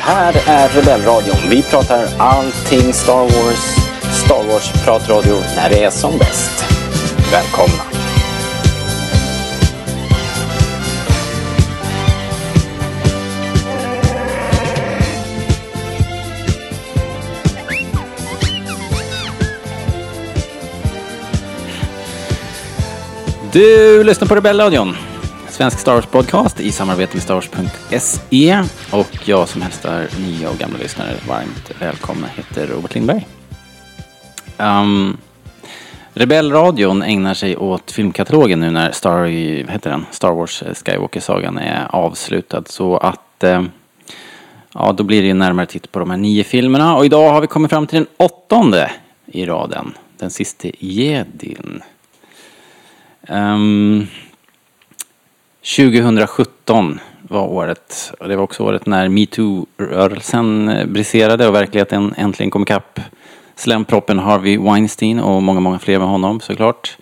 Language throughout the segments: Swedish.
här är Rebellradion. Vi pratar allting Star Wars. Star Wars-pratradio när det är som bäst. Välkomna! Du lyssnar på Rebellradion, svensk Star Wars-podcast i samarbete med starwars.se. E. Och jag som hälsar nya och gamla lyssnare varmt välkomna heter Robert Lindberg. Um, Rebellradion ägnar sig åt filmkatalogen nu när Star, vad heter den? Star Wars eh, Skywalker-sagan är avslutad. Så att, eh, ja då blir det ju en närmare titt på de här nio filmerna. Och idag har vi kommit fram till den åttonde i raden. Den sista jedin. Ehm, 2017 var året. Och det var också året när metoo-rörelsen eh, briserade och verkligheten äntligen kom ikapp. Slämproppen Harvey Weinstein och många, många fler med honom såklart.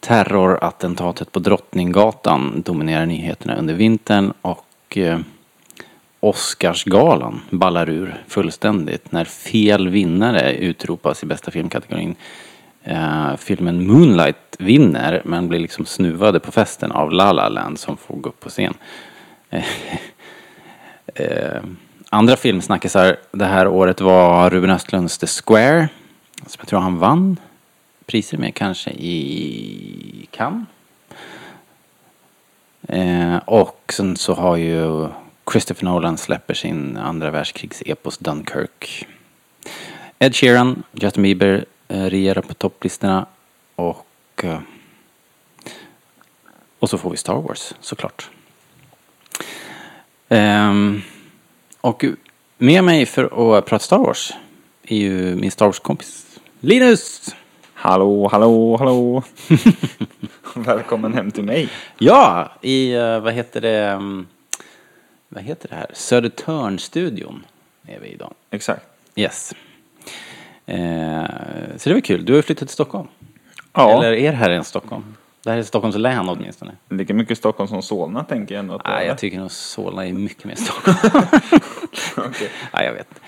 Terrorattentatet på Drottninggatan dominerar nyheterna under vintern och eh, Oscarsgalan ballar ur fullständigt när fel vinnare utropas i bästa filmkategorin. Eh, filmen Moonlight vinner men blir liksom snuvade på festen av La La Land som får gå upp på scen. Eh, andra filmsnackisar det här året var Ruben Östlunds The Square. Som jag tror han vann priser med kanske i Cannes. Eh, och sen så har ju Christopher Nolan släpper sin andra världskrigsepos Dunkirk. Ed Sheeran, Justin Bieber eh, regerar på topplistorna och... Eh, och så får vi Star Wars såklart. Ehm, och med mig för att prata Star Wars är ju min Star Wars-kompis Linus! Hallå, hallå, hallå. Välkommen hem till mig. Ja, i eh, vad heter det? mm, Vad heter det här? Södertörnstudion är vi idag. Exakt. Yes. Eh, så det var kul. Du har ju flyttat till Stockholm. Ja, Eller är det här ens Stockholm? Det här är Stockholms län åtminstone. lika mycket Stockholm som Solna tänker jag ändå att det Nej, är. jag tycker nog Solna är mycket mer Stockholm. Okej. Nej, jag vet.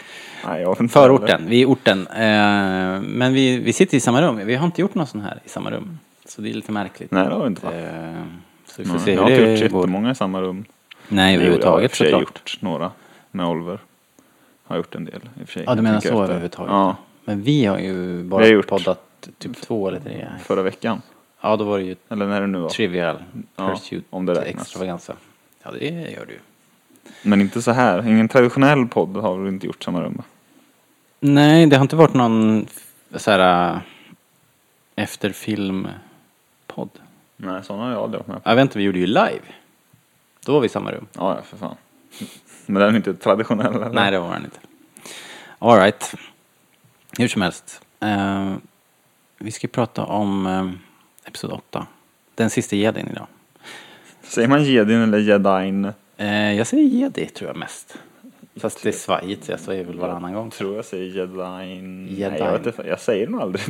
Nej, jag vet inte heller. Förorten, vi är i orten. Eh, men vi, vi sitter i samma rum. Vi har inte gjort någon sån här i samma rum. Så det är lite märkligt. Nej, det har vi inte varit. Eh, så vi får Nej, se jag hur har inte gjort det går. jättemånga i samma rum. Nej, Jo, Jag har i och överhuvudtaget för sig såklart. gjort några med Oliver. Har gjort en del i och för sig. Ja, du menar Tänker så efter. överhuvudtaget. Ja, Men vi har ju bara Vi har gjort- poddat typ två eller tre. förra veckan. Ja, då var det ju Eller när det nu var. Trivial Ja, Pursuit om det räknas. Extravaganza. Ja, det gör du ju. Men inte så här. Ingen traditionell podd har du inte gjort i samma rum. Nej, det har inte varit någon f- så här äh, efterfilm-podd. Nej, sådana har jag aldrig varit med på. Ja, vänta, vi gjorde ju live. Då var vi i samma rum. Ja, ja, för fan. Men den är inte traditionell. Eller? Nej, det var han inte. All right. Hur som helst. Eh, vi ska prata om uh, Episod 8. Den sista jedin idag. Säger man jedin eller jedin? Eh, jag säger jedi tror jag mest. Fast det är svajigt, så jag säger väl varannan gång. tror jag säger jedin. Nej, Jedin. jag, vet inte, jag säger nog aldrig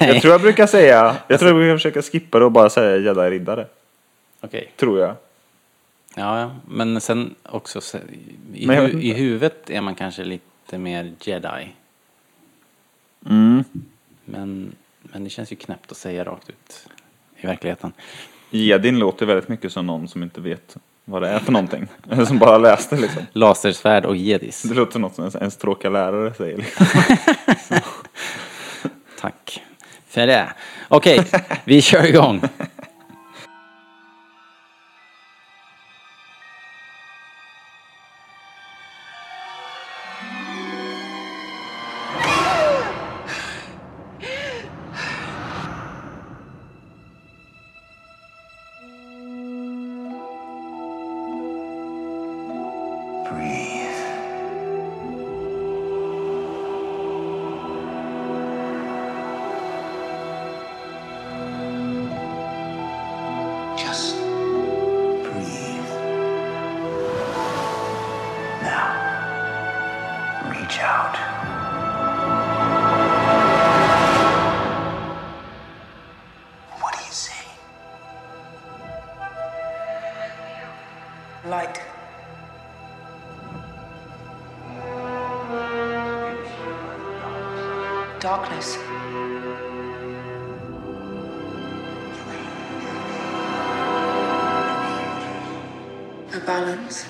Jag tror jag brukar säga, jag tror jag brukar försöka skippa det och bara säga jedi-riddare. Okej. Tror jag. Ja, ja, men sen också se- i, Men jag vet hu- i inte. huvudet är man kanske lite mer jedi. Mm. Men, men det känns ju knäppt att säga rakt ut i verkligheten. Jedin låter väldigt mycket som någon som inte vet vad det är för någonting. Eller som bara läste liksom. Lasersvärd och jedis. Det låter som något som ens, ens tråkiga lärare säger. Liksom. Tack för det. Okej, vi kör igång. Breathe. darkness. A balance.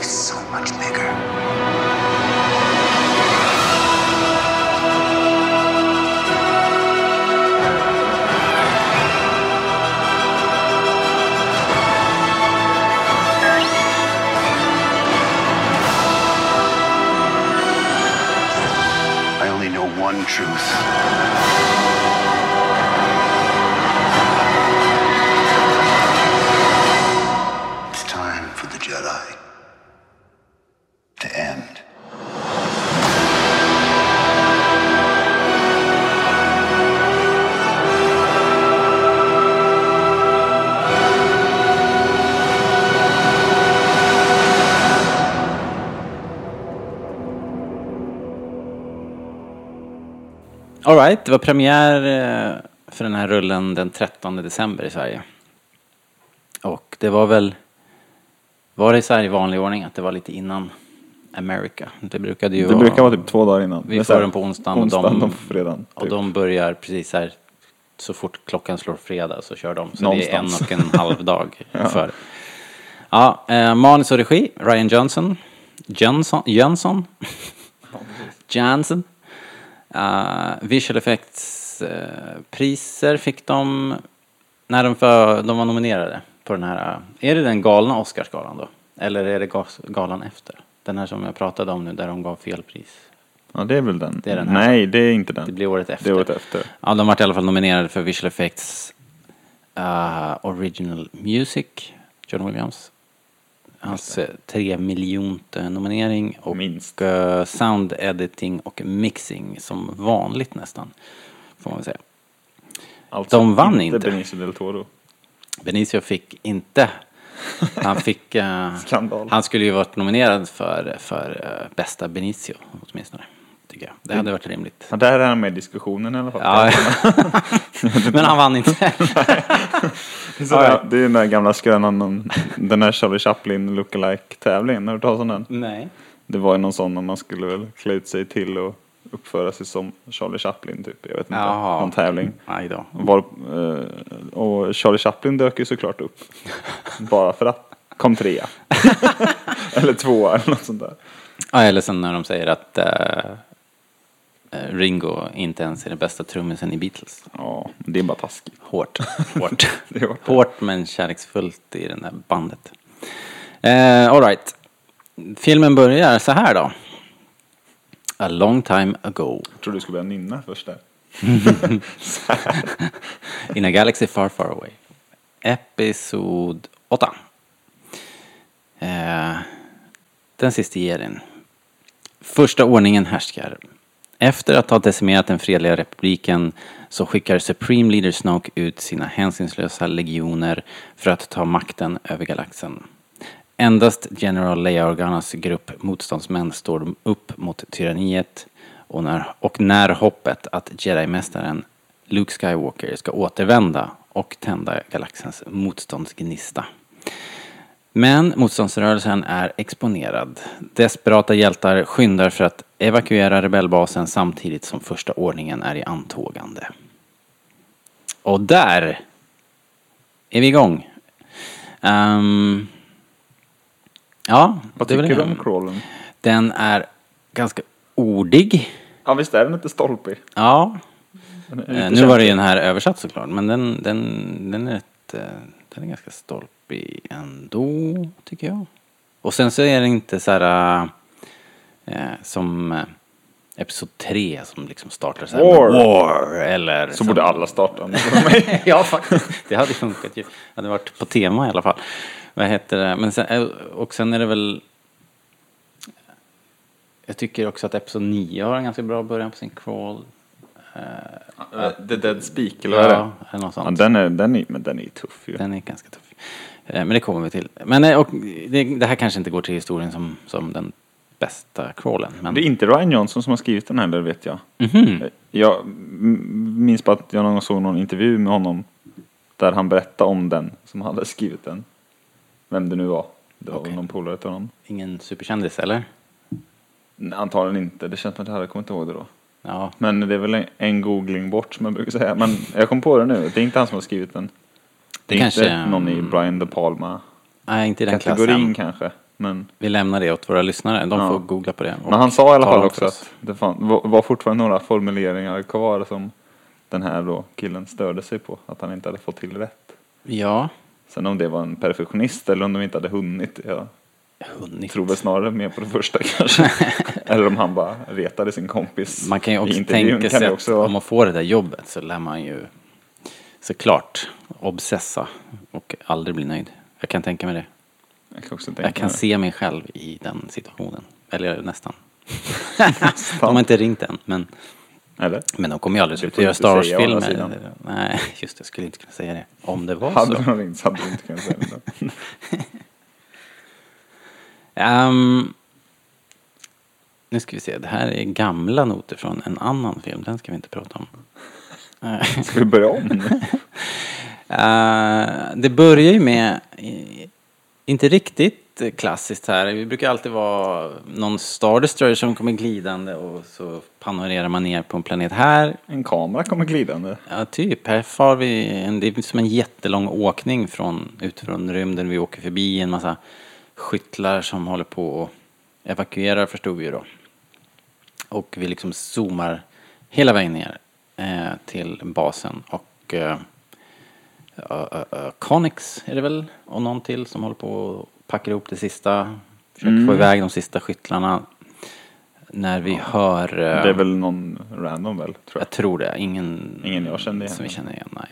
is so much bigger. I only know one truth. It's time for the Jedi to end. Alright, det var premiär eh, för den här rullen den 13 december i Sverige. Och det var väl, var det så här i vanlig ordning att det var lite innan America? Det brukade ju Det brukar vara typ två dagar innan. Vi Men så här, får den på onsdagen och onsdagen de- och fredagen. typ. Och de börjar precis här, så fort klockan slår fredag så kör de. Så det Någonstans. är en och en halv dag för. Ja, eh, manus och regi, Ryan Johnson. Jönsson? Jönsson? Jansen. Eh, visual effects eh, priser fick de när de, för, de var nominerade på den här. eh, Är det den galna Oscarsgalan då? Eller är det gas- galan efter? Den här som jag pratade om nu där de gav fel pris. Ja, det är väl den. Det är den här. Nej, det är inte den. Det blir året efter. Det är året efter. Ja, de vart i alla fall nominerade för Visual Effects eh, Original Music, John Williams. Hans eh, tre miljonte nominering och Minst. eh, Sound Editing och Mixing som vanligt nästan, får man väl säga. Alltså, De vann inte. Inte Benicio del Toro. Benicio fick inte, han fick, eh, Skandal. han skulle ju varit nominerad för, för eh, bästa Benicio åtminstone, tycker jag. Mm. Det hade varit rimligt. Ja, där är han med i diskussionen i alla fall. Ja. Men han vann inte. Det är så Ja, ja. där- Det är den där gamla skrönan om den här Charlie Chaplin lookalike tävlingen. Har du hört talas om den? Nej. Det var ju någon sån när man skulle väl klä ut sig till och uppföra sig som Charlie Chaplin typ. Jag vet inte. Jaha. Någon tävling. Aj då. Var, eh, och Charlie Chaplin dök ju såklart upp. Bara för att. Kom trea. eller tvåa eller något sånt där. Ja, eller sen när de säger att eh, eh, Ringo inte ens är den bästa trummisen i Beatles. Ja, det är bara taskigt. Hårt. Hårt. Det är hårt. Hårt men kärleksfullt i det där bandet. Eh, all right. Filmen börjar så här då. A long time ago. Jag tror du skulle börja nynna först där. In a galaxy far far away. Episod 8. Eh, den sista jedin. Första ordningen härskar. Efter att ha decimerat den fredliga republiken så skickar Supreme Leader Snoke ut sina hänsynslösa legioner för att ta makten över galaxen. Endast General Leia Organas grupp motståndsmän står upp mot tyranniet och när, och när hoppet att Jedi-mästaren Luke Skywalker ska återvända och tända galaxens motståndsgnista. Men motståndsrörelsen är exponerad. Desperata hjältar skyndar för att evakuera rebellbasen samtidigt som första ordningen är i antågande. Och där är vi igång. Ehm, ja, Vad det är väl tycker du det. om crawlen? Den är ganska ordig. Ja, visst är den lite stolpig? Ja, Den är Eh, lite nu var det känslig. ju den här översatt såklart, men den, den, den, är ett, eh, den är ganska stolpig ändå, tycker jag. Och sen så är det inte så här eh, som eh, Episod 3 som liksom startar så här med War. war eller... Så borde alla starta. Men för mig- ja, faktiskt. Det hade funkat ju. Det hade varit på tema i alla fall. Vad heter det? Men sen, eh, och sen är det väl... Jag tycker också att Episod 9 har en ganska bra början på sin crawl. Eh, The Dead Speak, eller vad är det? eller något sånt. Ja, den är, den är, men den är ju tuff ju. Den är ganska tuff. Eh, Men det kommer vi till. Men eh, och det, det här kanske inte går till historien som, som den bästa crawlen. Men Det är inte Ryan Johnson som har skrivit den heller, vet jag. Mhm. Eh, Jag m- minns bara att jag någon gång såg någon intervju med honom där han berättade om den som hade skrivit den. Vem det nu var. Det var väl Okej. någon polare till honom. ingen superkändis eller? Nej, Antagligen inte, det känns som att jag hade kommit ihåg det då. Ja, Men det är väl en, en googling bort som jag brukar säga. Men jag kom på det nu, det är inte han som har skrivit den. Det är kanske är, inte någon i mm, Brian De Palma-kategorin nej, inte i den klassen. kanske. Men, Vi lämnar det åt våra lyssnare. De Ja. får googla på det. och men han sa i alla tala fall om också för oss. att det fan, var, var fortfarande några formuleringar kvar som den här då killen störde sig på. Att han inte hade fått till rätt. Ja, Sen om det var en perfektionist eller om de inte hade hunnit. Jag hunnit. tror väl snarare mer på det första kanske. eller om han bara retade sin kompis Man kan ju i också intervjun tänka kan sig det att också- om man får det där jobbet så lär man ju såklart obsessa och aldrig bli nöjd. Jag kan tänka mig det. Jag kan, också Jag tänka kan mig. se mig själv i den situationen. Eller nästan. De har inte ringt än, men, Eller? men de kommer ju aldrig Det sluta får göra du Star inte säga, å andra Wars-filmer. Nej, just det, jag skulle inte kunna säga det. Om det var Hade så. de ringt så hade du inte kunnat säga det. Ehm, nu ska vi se, det här är gamla noter från en annan film. Den ska vi inte prata om. Eh, Ska vi börja om nu? Eh, det börjar ju med, eh, inte riktigt klassiskt här, vi brukar alltid vara någon Star Destroyer som kommer glidande och så panorerar man ner på en planet. Här, En kamera kommer glidande. ja typ, här far vi, en, det är som en jättelång åkning från, ut från rymden, vi åker förbi en massa skyttlar som håller på och evakuerar förstod vi ju då. Och vi liksom zoomar hela vägen ner eh, till basen och eh, Ö- Ö- Ö- Connex är det väl, och någon till som håller på och packar ihop det sista. Försöker få iväg de sista skyttlarna. När vi hör... eh, Det är väl någon random väl, tror jag. Jag tror det, ingen, Ingen jag kände igen. som vi känner igen. Nej.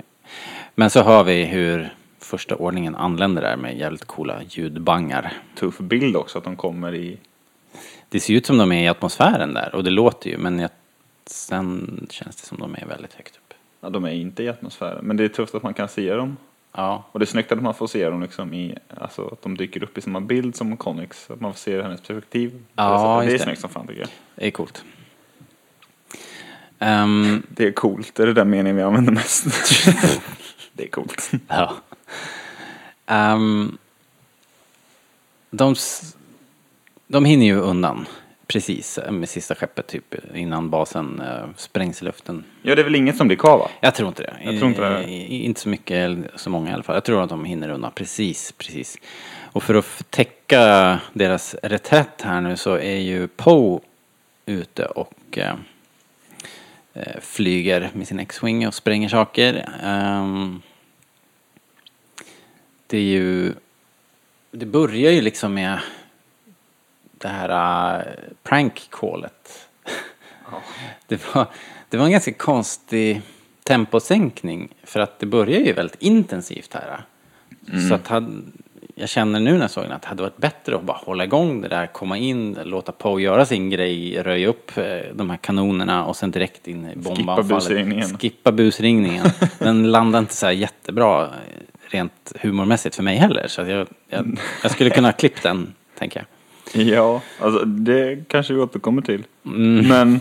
Men så hör vi hur första ordningen anländer där med jävligt coola ljudbangar. Tuff bild också att de kommer i... Det ser ju ut som de är i atmosfären där, och det låter ju, men jag, sen känns det som de är väldigt högt upp. Ja, de är inte i atmosfären, men det är tufft att man kan se dem. Ja, Och det är snyggt att man får se dem liksom i, alltså att de dyker upp i samma bild som Connex. Att man får se hennes perspektiv. på det Ja, sättet. det är just det. snyggt som fan tycker jag. det är coolt. Ehm, Det är coolt, det är det där meningen vi använder mest. det är coolt. Ja. Ehm, de, s- de hinner ju undan precis eh, med sista skeppet typ innan basen eh, sprängs i luften. Ja, det är väl inget som blir kvar va? Jag tror inte det. Jag tror inte det. I- i- Inte så mycket, eller så många i alla fall. Jag tror att de hinner undan precis, precis. Och för att f- täcka deras reträtt här nu så är ju Poe ute och eh, eh, flyger med sin X-Wing och spränger saker. Ehm, det är ju... Det börjar ju liksom med det här eh, prank-callet. Det var, det var en ganska konstig temposänkning för att det börjar ju väldigt intensivt här. Så att hade, jag känner nu när jag såg den att det hade varit bättre att bara hålla igång det där, komma in, låta Poe göra sin grej, röja upp eh, de här kanonerna och sen direkt in i bombanfallet. busringningen. Skippa busringningen. Den landade inte så här jättebra eh, rent humormässigt för mig heller. Så att jag, jag, jag skulle kunna ha klippt den, tänker jag. Ja, Mm. alltså det kanske vi återkommer till. Men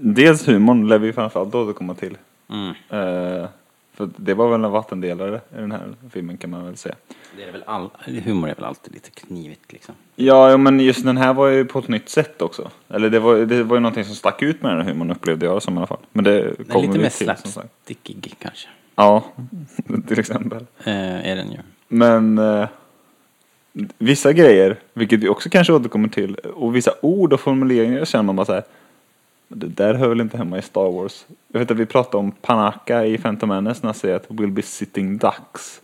dels humorn lär vi framförallt återkomma till. Mm. Eh, för att det var väl en vattendelare i den här filmen kan man väl säga. Det är väl all, humor är väl alltid lite knivigt liksom. Ja, ja, men just den här var ju på ett nytt sätt också. Eller det var, det var ju någonting som stack ut med den här humorn upplevde jag det som i alla fall. Men det Den är kommer lite vi mer till som sagt. slapstickig kanske. Ja, till exempel. Eh, är den ju. Men eh, vissa grejer, vilket vi också kanske återkommer till, och vissa ord och formuleringar känner man bara så här. "Men Det där hör väl inte hemma i Star Wars. Jag vet att vi pratade om Panaka i Phantom Menace när han säger att we'll be sitting ducks.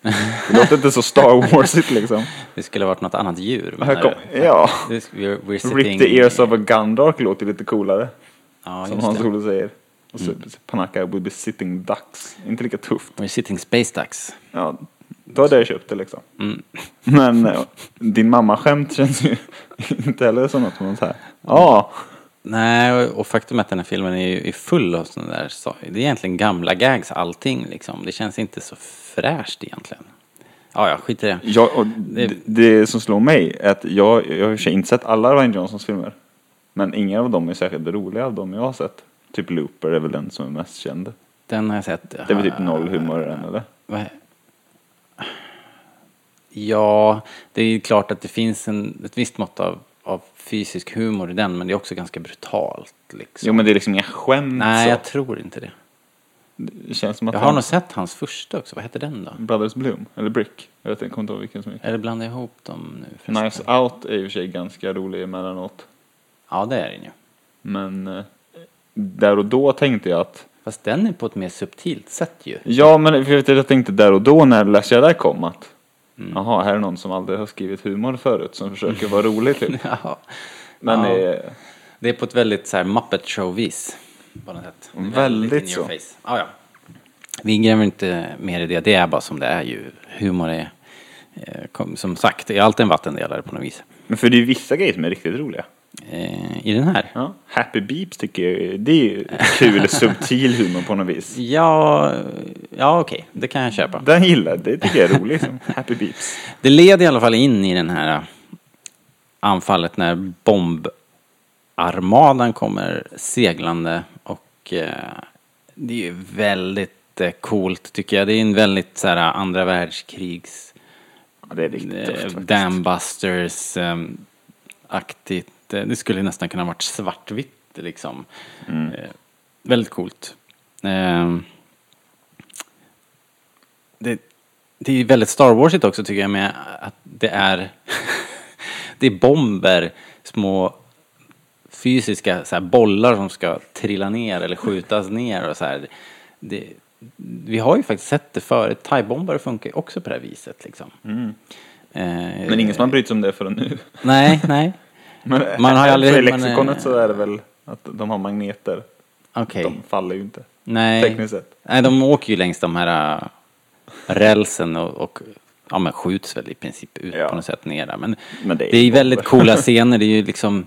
Det låter inte så Star Warsigt liksom. Det skulle ha varit något annat djur. Här menar kom, du? ja, Det- We're, we're sitting... Rip the ears of a Gundark låter lite coolare. Ja, som just Hans det. Mm. Olof säger. Och så Panaka, we'll be sitting ducks. Inte lika tufft. We're sitting space ducks. Ja, då hade jag köpt det liksom. Mm. Men eh, din mamma-skämt känns ju inte heller som något man säger. Ja, Nej, och- och faktum är att den här filmen är ju är full av sådana där sa- Det är egentligen gamla gags allting liksom. Det känns inte så fräscht egentligen. Ja, ja, skit i det. jag, och det, det som slår mig är att jag, jag har i och för sig inte sett alla Ryan Johnsons filmer. Men ingen av dem är särskilt roliga av dem jag har sett. Typ Looper är väl den som är mest känd. Den har jag sett. Det är väl typ Ah, noll humor i den eller? Vad- Ja, det är ju klart att det finns en, ett visst mått av, av av fysisk humor i den, men det är också ganska brutalt. Liksom. Jo men det är liksom inga skämt Nej, så. jag tror inte det. Det känns som att Jag har nog sett hans första också. Vad hette den då? Brothers Bloom, eller Brick. Jag vet inte, jag kommer inte ihåg vilken som är. Eller blandar jag ihop dem nu? förresten? Knives Out är i och för sig ganska rolig emellanåt. Ja, det är den ju. Men eh, där och då tänkte jag att Fast den är på ett mer subtilt sätt ju. Ja, men för jag vet inte, jag tänkte där och då när Last Jedi kom att jaha, här är någon som aldrig har skrivit humor förut som försöker vara rolig typ. Ja. Men Ja. eh, Det är på ett väldigt så här Muppet Show-vis. På något sätt. Det är Väldigt in your så. face. Ja, ja. Mm, Vi gräver inte mer i det. Det är bara som det är ju. Humor är, eh, kom- som sagt, det är alltid en vattendelare på något vis. men för det är ju vissa grejer som är riktigt roliga. Eh, I den här. Ja. Happy Beeps tycker jag är- det är ju kul subtil humor på något vis. Ja, ja okej. Det kan jag köpa. Den gillar jag, det tycker jag är roligt. Liksom. Happy Beeps. Det leder i alla fall in i den här äh, anfallet när bombarmadan kommer seglande och eh, det är ju väldigt eh, coolt tycker jag. Det är en väldigt så här andra världskrigs Ja, det är riktigt tufft eh, faktiskt. dambusters eh, aktigt. Eh, Det skulle nästan kunna varit svartvitt liksom. Eh, väldigt coolt. Eh, det, det är väldigt Star Warsigt också tycker jag med att det är det är bomber, små fysiska så här, bollar som ska trilla ner eller skjutas ner och så här. Det, vi har ju faktiskt sett det förut. Thaibombare funkar ju också på det här viset liksom. Eh, Mm. Men ingen som har brytt sig om det förrän nu. Nej, nej. Men Man har ju aldrig- I man är- lexikonet så är det väl att de har magneter. Okej. De faller ju inte. Nej. Tekniskt sett. Nej, de åker ju längs de här äh, rälsen och, och ja, men skjuts väl i princip ut Ja. på något sätt ner där. Men, Men det det är, är ju bomber. väldigt coola scener. Det är ju liksom...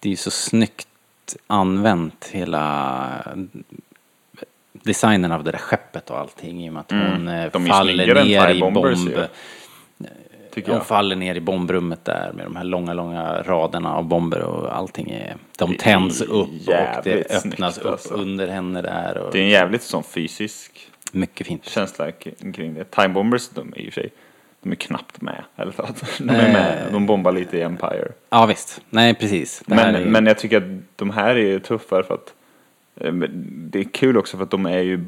Det är ju så snyggt använt hela äh, designen av det där skeppet och allting i och med att hon eh, Mm. De är ju snyggare faller än ner i Thai-bombers bomb... ju, Tycker Hon jag. faller ner i bombrummet där med de här långa, långa raderna av bomber och allting är... De tänds är upp och det jävligt öppnas snyggt, upp alltså. under henne där. Och Det är en jävligt sån fysisk Mycket fint. känsla k- kring det. Time Bombers, de är i och för sig, de är knappt med. Eller så att de är med, de bombar lite i Empire. Ja visst, nej precis. Det här Men, är ju- men jag tycker att de här är tuffare för att eh, men det är kul också för att de är ju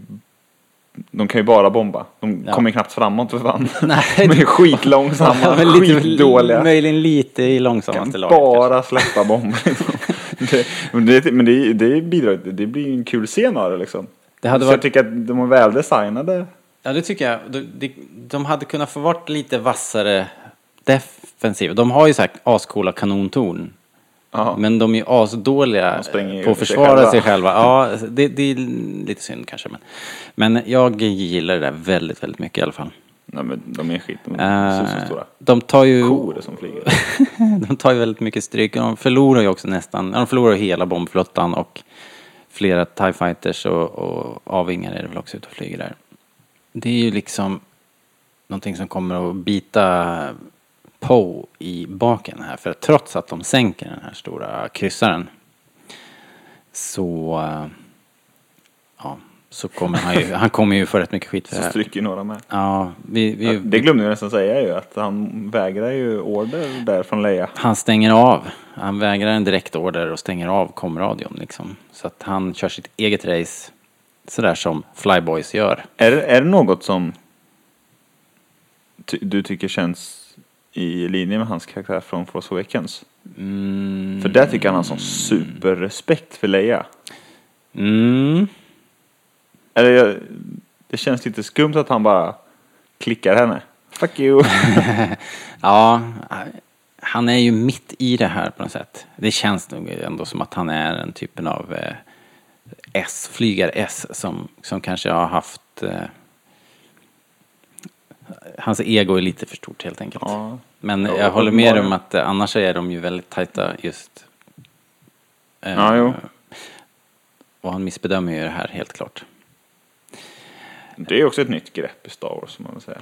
de kan ju bara bomba. De Ja. kommer ju knappt framåt för fan. Nej. De är ju skitlångsamma, Ja, men lite- skitdåliga. Möjligen lite i kan långsammaste laget. kanske. bara släppa bomber. Liksom. det, men det, men det, det bidrar Det blir ju en kul scen av det liksom. Det hade Så varit- Jag tycker att de är väldesignade. Ja det tycker jag. De, de, de hade kunnat få varit lite vassare defensiva. De har ju sagt ascoola kanontorn. Ja. Men de är ju asdåliga De spränger ju på att sig försvara själva. sig själva. Ja, det, det är lite synd kanske. Men, men jag gillar det där väldigt, väldigt mycket i alla fall. Nej men de är skit. De är så, så Eh, stora. de tar ju... Kor som flyger. de tar ju väldigt mycket stryk. De förlorar ju också nästan, ja, de förlorar hela bombflottan och flera TIE fighters och, och avingar är det väl också ute och flyger där. Det är ju liksom någonting som kommer att bita Poe i baken här. För att trots att de sänker den här stora kryssaren så, eh, ja, så kommer han ju, han kommer ju få rätt mycket skit för det Så här. stryker ju några med. Ja, vi, vi, Eh. Det glömde jag nästan säga ju att han vägrar ju order där från Leia. Han stänger av. Han vägrar en direktorder och stänger av komradion liksom. Så att han kör sitt eget race. Sådär som Flyboys gör. Är, det- är det något som ty, du tycker känns i linje med hans karaktär från Force Awakens? För där tycker jag han har sån superrespekt för Leia. Mm. Eller jag, det känns lite skumt att han bara klickar henne. Fuck you! Ja, han är ju mitt i det här på något sätt. Det känns nog ändå som att han är den typen av eh, S, flygar-S som, som kanske har haft... Eh, hans ego är lite för stort helt enkelt. Ja. Men Ja, jag håller med uppenbarligen. om att eh, annars är de ju väldigt tajta just. Eh, Ja, jo. Och han missbedömer ju det här helt klart. Det är också ett nytt grepp i Star Wars, som man vill säga.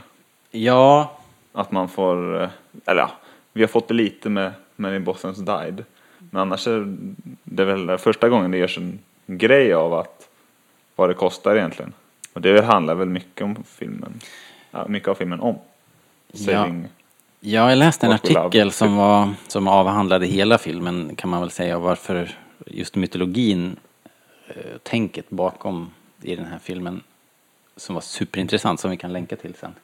Ja, Att man får, eh, eller ja, vi har fått det lite med, med i Bossens Died. Men annars är det väl första gången det görs en grej av att vad det kostar egentligen. Och det handlar väl mycket om filmen, ja, mycket av filmen om. Ja. Saving Ja, jag läste en What we love. artikel som, var, som avhandlade hela filmen kan man väl säga och varför just mytologin, eh, tänket bakom i den här filmen som var superintressant som vi kan länka till sen.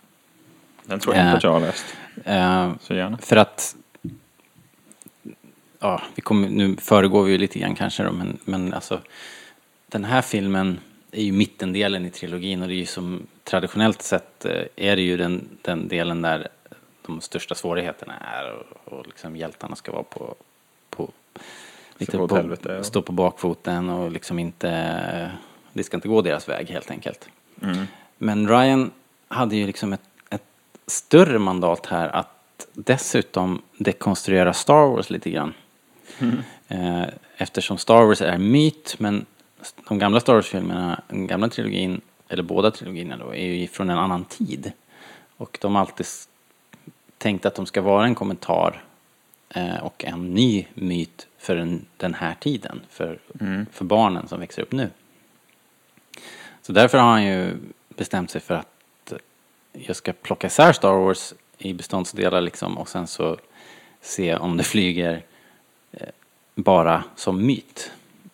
Den tror jag inte Ja. att jag har läst. Eh, Så gärna. För att... Ja, vi kommer, nu föregår vi ju lite grann kanske då, men, men alltså... Den här filmen är ju mittendelen i trilogin och det är ju som traditionellt sett eh, är det ju den, den delen där de största svårigheterna är och, och liksom hjältarna ska vara på... på gå åt på, helvete, ja. stå på bakfoten och liksom inte... Det ska inte gå deras väg helt enkelt. Mm. Men Ryan hade ju liksom ett, ett större mandat här att dessutom dekonstruera Star Wars lite grann. Mm. Eh, Eftersom Star Wars är myt, men de gamla Star Wars-filmerna, den gamla trilogin, eller båda trilogierna då, är ju från en annan tid. Och de har alltid s- tänkt att de ska vara en kommentar eh, och en ny myt för den, den här tiden, för, för barnen som växer upp nu. Så därför har han ju bestämt sig för att eh, jag ska plocka isär Star Wars i beståndsdelar liksom och sen så se om det flyger eh, bara som myt.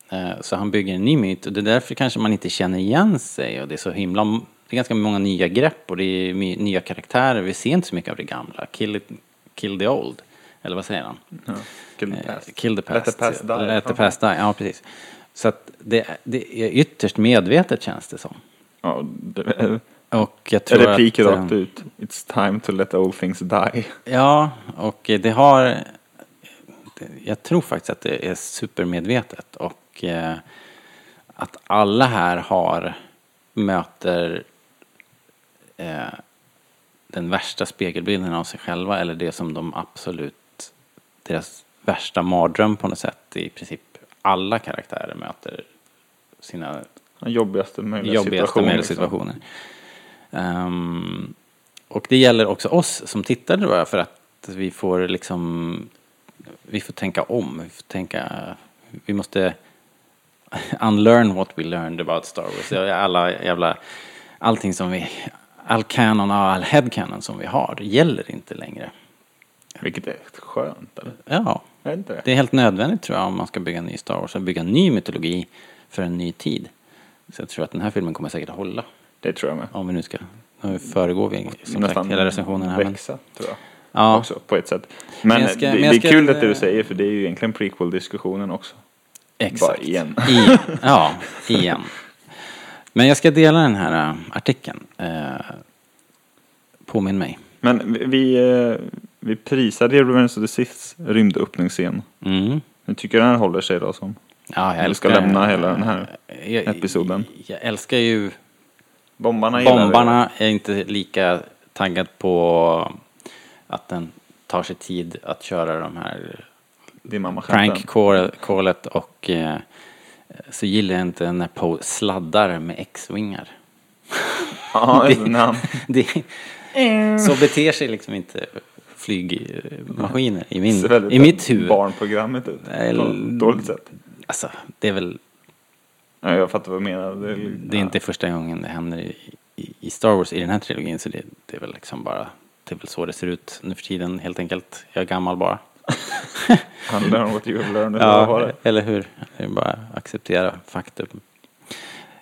Eh, Så han bygger en ny myt och det är därför kanske man inte känner igen sig och det är så himla, det är ganska många nya grepp och det är my- nya karaktärer, vi ser inte så mycket av det gamla. Kill, it, kill the old, eller vad säger han? Ja. Kill the Eh, past. Kill the past. Let the past die. Let the past die. Ja, precis. Så att det, det är ytterst medvetet känns det som. Ja, det är- Och jag tror Eller att, peak eh, rakt ut. It's time to let all things die. Ja, och eh, det har... det- Jag tror faktiskt att det är supermedvetet och eh, att alla här har möter eh, den värsta spegelbilden av sig själva eller det som de absolut, deras värsta mardröm på något sätt. I princip alla karaktärer möter sina Den jobbigaste möjliga jobbigaste situationen. liksom. möjliga situationer. Ehm, och det gäller också oss som tittare tror jag, för att vi får liksom, vi får tänka om, vi får tänka, vi måste unlearn what we learned about Star Wars. Alla jävla, allting som vi, all canon och all headcanon som vi har gäller inte längre. Vilket är skönt, eller? Ja, Är inte det? det är helt nödvändigt tror jag om man ska bygga en ny Star Wars, att bygga en ny mytologi för en ny tid. Så jag tror att den här filmen kommer säkert hålla. Det tror jag med. Om vi nu ska, nu föregår vi som Nästan sagt hela recensionen här. Men, växa, tror jag. Ja. Också, på ett sätt. Men, jag ska- det, men det jag är ska- kul att det du säger, för det är ju egentligen prequel-diskussionen också. exakt. Bara igen. igen. Ja, igen. Men jag ska dela den här äh, artikeln. Eh, påminn mig. Men vi- vi, eh, vi prisade ju Revenge of the Siths rymdöppningsscen. Mm. Nu tycker jag den håller sig då som... Ja, jag Vi ska älskar- lämna hela den här Jag- episoden. Jag älskar ju Bombarna gillar vi. Bombarna är inte lika taggad på att den tar sig tid att köra de här Din mamma skämtar. prank call- callet och eh, så gillar jag inte när Poe sladdar med X-vingar. Ja, alltså, när han- Det, så beter sig liksom inte flygmaskiner i, ser min, väldigt i mitt huvud. Barnprogrammet ut. Nej, På l- ett dåligt sätt. Alltså, det är väl, Ja, jag fattar vad du menar. Det är, det är inte första gången det händer i, i, i Star Wars i den här trilogin så det, det är väl liksom bara, det är väl så det ser ut nu för tiden helt enkelt. Jag är gammal bara. handlar om what you have learned. eller vad var Ja, det? eller hur? Det är bara att acceptera faktum.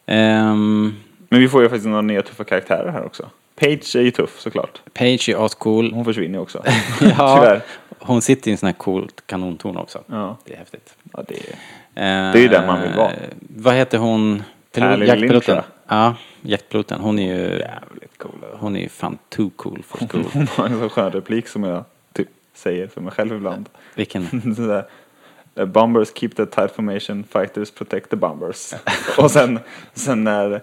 Ehm, Men vi får ju faktiskt några nya tuffa karaktärer här också. Paige är ju tuff såklart. Paige är ascool. Hon försvinner ju också. Ja, Tyvärr. hon sitter i en sån här cool kanontorn också. Ja. Det är häftigt. Ja, det är... Det är ju där man vill vara. Vad heter hon? Tally Lynch, jaktpiloten. va? Ja, jaktpiloten. Hon är ju, Jävligt coola. hon är ju fan too cool for school. Hon har en sån skön replik som jag typ säger för mig själv ibland. Vilken? Så där, "Uh, Bombers keep the tight formation, fighters protect the bombers. Och sen, sen när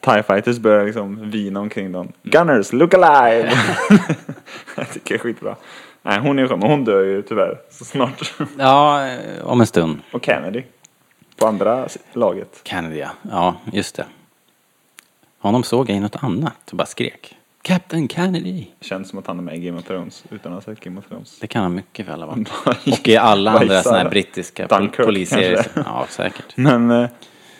TIE fighters börjar liksom vina omkring dem. Gunners, look alive! jag tycker det är skitbra. Nej, hon är ju skön, men hon dör ju tyvärr så snart. Ja, eh, om en stund. Och Kennedy. På andra s- laget. Kennedy, ja. ja. just det. Honom såg jag i något annat och bara skrek. Captain Kennedy! Känns som att han är med i Game of Thrones utan att ha sett Game of Thrones. Det kan han mycket väl ha varit. Och i alla andra Bajsare. såna här brittiska pol- Dunkirk, polisserier. kanske. Ja, säkert. Men eh,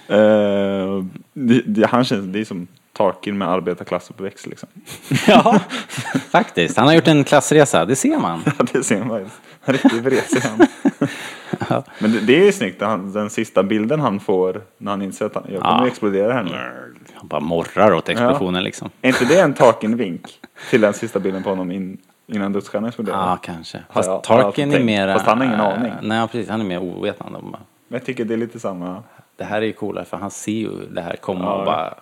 eh, det, det, han känns, det är som Tarkin med arbetarklassuppväxt liksom. ja, faktiskt. Han har gjort en klassresa, det ser man. Ja, det ser man faktiskt. En riktig vresig han. Men det, det är ju snyggt, han, den sista bilden han får när han inser att han, jag kommer Ja. explodera här nu. Han bara morrar åt explosionen liksom. Är inte det en Tarkin-vink till den sista bilden på honom in, innan dödsstjärnan exploderar? Ja, kanske. Har Fast jag- har jag Tarkin är tänkt. mera... Fast han har ingen eh, aning. Nej, precis. Han är mer ovetande om... Men jag tycker det är lite samma. Det här är ju coolare för han ser ju det här komma Ja. och bara...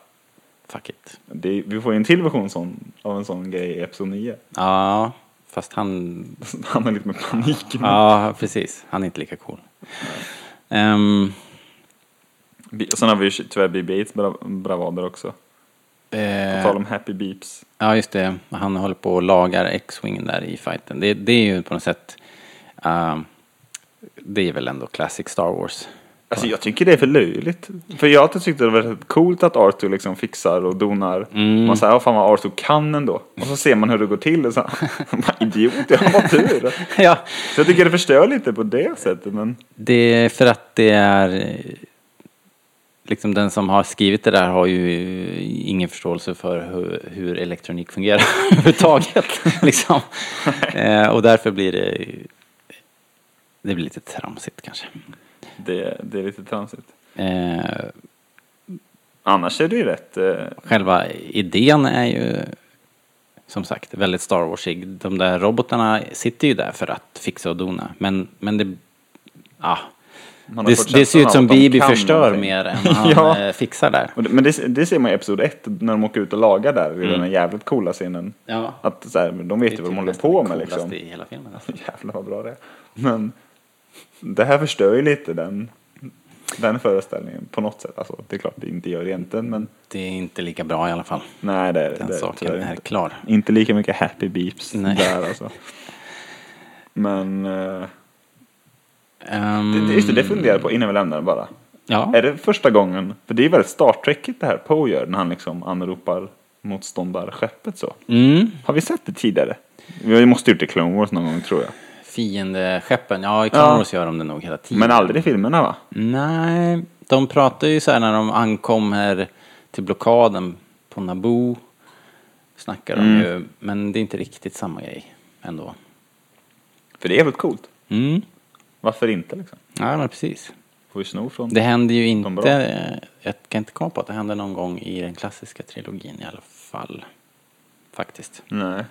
Fuck it. Det, är- vi får ju en till version sån, av en sån grej i Episod 9. Ja, fast han... Han har lite med panik. Ja, precis. Han är inte lika cool. Ehm, Bi- Och sen har vi ju tyvärr BB-8s bra- bravader också. På eh, tal om happy beeps. Ja, just det. Han håller på och lagar X-Wingen där i fighten. Det, det är ju på något sätt... ehm, det är väl ändå classic Star Wars. Alltså jag tycker det är för löjligt. För jag har alltid tyckt det var väldigt coolt att Arthur liksom fixar och donar. Mm. Man säger, ja fan vad Arthur kan ändå. Och så ser man hur det går till och så, vad idiot, jag har tur. ja, Så jag tycker det förstör lite på det sättet. Men Det är för att det är... eh, Liksom den som har skrivit det där har ju ingen förståelse för hur, hur elektronik fungerar överhuvudtaget. liksom. eh, och därför blir det... Det blir lite tramsigt kanske. det, det är lite tramsigt. Eh, Annars är det ju rätt. Eh, själva idén är ju som sagt väldigt Star Warsig. De där robotarna sitter ju där för att fixa och dona. Men, men det... Ah, man har det, fått det ser känslan ut av som att de Bibi kan förstör någonting. mer än vad han Ja. eh, fixar där. Och det- Men det, det ser man i episod 1 när de åker ut och lagar där i Mm. den här jävligt coola scenen. Ja. Att så här, de vet ju typ vad de håller på med liksom. i hela filmen. alltså. Jävlar vad bra det är. Men det här förstör ju lite den, den föreställningen på något sätt. Alltså, det är klart det inte gör egentligen men Det är inte lika bra i alla fall. nej det är det. Den är saken tyvärr är inte. klar. Inte lika mycket happy beeps Nej. där alltså. Men eh, Ehm, det, det- just det, det funderar jag på innan vi lämnar den bara. ja. Är det första gången, för det är väldigt Star Trekigt det här Poe gör när han liksom anropar motståndarskeppet så. Mm. Har vi sett det tidigare? Vi måste ha gjort det i Clone Wars någon gång tror jag. Fiendeskeppen, ja i Clone Ja. Wars gör de det nog hela tiden. Men aldrig i filmerna va? Nej, de pratar ju så här när de ankommer till blockaden på Naboo. Snackar de Mm. ju, men det är inte riktigt samma grej ändå. För det är jävligt coolt. Mm. Varför inte liksom? Ja, men precis. Får ju sno från... Det händer ju De inte, bra. eh, jag kan inte komma på att det händer någon gång i den klassiska trilogin i alla fall. Faktiskt. Nej.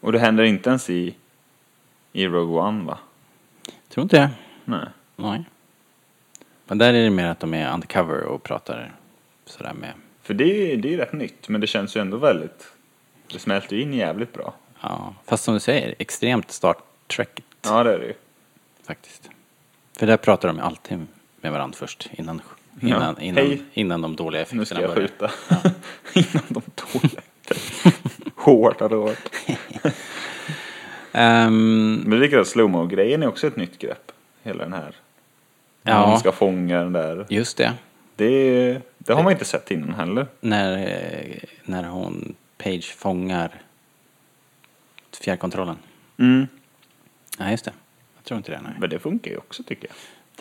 Och det händer inte ens i, i Rogue One va? Tror inte det. Nej. Nej. Men där är det mer att de är undercover och pratar sådär med, För det är, det är rätt nytt, men det känns ju ändå väldigt... Det smälter ju in jävligt bra. ja, fast som du säger, extremt Star Trek Ja, det är det ju. faktiskt. För där pratar de ju alltid med varandra först innan, innan, Hej. innan, innan de dåliga Nu ska effekterna jag börjar. skjuta. Innan de tog det. Hårt hade det varit. Ehm, Men det är likadant, slowmo-grejen är också ett nytt grepp. Hela den här... Ja. Ja. Man ska fånga den där. just det, Det, det har man inte sett innan heller. när, eh, när hon, Page fångar fjärrkontrollen. Mm. Nej, just det. Jag tror inte det. Nej. Men det funkar ju också tycker jag.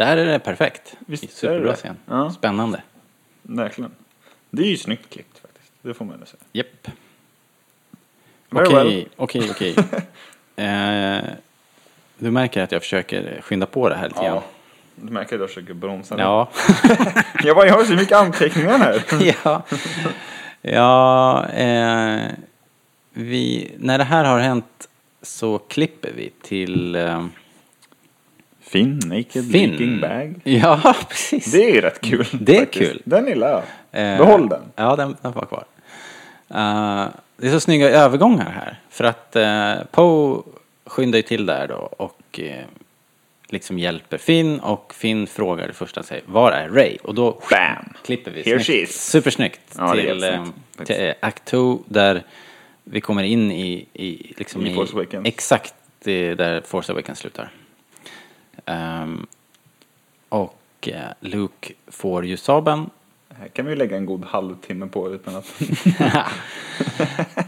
Där är det perfekt. Visst är det Superbra det. scen. Ja. Spännande. Verkligen. Det är ju snyggt klippt faktiskt. Det får man ändå säga. Japp. Very Okej, okej, okej. Eh, Du märker att jag försöker skynda på det här lite grann. Ja. Du märker att jag försöker bromsa nu. Ja. Jag bara, jag har så mycket anteckningar här. ja. ja eh, vi, när det här har hänt så klipper vi till eh, Finn, Naked Finn. Leaking Bag. Ja, precis. Det är ju rätt kul. Det är faktiskt. kul. Den gillar jag. Eh, Behåll den. Ja, den, den får vara kvar. Eh, det är så snygga övergångar här. För att eh, Poe skyndar ju till där då och eh, liksom hjälper Finn. Och Finn frågar det första sig, var är Ray? Och då Bam! klipper vi. Here she snyggt. is. Supersnyggt. Ja, det är till, helt eh, snyggt, faktiskt. till eh, Act 2 där vi kommer in i, i, liksom I Force Awakens. Exakt det där Force Awakens slutar. Ehm, och eh, Luke får ju sabeln Här kan vi ju lägga en god halvtimme på utan att...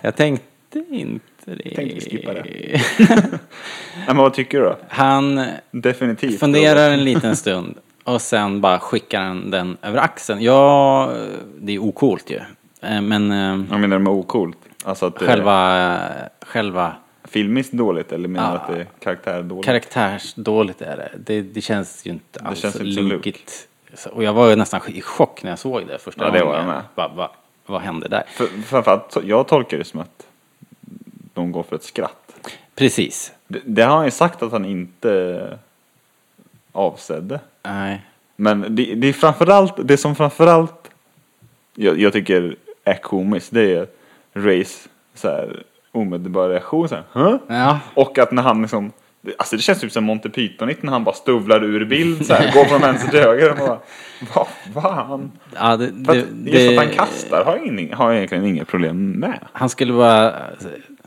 Jag tänkte inte det. Tänkte vi skippa det. Nej, men vad tycker du då? Han Definitivt. funderar en liten stund och sen bara skickar han den över axeln. Ja, det är ocoolt ju. Eh, Men eh, Jag menar med ocoolt? Alltså att det är själva, själva filmiskt dåligt eller menar du Ah. att det är karaktär dåligt? karaktärsdåligt är det. det. Det känns ju inte alls känns inte som Luke. lunkigt. Så- Och jag var ju nästan i chock när jag såg det första Ja, det var jag med. Bara, va, vad hände där? För, framförallt, så- jag tolkar det som att de går för ett skratt. Precis. Det, det har han ju sagt att han inte eh, avsedde. Nej. Men det, det är framförallt, det som framförallt jag, jag tycker är komiskt det är Rays så här omedelbara reaktion så här, "Hä?" Ja. Och att när han liksom, det- alltså det känns typ som Monty Pythonigt när han bara stuvlar ur bild så här, går från vänster till höger och bara, vad fan? Ja, det, För det, att, just det- att han kastar har jag, ingen, har jag egentligen inga problem med. Han skulle bara...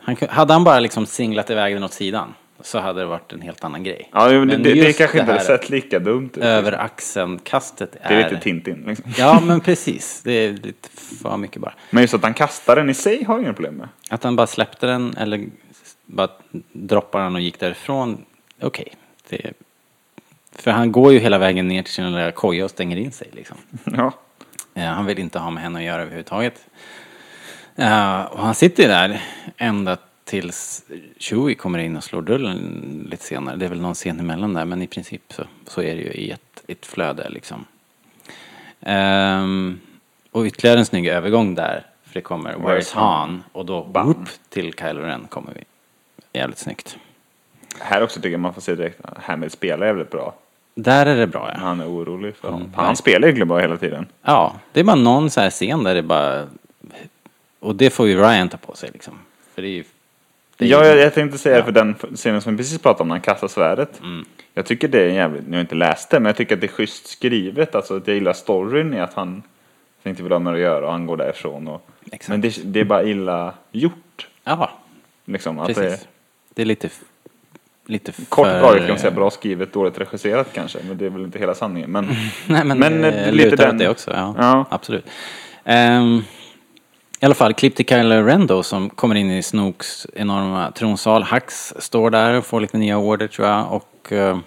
Han, kun- hade han bara liksom singlat iväg den åt sidan så hade det varit en helt annan grej. Ja, det, det, Men det, just kanske inte hade här sett lika dumt ut. Över axeln-kastet är... Det är lite Tintin liksom. Ja, men precis. Det är lite för mycket bara. Men just att han kastar den i sig har jag inga problem med. Att han bara släppte den eller bara droppade den och gick därifrån. Okej. det- För han går ju hela vägen ner till sin lilla koja och stänger in sig liksom. Ja. Eh, Han vill inte ha med henne att göra överhuvudtaget. Eh, och han sitter ju där ända tills Chewie kommer in och slår dörren lite senare. Det är väl någon scen emellan där, men i princip så, så är det ju i ett, ett flöde liksom. Ehm, och ytterligare en snygg övergång där, för det kommer Where's Han? Och då Bam. upp till Kylo Ren kommer vi. Jävligt snyggt. Här också tycker jag man får se direkt att Hamill spelar jävligt bra. Där är det bra ja. Mm. Han är orolig för honom. Han spelar ju bra hela tiden. Ja, det är bara någon så här scen där det bara... Och det får ju Ryan ta på sig liksom. För det är ju... Det är Ja, ju- jag, jag tänkte säga det för den f- scenen som vi precis pratade om, när han kastar svärdet. Mm. Jag tycker det är jävligt, nu har jag inte läst det, men jag tycker att det är schysst skrivet. Alltså att jag gillar storyn i att han inte vill ha med det att göra och han går därifrån. Och, Exakt. men det, det är bara illa gjort. Ja, Liksom, att det är precis. Det är lite... f- Lite för... kort draget kan man säga bra skrivet, dåligt regisserat kanske. Men det är väl inte hela sanningen. Men, Nej, men, Men, eh, eh, lite lutar åt den- det också. Ja, Ja. absolut. Ehm, I alla fall, klipp till Kylo Ren då, som kommer in i Snooks enorma tronsal. Hux står där och får lite nya order tror jag. Och... eh,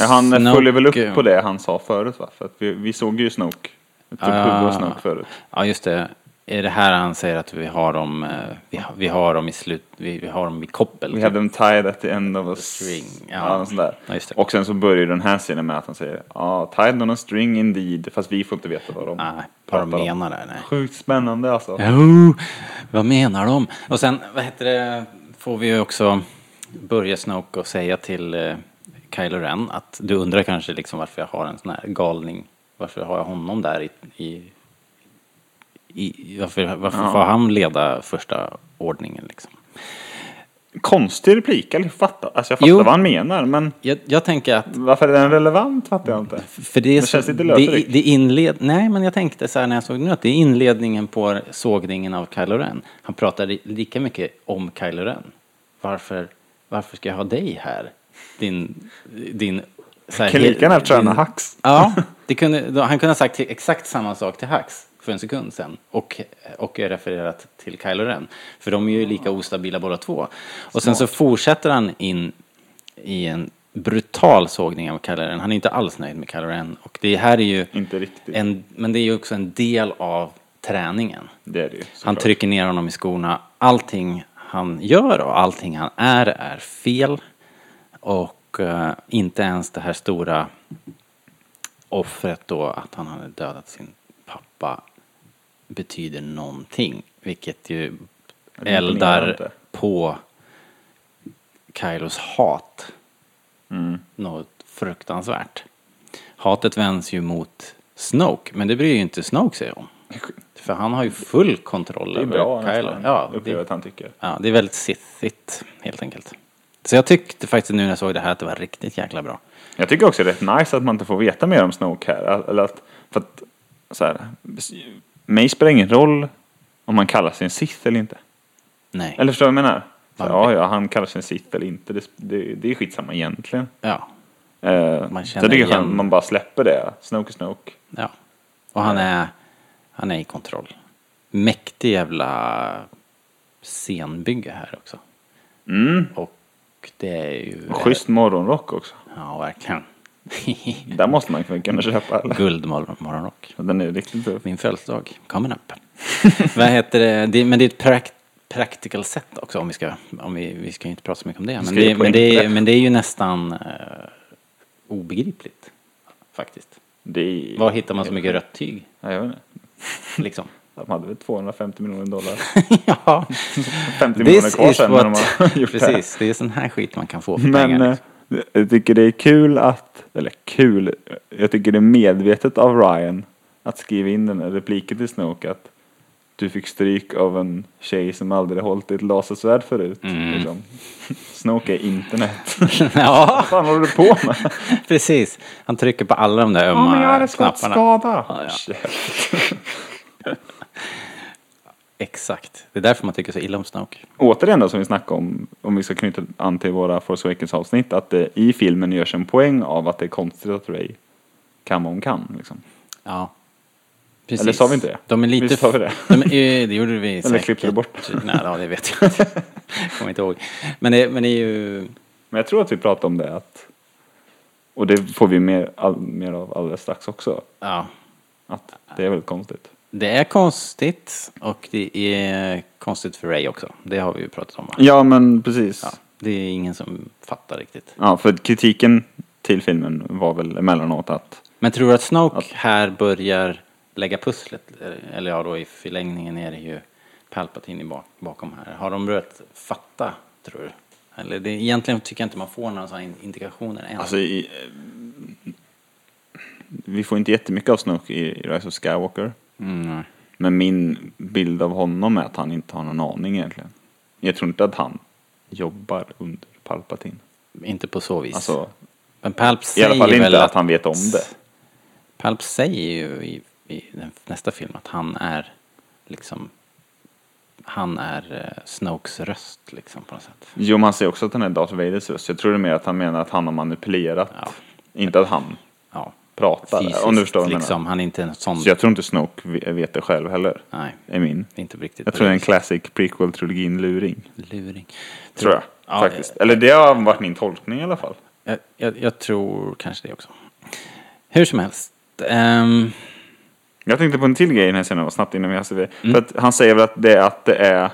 Ja, han Snoke- följer väl upp på det han sa förut va? För att vi, vi såg ju Snoke. Typ huvud Ah. och Snoke förut. Ja, just det. Är det här han säger att vi har dem, eh, vi har, vi har dem i slut, vi, vi har dem i koppel? We have them tied at the end of a string, ja. Ja, något sånt där. Ja, just det. Och sen så börjar ju den här scenen med att han säger ja, tied on a string indeed. Fast vi får inte veta vad de Nej, Ah, vad de pratar om. menar där, nej. Sjukt spännande alltså. Jo, vad menar de? Och sen, vad heter det, får vi ju också Börje Snoke och säga till eh, Kylo Ren att du undrar kanske liksom varför jag har en sån här galning, varför har jag honom där i, i, i varför, varför får han leda första ordningen liksom? Konstig replik, eller jag fattar, alltså jag fattar Jo. vad han menar. Men Jag, jag tänker att varför är den relevant fattar jag inte. För det, är Det så- känns lite det, lösryckt. det inled, Nej, men jag tänkte så här när jag såg nu att det är inledningen på sågningen av Kylo Ren. Han pratar li- lika mycket om Kylo Ren. Varför, varför ska jag ha dig här? Din... din så här, Kan lika gärna träna din- hacks. Ja, det kunde, då- han kunde ha sagt till- exakt samma sak till Hux för en sekund sen och, och refererat till Kylo Ren. För de är ju lika ostabila båda två. Och sen så fortsätter han in i en brutal sågning av Kylo Ren. Han är inte alls nöjd med Kylo Ren. Och det här är ju... Inte riktigt. En, men det är ju också en del av träningen. Det är det ju. Han såklart. trycker ner honom i skorna. Allting han gör och allting han är är fel. Och eh, inte ens det här stora offret då att han hade dödat sin pappa betyder någonting. Vilket ju Det imponerar eldar inte. på Kylos hat. Mm. Något fruktansvärt. Hatet vänds ju mot Snoke, men det bryr ju inte Snoke sig om. För han har ju full kontroll Det är över bra Kylo. nästan. Ja, upplever det, att han tycker. ja, det är väldigt sithigt helt enkelt. Så jag tyckte faktiskt nu när jag såg det här att det var riktigt jäkla bra. Jag tycker också det är rätt nice att man inte får veta mer om Snoke här. Eller att, för att, så här, mig spelar ingen roll om man kallar sig en Sith eller inte. Nej. Eller förstår du vad jag menar? Så, Ja. ja, ja, han kallar sig en Sith eller inte. Det, det, det är skitsamma egentligen. Ja. Eh, Man känner man så jag tycker igen- att man bara släpper det. Snoke är Snoke. Ja. Och han är, han är i kontroll. Mäktig jävla scenbygge här också. Och det är ju... Och Mm, schysst morgonrock också. Ja, verkligen. Där måste man kunna köpa alla. Guldmorgonrock. Den är ju riktigt tuff. Min födelsedag, coming up. Vad heter det? det? Men det är ett prak- practical set också om vi ska, om vi, vi ska ju inte prata så mycket om det. Men ska det, ju på men det, är, internet. men det är ju nästan eh, obegripligt faktiskt. Det är... Var hittar man så mycket rött tyg Ja, jag vet inte. liksom? De hade väl 250 miljoner dollar. ja, 50 miljoner kvar sen när de har gjort det här. precis, det är sån här skit man kan få för pengar. Men eh, liksom. jag tycker det är kul att, eller kul, jag tycker det är medvetet av Ryan att skriva in den här repliken till Snoke att du fick stryk av en tjej som aldrig hållit i ett lasersvärd förut. Liksom. Snoke är internet. ja, Vad fan håller du på med? liksom. precis. Han trycker på alla de där ömma knapparna. Ja, ja. Exakt, det är därför man tycker så illa om Snoke. Återigen då som vi snackade om, om vi ska knyta an till våra Force Awakens avsnitt, att det i filmen görs en poäng av att det är konstigt att Ray kan vad hon kan. Liksom. Ja. Precis. Eller sa vi inte det? De är lite... Visst sa vi det? De är, eh, det gjorde vi säkert. klippte du bort? Nej, ja, det vet jag inte. Kommer inte ihåg. Men det, men det är ju... Men jag tror att vi pratade om det att, och det får vi mer, all, mer av alldeles strax också, Ja. att det är väldigt konstigt. Det är konstigt och det är konstigt för Ray också. Det har vi ju pratat om. va? Ja men precis. Ja, Ja. det är ingen som fattar riktigt. för kritiken till filmen var väl emellanåt att Men tror du att Snoke här börjar lägga pusslet? Eller ja, då i förlängningen är det ju Palpatine i bak, bakom här. Har de börjat fatta, tror du? Eller det, egentligen tycker jag inte man får några sådana indikationer än. Alltså, i, eh, vi får inte jättemycket av Snoke i i Rise of Skywalker. Mm, nej. Men min bild av honom är att han inte har någon aning egentligen. Jag tror inte att han jobbar under Palpatine. Inte på så vis. Alltså, men Palp I säger alla fall väl inte att, att han vet om det. Palp säger ju i, i den nästa film att han är liksom han är eh, Snokes röst liksom på något sätt. Jo, man ser också att han är Darth Vaders röst. Jag tror det är mer att han menar att han har manipulerat. Ja. Inte att han Ja. pratar. Fysiskt om du förstår vad jag menar. liksom. Han är inte en sån... Så jag tror inte Snoke ve- vet det själv heller. Nej, Är min. inte riktigt. Jag på tror det är en viset. classic prequel-trilogin-luring. Luring. Tror jag. Ja, eh, faktiskt. Eller det har varit min tolkning i alla fall. Jag, jag, jag tror kanske det också. Hur som helst. ehm, Jag tänkte på en till grej i den här scenen, var snabbt innan vi har CV. Mm. För att han säger väl att det, är- att det är,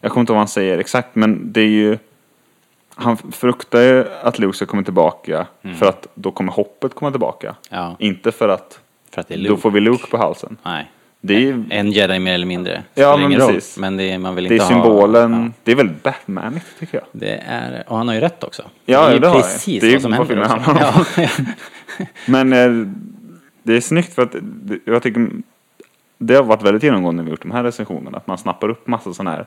jag kommer inte ihåg vad han säger exakt, men det är ju, han fruktar ju att Luke ska komma tillbaka för att då kommer hoppet komma tillbaka. Mm. Ja. Inte för att, för att det är då Luke. får vi Luke på halsen. Nej. Det är ju, En jedi mer eller mindre. Ja, Spelar men ingen roll. precis. Men det är, man vill det är inte symbolen, Ha, ja. det är väldigt Batmanigt tycker jag. Det är, och han har ju rätt också. Ja, det är det har jag. precis Det är ju vad som vad händer. filmen också. handlar om. Ja. Men eh, det är snyggt för att det- jag tycker det har varit väldigt genomgående när vi gjort de här recensionerna. Att man snappar upp massa sådana här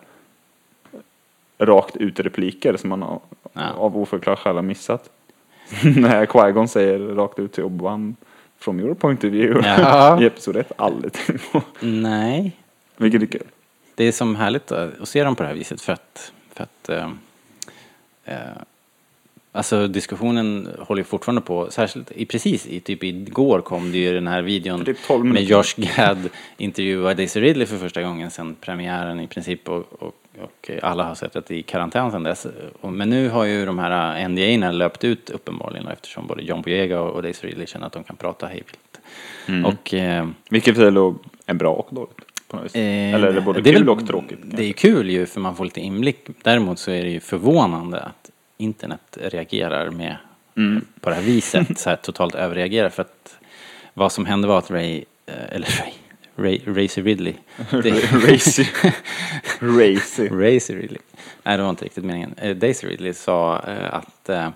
rakt ut repliker som man har, Ja. av oförklarliga skäl har missat. när Qui-Gon säger rakt ut till Obi-Wan From your point of view. Ja. I episod 1. Aldrig tänkt på. Nej, Vilket är kul. det är som härligt att att se dem på det här viset för att, för att eh, eh, Alltså diskussionen håller ju fortfarande på, särskilt i, precis i, typ igår kom det ju den här videon För typ 12 med minuter. Josh Gad intervjuar Daisy Ridley för första gången sedan premiären i princip och, och, och alla har sett att det är i karantän sedan dess. Och- Men nu har ju de här eh, NDA-erna löpt ut uppenbarligen eftersom både John Boyega och och Daisy Ridley känner att de kan prata hej vilt. Mm. Och eh, Vilket väl då är bra och dåligt. På något vis. Eh, Eller är det både är kul väl- och tråkigt. Det är ju kul ju för man får lite inblick. Däremot så är det ju förvånande att internet reagerar med Mm. på det här viset, så här totalt överreagerar. För att vad som hände var att Ray, eh, eller Ray, Ray, Racy Ridley. Det- Racy. Racy. Racy Ridley. Nej, det var inte riktigt meningen. Eh, Daisy Ridley sa eh, att eh,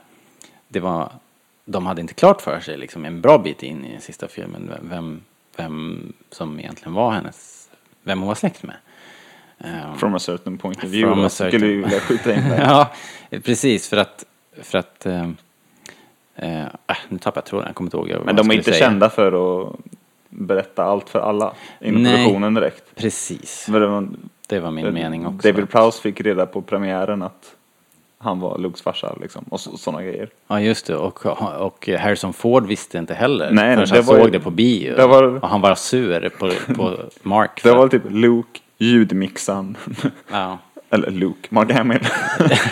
det var, de hade inte klart för sig liksom, en bra bit in i den sista filmen vem- vem, vem som egentligen var hennes, vem hon var släkt med. Eh, From a certain point of view. From a då certain- Skulle vi vilja skjuta in där. ja, precis. För att... För att eh, eh, äh, nu tappade jag tråden, jag kommer inte ihåg vad jag Men de är skulle inte säga. kända för att berätta allt för alla inom Nej. produktionen direkt. Precis, Men det var- det var min mening också. Eh, David Prowse fick reda på premiären att han var Lukes farsa liksom, och sådana grejer. Ja, just det. Och, och Harrison Ford visste inte heller Nej, förrän det han var ju- såg det på bio. det var- Och han var sur på, på Mark. Det för var att- typ Luke, ljudmixan, ja. eller Luke, Mark Hamill,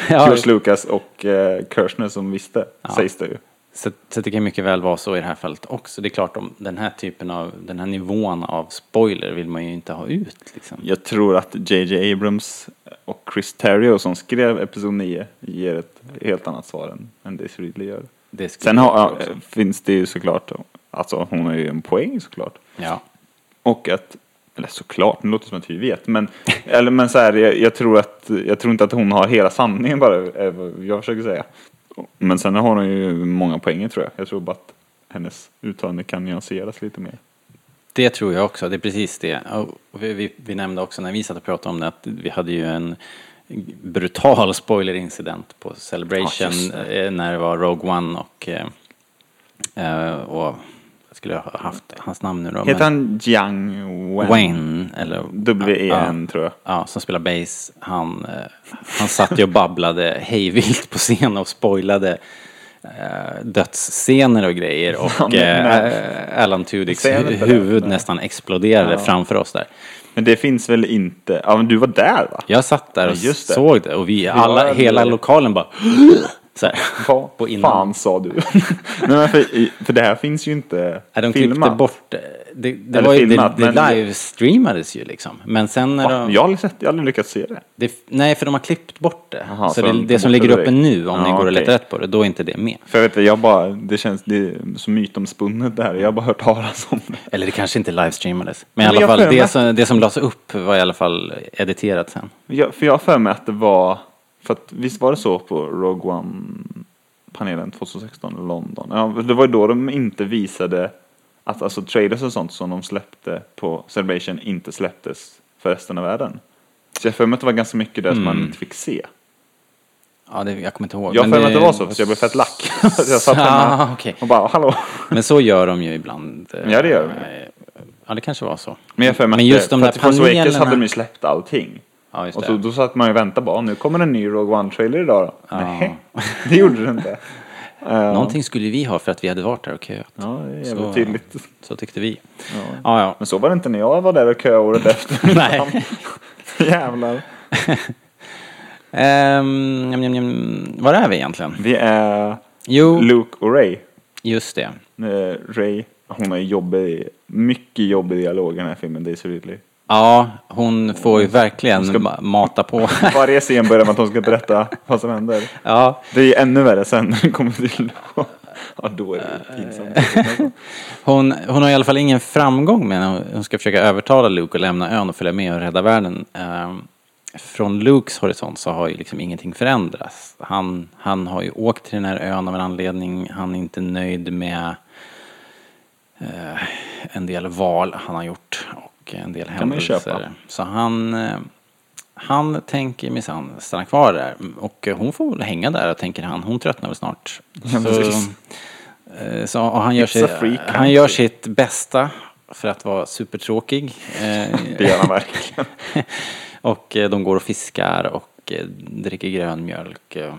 Ja. George Lucas och eh, Kirshner som visste, sägs det ju. Så, så det kan mycket väl vara så i det här fallet också. Det är klart, om den här typen av, den här nivån av spoiler vill man ju inte ha ut. Liksom. Jag tror att JJ Abrams och Chris Terrio som skrev Episod 9 ger ett helt annat svar än, än Daisy Ridley gör. Det skulle Sen jag har, också. ja, finns det ju såklart, alltså hon har ju en poäng såklart. Ja. Och att, eller såklart, nu låter det som att vi vet, men, eller, men så här, jag, jag, tror att, jag tror inte att hon har hela sanningen bara, är vad jag försöker säga. Men sen har hon ju många poänger tror jag. Jag tror bara att hennes uttalande kan nyanseras lite mer. Det tror jag också, det är precis det. Och vi, vi, vi nämnde också när vi satt och pratade om det att vi hade ju en brutal spoilerincident på Celebration Ja, just det. eh, när det var Rogue One och, eh, eh, och jag skulle ha haft hans namn nu då. Heter men- han Jiang Wen? Wayne, eller W-E-N Ja. tror jag. Ja, som spelar bass. Han, eh, han satt ju och babblade hejvilt på scen och spoilade eh, dödsscener och grejer. Och men- eh, Alan Tudyks Säg inte hu- det. huvud nästan exploderade framför oss där. Men det finns väl inte, ja men du var där va? Jag satt där och Ja, just det. såg det och vi alla, det- hela lokalen bara så här. Vad På innan. fan sa du? Nej, men för, för det här finns ju inte Nej, de klippte filmat. bort det. Det, det, Eller var ju, filmat, det, det men- livestreamades ju liksom. Men sen när Va? de... Jag har aldrig sett, jag har aldrig lyckats se det. Det, nej, för de har klippt bort det. Aha, så så det, de det tog som bort ligger det uppe direkt. nu, om ni Ja, går och okej. letar rätt på det, då är inte det med. För jag vet inte, jag bara, det känns, det är så mytomspunnet det här. Jag har bara hört talas om det. Eller det kanske inte livestreamades. Men i Men alla jag fall, får det med. som, det som lades upp var i alla fall editerat sen. Jag, för jag har för mig att det var, för att visst var det så på Rogue One-panelen 2016 i London? Ja, det var ju då de inte visade, att alltså trailers och sånt som de släppte på Celebration inte släpptes för resten av världen. Så jag har för mig att det var ganska mycket där som man inte fick se. Mm. Ja, det, jag kommer inte ihåg. Jag har Men för mig att det var så, för att jag blev fett lack. Så jag satt Ah, hemma okej. och bara, hallå. Men så gör de ju ibland. eh, Ja, det gör de. Ja, det kanske var så. Men jag har för mig Men att just det- de för där att i Force Awakens hade de panelerna- ju släppt allting. Ja, just och det. så, då satt man ju och väntade bara, nu kommer en ny Rogue One-trailer idag då. Nej, det gjorde det inte. Någonting skulle vi ha för att vi hade varit där och köat. Ja, det är Så- jävligt tydligt. Så tyckte vi. Ja, ja. Men så var det inte när jag var där och köade året efter. Nej. Jävlar. Ehm, njam, njam, njam. Var är vi egentligen? Vi är Jo, Luke och Ray. just det. Eh, Ray, hon har jobbig, mycket jobbig dialog i den här filmen, Daisy Ridley. Ja, hon får ju verkligen ska- ma- mata på. Varje scen börjar med att hon ska berätta vad som händer. ja. Det är ju ännu värre sen när det kommer till då. Ja, då är det ju pinsamt. Hon, hon har i alla fall ingen framgång med när hon- hon ska försöka övertala Luke att lämna ön och följa med och rädda världen. Ehm, Från Lukes horisont så har ju liksom ingenting förändrats. Han, han har ju åkt till den här ön av en anledning. Han är inte nöjd med eh, en del val han har gjort och en del Kan man ju händelser. köpa. Så han, eh, han tänker minsann stanna kvar där. Och eh, hon får väl hänga där, tänker han. Hon tröttnar väl snart. Ja, precis. Eh, Så, och han, gör It's sig, a free country. han gör sitt bästa för att vara supertråkig. Eh, Det gör han verkligen. och eh, de går och fiskar och eh, dricker grön mjölk eh,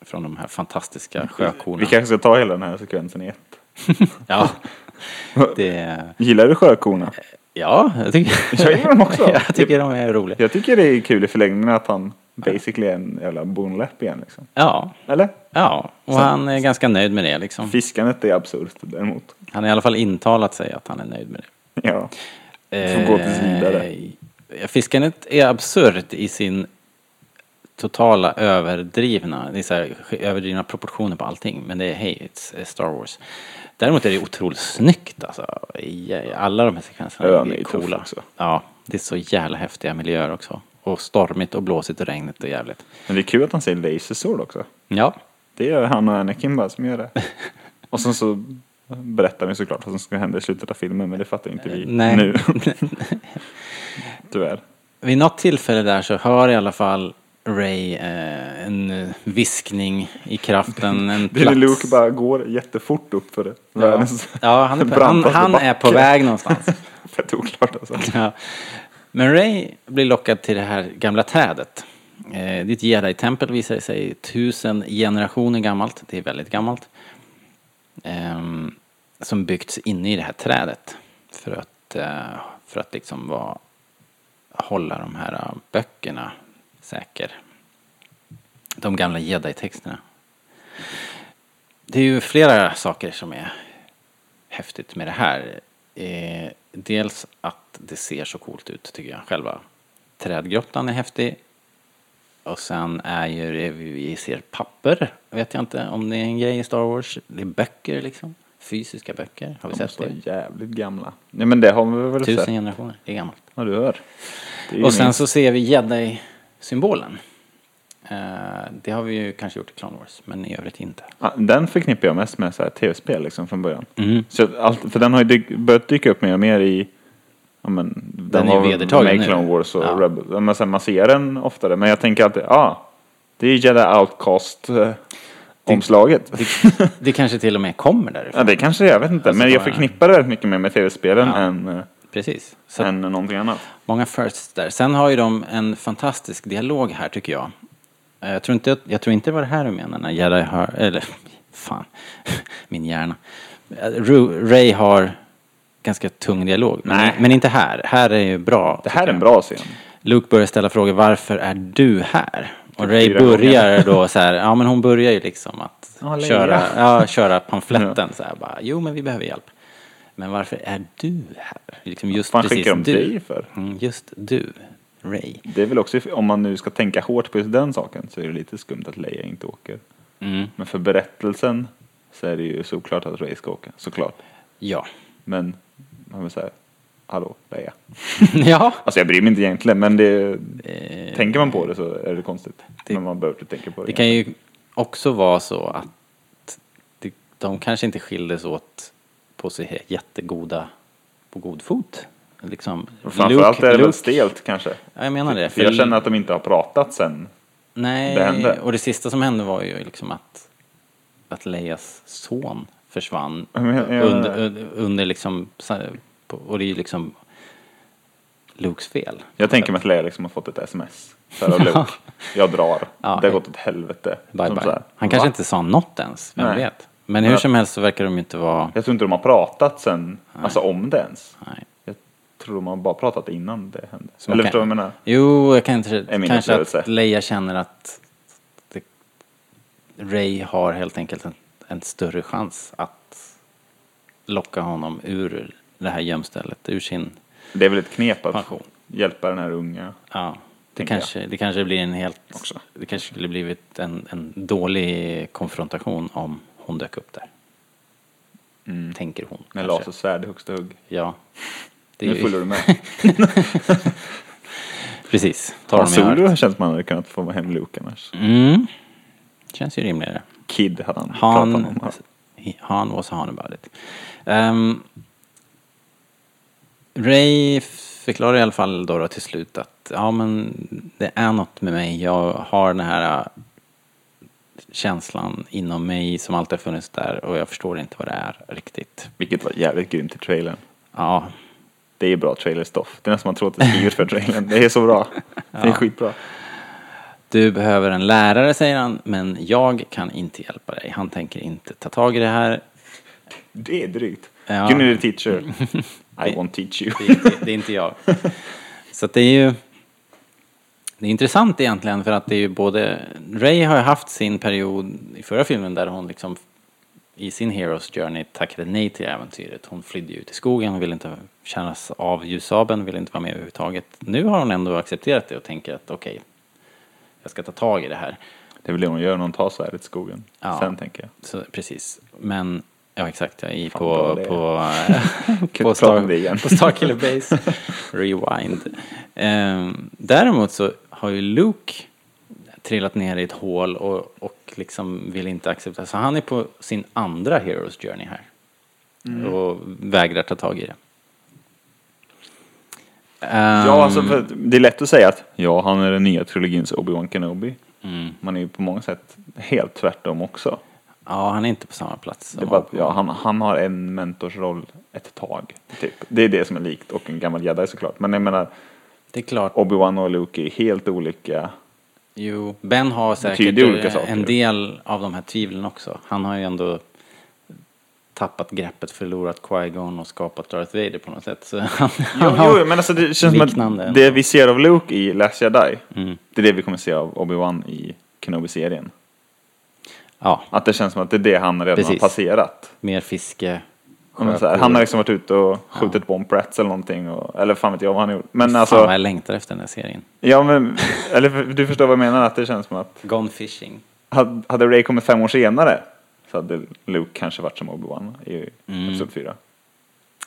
från de här fantastiska Vi sjökorna. kanske ska ta hela den här sekvensen i ett. Ja, det, Gillar du sjökorna? ja jag tycker, Jag gillar dem också. jag tycker de är roliga. Jag tycker det är kul i förlängningen att han basically är en jävla bonläpp igen liksom. Ja, Eller? ja, och han är ganska nöjd med det liksom. Fiskandet är absurt däremot. Han har i alla fall intalat sig att han är nöjd med det. Ja. Eh, Som går tills vidare. ja, Fiskandet är absurt i sin totala överdrivna, det är så här, överdrivna proportioner på allting. Men det är, hej, it's eh, Star Wars. Däremot är det otroligt snyggt alltså. I, i alla de här sekvenserna Ön är är ju tuff coola. också. Ja, det är så jävla häftiga miljöer också. Och stormigt och blåsigt och regnigt och jävligt. Men det är kul att han säger laser sword också. Ja, Det är han och Anakin bara som gör det. Och sen så berättar vi såklart vad som ska hända i slutet av filmen men det fattar inte vi nej. nu. Tyvärr. Vid något tillfälle där så hör i alla fall Ray eh, en viskning i kraften, en Det är plats. när Luke bara går jättefort upp för det. Ja, Världens ja han, är på, han, brantaste han är på backe. väg någonstans. Fett oklart alltså. Ja. Men Ray blir lockad till det här gamla trädet. Eh, det är ett jedi-tempel visar det sig, tusen generationer gammalt. Det är väldigt gammalt. Ehm, som byggts inne i det här trädet. För att, eh, för att liksom vara, hålla de här eh, böckerna säker. De gamla jedi-texterna. det är ju flera saker som är häftigt med det här. Eh, dels att det ser så coolt ut tycker jag. Själva trädgrottan är häftig. Och sen är ju det vi ser papper. Vet jag inte om det är en grej i Star Wars. Det är böcker liksom. Fysiska böcker. Har vi De sett står det? jävligt gamla. Nej men det har vi väl Tusen sett. generationer. Det är gammalt. Ja du hör. Det är ju Och sen minst- så ser vi jedi-symbolen. Eh, det har vi ju kanske gjort i Clone Wars, men i övrigt inte. Ja, Den förknippar jag mest med så här tv-spel liksom från början. Så att allt, för den har ju dyk, börjat dyka upp mer och mer i... Ja, men, den är ju var väl vedertagen med i nu. Clone Wars och Ja. Rebels. Ja, men sen Man ser den oftare. Men jag tänker alltid, ja. Ah, det är ju Jedi Outcast-omslaget. Det, det kanske till och med kommer därifrån. ja, det kanske det är, jag vet inte. Alltså, men jag bara- förknippar det väldigt mycket mer med tv-spelen Ja. än, eh, Precis. Så än någonting annat. många firsts där. Sen har ju de en fantastisk dialog här, tycker jag. Eh, Jag tror inte, jag tror inte det var det här du menar när Jedi hör... Eller, fan. Min hjärna. Eh, Ru- Ray har ganska tung dialog. Men, Nej. men inte här. Här är ju bra. Det här är en bra scen. Luke börjar ställa frågor, varför är du här? Och Ray Typ fyra gånger. börjar då så här, ja men hon börjar ju liksom att Ja, Leia. köra, ja, köra pamfletten så här bara, jo men vi behöver hjälp. Men varför är du här? Liksom just Fan precis skickar de du. dig för? Mm, just du, Ray. Det är väl också, om man nu ska tänka hårt på just den saken så är det lite skumt att Leia inte åker. Mm. Men för berättelsen så är det ju såklart att Ray ska åka, såklart. Ja. Men man vill säga, hallå Leia. ja. Alltså jag bryr mig inte egentligen men det, tänker man på det så är det konstigt. det- men man behöver inte tänka på det. Det kan ju också vara så att det- de kanske inte skildes åt på så här jättegoda, på god fot. Liksom, Och Framförallt är det väl stelt kanske. Ja, jag menar det. För jag känner att de inte har pratat sen. Nej, Det hände. och det sista som hände var ju liksom att, att Leias son försvann Jag menar- under, under, under liksom, och det är ju liksom Lukes fel. Jag tänker mig att Leia liksom har fått ett sms. Så här, Luke, jag drar. Ja, det har hej. gått åt helvete. Bye Som bye. så här, Han kanske va? inte sa något ens, vem Nej. vet. Men hur Ja. som helst så verkar de ju inte vara... Jag tror inte de har pratat sen, alltså om det ens. Nej. Jag tror de har bara pratat innan det hände. Så Eller man förstår du kan- vad jag menar? Jo, jag kan inte, min kanske upplevelse. att Leia känner att det, Ray har helt enkelt en, en större chans att locka honom ur det här gömstället, ur sin Det är väl ett knep att Pension. hjälpa den här unga. Ja, det tänker kanske, det kanske blir en helt... Också. Det kanske skulle blivit en, en dålig konfrontation om hon dök upp där. Tänker hon. Mm. Med kanske. lasersvärd i högsta hugg. Ja. Det är Nu följer ju, du med. precis, tar Ja, dem i örat. Solo känns man hade kunnat få hem Luke annars. Mm. Känns ju rimligare. Kid hade han, pratat Han, om. här. he- han was han about it. Ehm, Ray förklarar i alla fall då, då till slut att ja, men det är något med mig. Jag har den här äh, känslan inom mig som alltid har funnits där och jag förstår inte vad det är riktigt. Vilket var jävligt grymt i trailern. Ja, Det är bra trailerstoff. Det är nästan man tror att det är skrivet för trailern. Det är så bra. Det är skitbra. du behöver en lärare säger han, men jag kan inte hjälpa dig. Han tänker inte ta tag i det här. Det är drygt. Ja. You need a teacher. I won't teach you. Det är inte, det är inte jag. Så att det är ju... Det är intressant egentligen för att det är ju både... Ray har ju haft sin period i förra filmen där hon liksom i sin Heroes Journey tackade nej till äventyret. Hon flydde ju ut i skogen, hon ville inte kännas av ljussabeln, ville inte vara med överhuvudtaget. Nu har hon ändå accepterat det och tänker att okej, jag ska ta tag i det här. Det är väl det hon gör när hon tar svärdet i skogen. Ja. Sen tänker jag. Så, precis. Men, ja exakt, jag är bra på, det är. på, Kul på, att prata om Star, det igen. på Starkiller Base. Rewind. Ehm, däremot så har ju Luke trillat ner i ett hål och, och liksom vill inte acceptera. Så han är på sin andra Heroes Journey här. Mm. Och vägrar ta tag i det. Ehm, Ja, alltså för att det är lätt att säga att ja, han är den nya trilogins Obi-Wan Kenobi. Ehm, mm. Man är ju på många sätt helt tvärtom också. ja, han är inte på samma plats. Det är Som bara, att, Obi-Wan. ja, han, han har en mentorsroll ett tag. Typ. Det är det som är likt och en gammal jedi såklart. Men jag menar, det är klart. Obi-Wan och Luke är helt olika. Jo, Ben har säkert Betyder olika eh, saker. en del av de här tvivlen också. Han har ju ändå tappat greppet, förlorat Qui-Gon och skapat Darth Vader på något sätt. Så han, Jo, han jo, har, jo, men alltså det känns som liknande. Mm. att det vi ser av Luke i Last Jedi, det är det vi kommer se av Obi-Wan i Kenobi-serien. Ja, Att det känns som att det är det han redan Precis. har passerat. mer fiske. Ja, men Så här, han har liksom varit ute och skjutit bomb rats eller någonting. Och, eller fan vet jag vad han gjorde. Men Fan vad alltså, jag längtar efter den här serien. ja, men, eller, du förstår vad jag menar? Att det känns som att Gone fishing. hade- hade Ray kommit fem år senare så hade Luke kanske varit som Obi-Wan i Mm. Episod 4.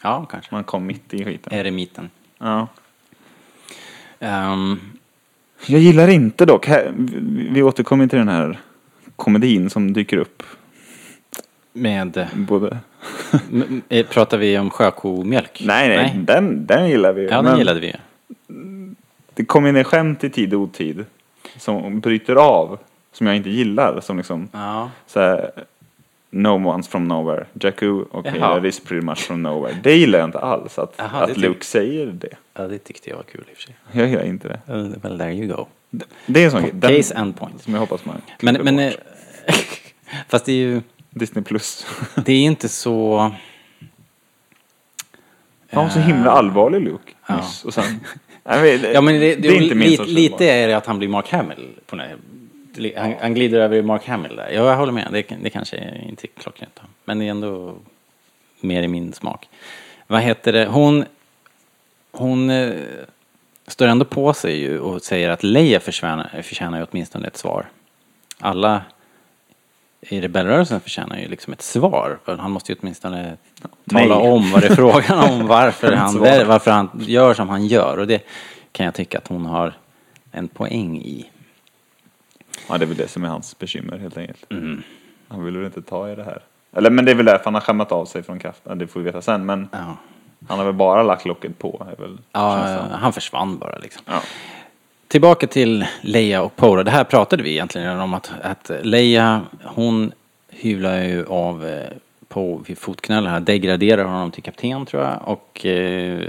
Ja, kanske. Man kom mitt i Eh. skiten. Eremiten. Ja. Ehm, Jag gillar inte dock, här, vi- vi återkommer till den här komedin som dyker upp. med, Både... m- m- eh, pratar vi om sjökomjölk? Nej, nej, Den, den gillar vi. Ja, den men gillade vi ju. Det kommer in en skämt i tid och otid som bryter av, som jag inte gillar. Som liksom Ja. så här, No one's from nowhere. Jakku, okej, Jaha. that is pretty much from nowhere. Det gillar jag inte alls, att, Jaha, det att tyck- Luke säger det. ja, det tyckte jag var kul i och för sig. Jag gillar inte det. Eh, Well, there you go. Det är en sån grej. Den- Case and point. Som jag hoppas man Men, klipper men bort. eh, fast det är ju, Disney plus. det är inte så... Han var så himla allvarlig Luke nyss. Och sen, nej, Eh, Ja, men det, det, är inte min li, sorts humor. Lite är det att han blir Mark Hamill. På den här, li- han, han glider över i Mark Hamill där. Ja, Jag håller med, det, kan- det kanske är inte är klockrent. Men det är ändå mer i min smak. Vad heter det, hon... Hon eh, står ändå på sig ju och säger att Leia försvärna- förtjänar ju åtminstone ett svar. Alla i rebellrörelsen förtjänar ju liksom ett svar. För Han måste ju åtminstone Nej. tala om vad det är frågan om, varför Ett han, svar. väl- varför han gör som han gör. Och det kan jag tycka att hon har en poäng i. Ja, det är väl det som är hans bekymmer helt enkelt. Mm. Han vill väl inte ta i det här. Eller men det är väl därför han har skämmat av sig från kraften. Det får vi veta sen. Men Ja. han har väl bara lagt locket på. Är väl, Ja, känslan. han försvann bara liksom. ja. Tillbaka till Leia och Poe. då. Det här pratade vi egentligen redan om att, att Leia, hon hyvlar ju av eh, Poe vid fotknölarna, här, degraderar honom till kapten tror jag och eh,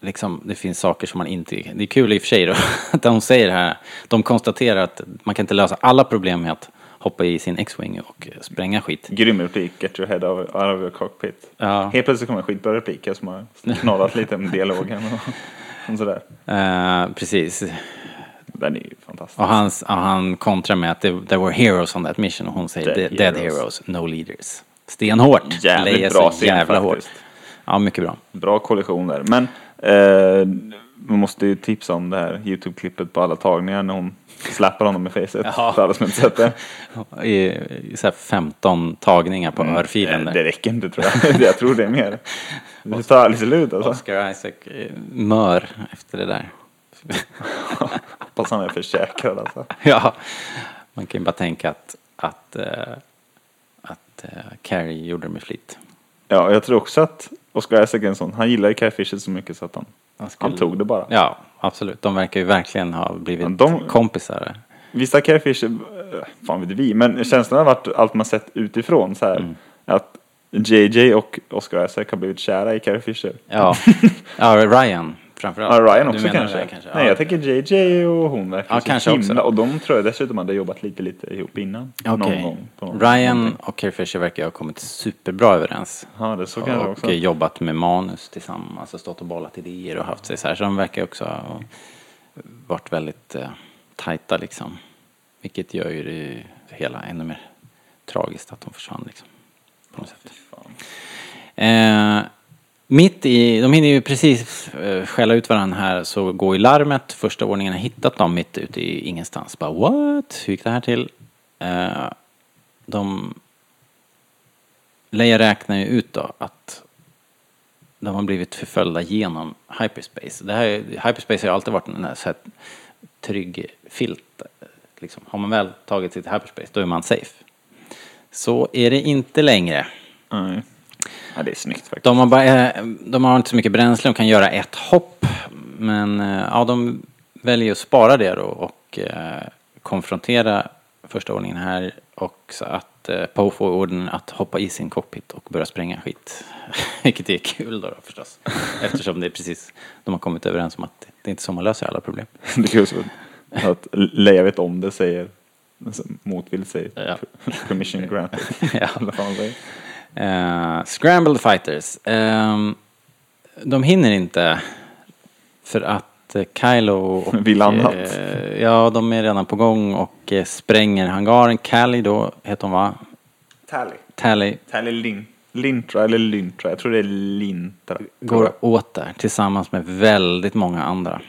liksom det finns saker som man inte, det är kul i och för sig då, att hon säger det här, de konstaterar att man kan inte lösa alla problem med att hoppa i sin X-Wing och spränga skit. Grym replik. Get your head out of your cockpit. Ja. Helt plötsligt kommer en skitbra replik här som har knallat lite med dialogen. Och, och sådär. Eh, precis, Den är ju fantastisk. Och hans, och han kontrar med att "There- there were heroes on that mission och hon säger Dead dead, dead heroes." heroes. no leaders. Stenhårt. Jävligt Leia är bra så scen jävla hård. faktiskt. Ja, mycket bra. Bra kollision där. Men eh, man måste ju tipsa om det här YouTube-klippet på alla tagningar när hon släpper honom i facet. Jaha. För alla som inte sett det. I, i så här 15 tagningar på örfilen. Eh, där. Det räcker inte tror jag. jag tror det är mer. Det tar aldrig slut alltså. Oscar Isaac eh, mör efter det där. Hoppas han är försäkrad alltså. ja, man kan ju bara tänka att, att, eh, att eh, Carrie gjorde det med flit. Ja, jag tror också att Oscar Isaac är en sån. Han gillar ju Carrie Fisher så mycket så att han, Han skulle- han tog det bara. Ja, absolut. De verkar ju verkligen ha blivit De- kompisar. Vissa Carrie Fisher, eh, fan vet vi, men känslan har varit allt man sett utifrån så här. Mm. Att JJ och Oscar Isaac har blivit kära i Carrie Fisher. Ja, ja Ryan framförallt. Ja, Ryan Du också menar kanske. Ryan kanske? Nej, Ja. jag tänker JJ och hon verkar Ja, så kanske himla. också. Och de tror jag dessutom hade jobbat lite, lite ihop innan. Någon Okej. gång. På någon. Ryan och Carrie Fisher verkar ha kommit superbra överens. Ja, det så kanske Och också. eh, jobbat med manus tillsammans och stått och bollat idéer och haft sig så här. Så de verkar också ha varit väldigt eh, tajta liksom. Vilket gör ju det hela ännu mer tragiskt att de försvann liksom. På något sätt. Eh, mitt i, de hinner ju precis eh, skälla ut varandra här så går ju larmet. Första ordningen har hittat dem mitt ute i ingenstans. Bara what? Hur gick det här till? Eh, de Leia räknar ju ut då att de har blivit förföljda genom hyperspace. Det här, är- hyperspace har ju alltid varit en här, så här trygg filt. eh, Liksom. Har man väl tagit sig till hyperspace, då är man safe. Så är det inte längre. Nej. Ja, det är snyggt faktiskt. De har, bara, eh, de har inte så mycket bränsle, de kan göra ett hopp. Men eh, ja, de väljer att spara det då och eh, konfrontera första ordningen här. Och så att eh, Poe får ordern att hoppa i sin cockpit och börja spränga skit. Vilket är kul då, då förstås. Eftersom det är precis, de har kommit överens om att det är inte så man löser alla problem. Det är kul så att- att Leia vet om det säger, alltså, motvilligt säger Ja. permission granted. Ja. Eller vad man säger. Eh, scrambled fighters. Ehm, de hinner inte för att att eh, Kylo och... Vill annat. eh, Ja, de är redan på gång och eh, spränger hangaren. Callie då, heter hon va? Tally. Tally Tally Lin. Lintra eller Lintra. Jag tror det är Lintra. går åt där tillsammans med väldigt många andra.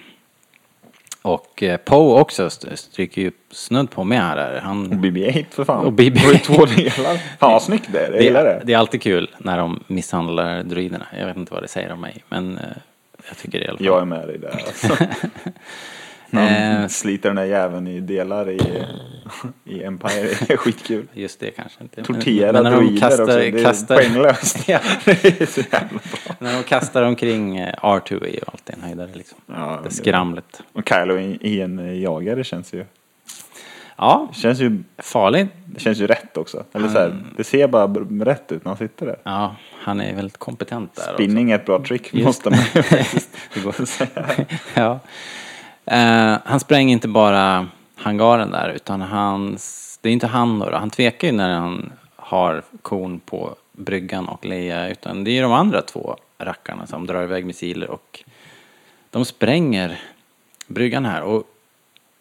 Och eh, Poe också st- stryker ju snudd på med här. är det. Och Han, BB-8 för fan. Och BB-8. Det var ju två delar. Fan vad snyggt det är. Jag det, gillar är, det. det är alltid kul när de misshandlar druiderna. Jag vet inte vad det säger om mig, men eh, jag tycker det i alla fall. Jag är med dig där alltså. Eh, När de sliter den där jäveln i delar i, i Empire. Det är skitkul. Just det kanske inte. Men- Tortera men när de druider kastar- också. Det är kastar- poänglöst. Ja. det är så jävla bra. När de kastar omkring eh, R2 är ju alltid en höjdare liksom. Ja, det det- skramlet. Och Kylo i i en jagare känns ju. Ja, Känns ju farlig. Det känns ju rätt också. Eller så Mm. här, det ser bara b- rätt ut när han sitter där. Ja, han är väldigt kompetent där. också. Spinning är ett bra trick, Just. måste man ju faktiskt Det går. säga. ja. Eh, han spränger inte bara hangaren där, utan hans, det är inte han då, då. Han tvekar ju när han har kon på bryggan och Leia, utan det är ju de andra två rackarna som drar iväg missiler och de spränger bryggan här. Och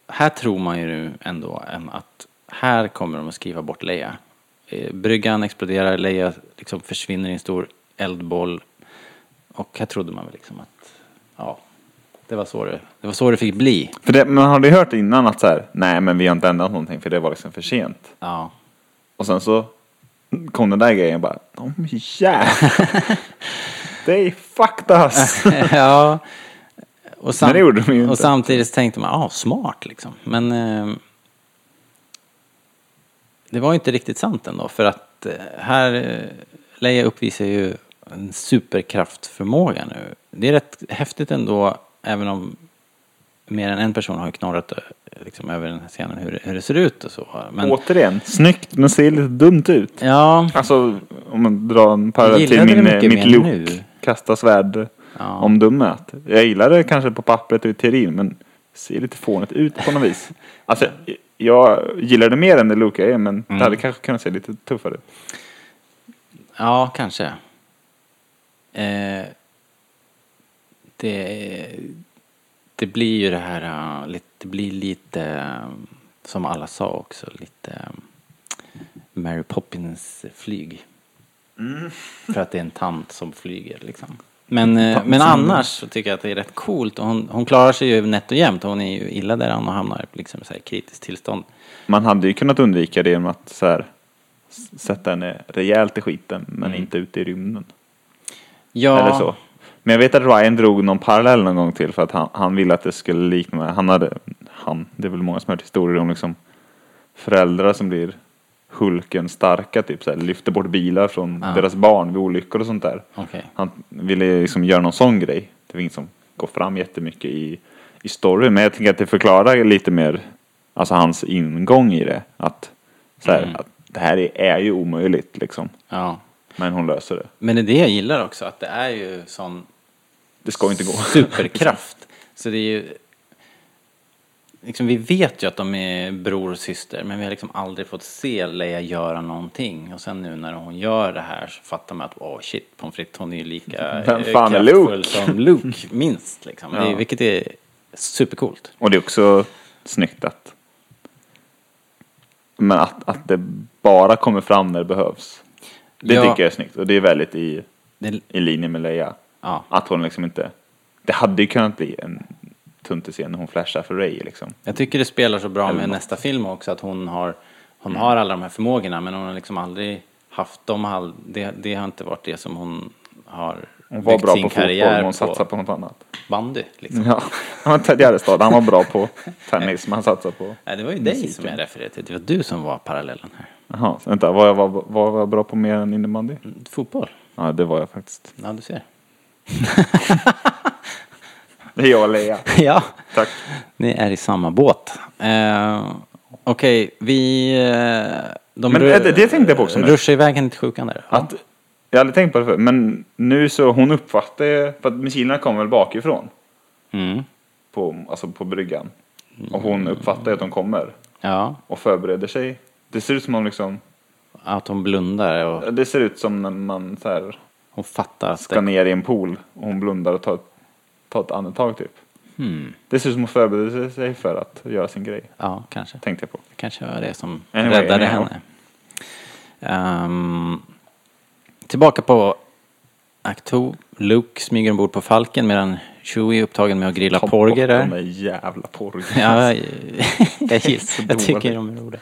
här tror man ju nu ändå em, att här kommer de att skriva bort Leia. Eh, Bryggan exploderar, Leia liksom försvinner i en stor eldboll. Och här trodde man väl liksom att, ja, det var så det, det, var så det fick bli. För det, man hade ju hört innan att så här, nej men vi har inte ändrat någonting för det var liksom för sent. Ja, Och sen så kom den där grejen bara, oh jävlar. They fucked us. ja. Och, sam- Men det gjorde de ju inte. och samtidigt tänkte man, ja, smart liksom. Men eh, det var ju inte riktigt sant ändå. För att eh, här, eh, Leia uppvisar ju en superkraftförmåga nu. Det är rätt häftigt ändå, även om mer än en person har ju knorrat eh, liksom, över den här scenen hur, det- hur det ser ut och så. Men, Återigen, snyggt men ser lite dumt ut. ja, Alltså om man drar en parallell till Gillade du min, mycket mitt mer Luke nu? kasta svärd Ja. omdömet. Jag gillar det kanske på pappret och i teorin men ser lite fånigt ut på något vis. Alltså jag gillar det mer än det Luke är men Mm. det hade kanske kunnat se lite tuffare ut. Ja, kanske. Eh, det, det blir ju det här, eh, lite- det blir lite, eh, som alla sa också, lite eh, Mary Poppins flyg. Mm. För att det är en tant som flyger liksom. Men, eh, tant men som- annars så tycker jag att det är rätt coolt. Och hon, hon klarar sig ju nätt och jämnt. Hon är ju illa däran och hamnar liksom i så här kritiskt tillstånd. Man hade ju kunnat undvika det genom att så här, s- sätta henne rejält i skiten men Mm. inte ute i rymden. Ja, Eller så. Men jag vet att Ryan drog någon parallell någon gång till för att han, han ville att det skulle likna, han hade, han, det är väl många som har hört historier om liksom föräldrar som blir Hulken starka typ så här, lyfter bort bilar från Ja. deras barn vid olyckor och sånt där. Okej. Han ville liksom göra någon sån grej. Det var inget som går fram jättemycket i, i storyn men jag tänker att det förklarar lite mer, alltså hans ingång i det. Att, så här, Mm. att det här är, är ju omöjligt liksom. ja. Men hon löser det. Men det är det jag gillar också, att det är ju sån Det ska inte gå. superkraft. Så det är ju... Liksom, vi vet ju att de är bror och syster, men vi har liksom aldrig fått se Leia göra någonting. Och sen nu när hon gör det här så fattar man att åh shit, pommes frites, hon är ju lika Vem eh, fan är kraftfull Luke? som Luke, minst. Liksom. Det är, Ja. vilket är supercoolt. Och det är också snyggt att, men att, att det bara kommer fram när det behövs. Det Ja. tycker jag är snyggt och det är väldigt i, Det, i linje med Leia. ja, Att hon liksom inte, det hade ju kunnat bli en tuntescen när hon flashar för Ray liksom. jag tycker det spelar så bra Eller med något. nästa film också, att hon har, hon har alla de här förmågorna, men hon har liksom aldrig haft dem. all- Det, det har inte varit det som hon har Hon var byggt bra sin på fotboll karriär men hon satsade på något annat. bandy. Liksom. Ja, han var Ted Gärdestad, han var bra på tennis men han satsade på... Nej, det var ju dig som jag refererade till. Det var du som var parallellen här. Jaha, vänta, var jag, var, var jag bra på mer än innebandy? Mm. Fotboll. Ja, det var jag faktiskt. Ja, du ser. Det är jag och Leia. ja, Tack. ni är i samma båt. Eh, Okej, vi... eh, De Men det- det tänkte jag på också nu. Ruschar iväg henne till sjukan där. Ja. Att, jag har aldrig tänkt på det förr, men nu så hon uppfattar ju- för att missilerna kommer väl bakifrån Mm. på, alltså på bryggan. Och hon uppfattar ju att de kommer ja, och förbereder sig. Det ser ut som om liksom, att hon blundar och det ser ut som när man så här hon fattar att ska det, ner i en pool och hon blundar och tar, tar ett andetag typ. Det ser ut som att förbereda sig för att göra sin grej, Mm. Ja, kanske. tänkte jag på. Det kanske var det som Anyway, räddade anyhow. henne. Ehm, tillbaka på Acto. Luke smyger ombord på Falken medan Chewie är upptagen med att grilla Ta porger bort där. De där jävla porger. Ja, jag, jag, Så jag tycker dåligt. de är roliga.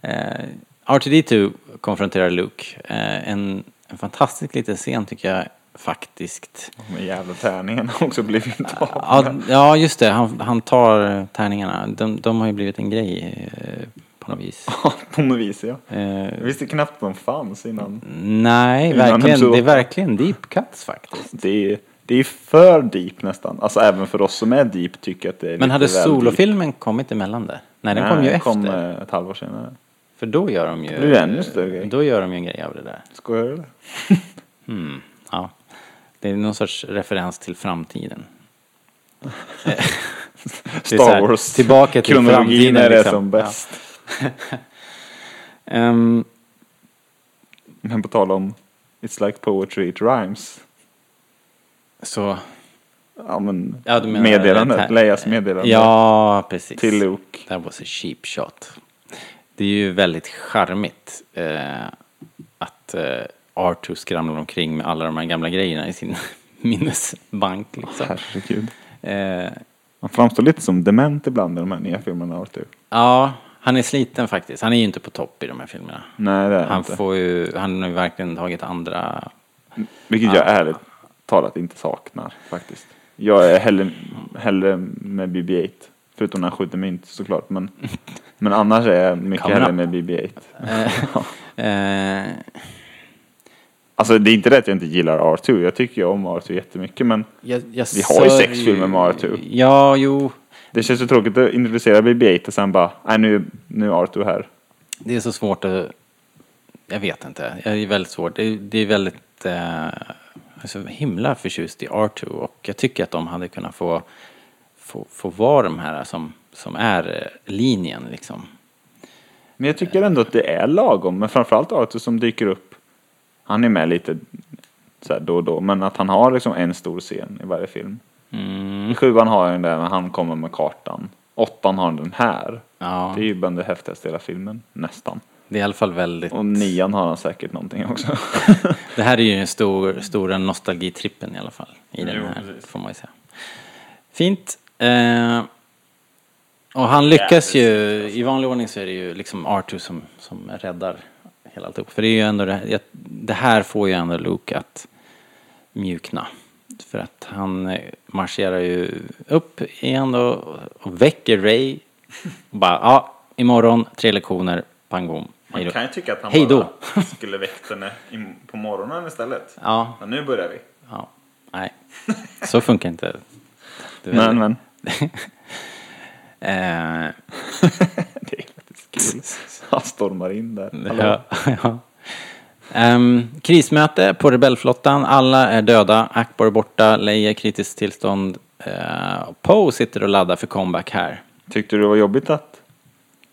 Eh, R2D2 konfronterar Luke. Eh, en, en fantastisk liten scen tycker jag faktiskt. De jävla tärningarna har också blivit av. Ja, ja just det. Han, han tar tärningarna. De, de har ju blivit en grej eh, på något vis. på något vis, ja. Eh, Jag visste knappt att de fanns innan. nej, Innan verkligen, episod det är åtta. verkligen deep cuts faktiskt. Det är, det är för deep nästan. Alltså även för oss som är deep tycker jag att det är Men lite hade väl deep. solofilmen kommit emellan där? Nej, den kom ju Nej, den efter. kom eh, ett halvår senare. För då gör de ju... blir det ännu större grej. Då gör de ju en grej av det där. Skojar du eller? Ja. Det är någon sorts referens till framtiden. Det är så här, Star Wars. tillbaka till Kronologin framtiden, är det liksom. som Ja. bäst. Ehm, Men på tal om It's like poetry, it rhymes. så... Ja men, Ja, du menar det meddelandet, här- Leias meddelande Ja, precis. till Luke. That was a cheap shot. Det är ju väldigt charmigt eh, att eh, Arthur skramlar omkring med alla de här gamla grejerna i sin minnesbank. Liksom. Herregud. Eh, Han framstår lite som dement ibland i de här nya filmerna, Arthur. ja, han är sliten faktiskt. Han är ju inte på topp i de här filmerna. Nej, det är han Han, inte. får ju, han har ju verkligen tagit andra... Vilket jag ärligt talat inte saknar faktiskt. Jag är hellre, hellre med BB-8. Förutom när han skjuter mynt såklart. Men, men annars är jag mycket Coming hellre up. med BB-8. Eh, Alltså det är inte det att jag inte gillar R2. Jag tycker ju om R2 jättemycket men jag, jag Vi har ju sörjer sex filmer med R2. Ja, jo. det känns ju tråkigt att introducera BB-8 och sen bara, nej nu, nu är R2 här. Det är så svårt att... Jag vet inte. Det är väldigt svårt. Det är, det är väldigt... Eh, jag är så himla förtjust i R2 och jag tycker att de hade kunnat få, få, få vara de här som, som är eh, linjen liksom. Men jag tycker ändå att det är lagom. Men framförallt Arthur som dyker upp. Han är med lite så här då och då. Men att han har liksom en stor scen i varje film. Mm. I sjuan har han den där när han kommer med kartan. Åttan har han den här. Ja, Det är ju bland det häftigaste i hela filmen. Nästan. det är i alla fall väldigt... Och nian har han säkert någonting också. Det här är ju den stor, stora nostalgitrippen i alla fall. I den Jo, här, precis. får man ju säga. Fint. Eh, och han lyckas ju, i vanlig ordning så är det ju liksom Arthur som, som räddar hela alltihop. För det är ju ändå det här, det här får ju ändå Luke att mjukna. För att han eh, marscherar ju upp igen då och väcker Ray. Och bara, ja, imorgon tre lektioner, pang bom. Hej då." ju tycka att Hej då. skulle väckt henne på morgonen istället. Ja, Men nu börjar vi. Ja, nej. Så funkar inte. Du vet. Men, men. Eh, Det är faktiskt kul. Han stormar in där. Hallå. ja, ja. Ehm, krismöte på rebellflottan. Alla är döda. Akbar är borta. Leia i kritiskt tillstånd. Eh, Poe sitter och laddar för comeback här. Tyckte du det var jobbigt att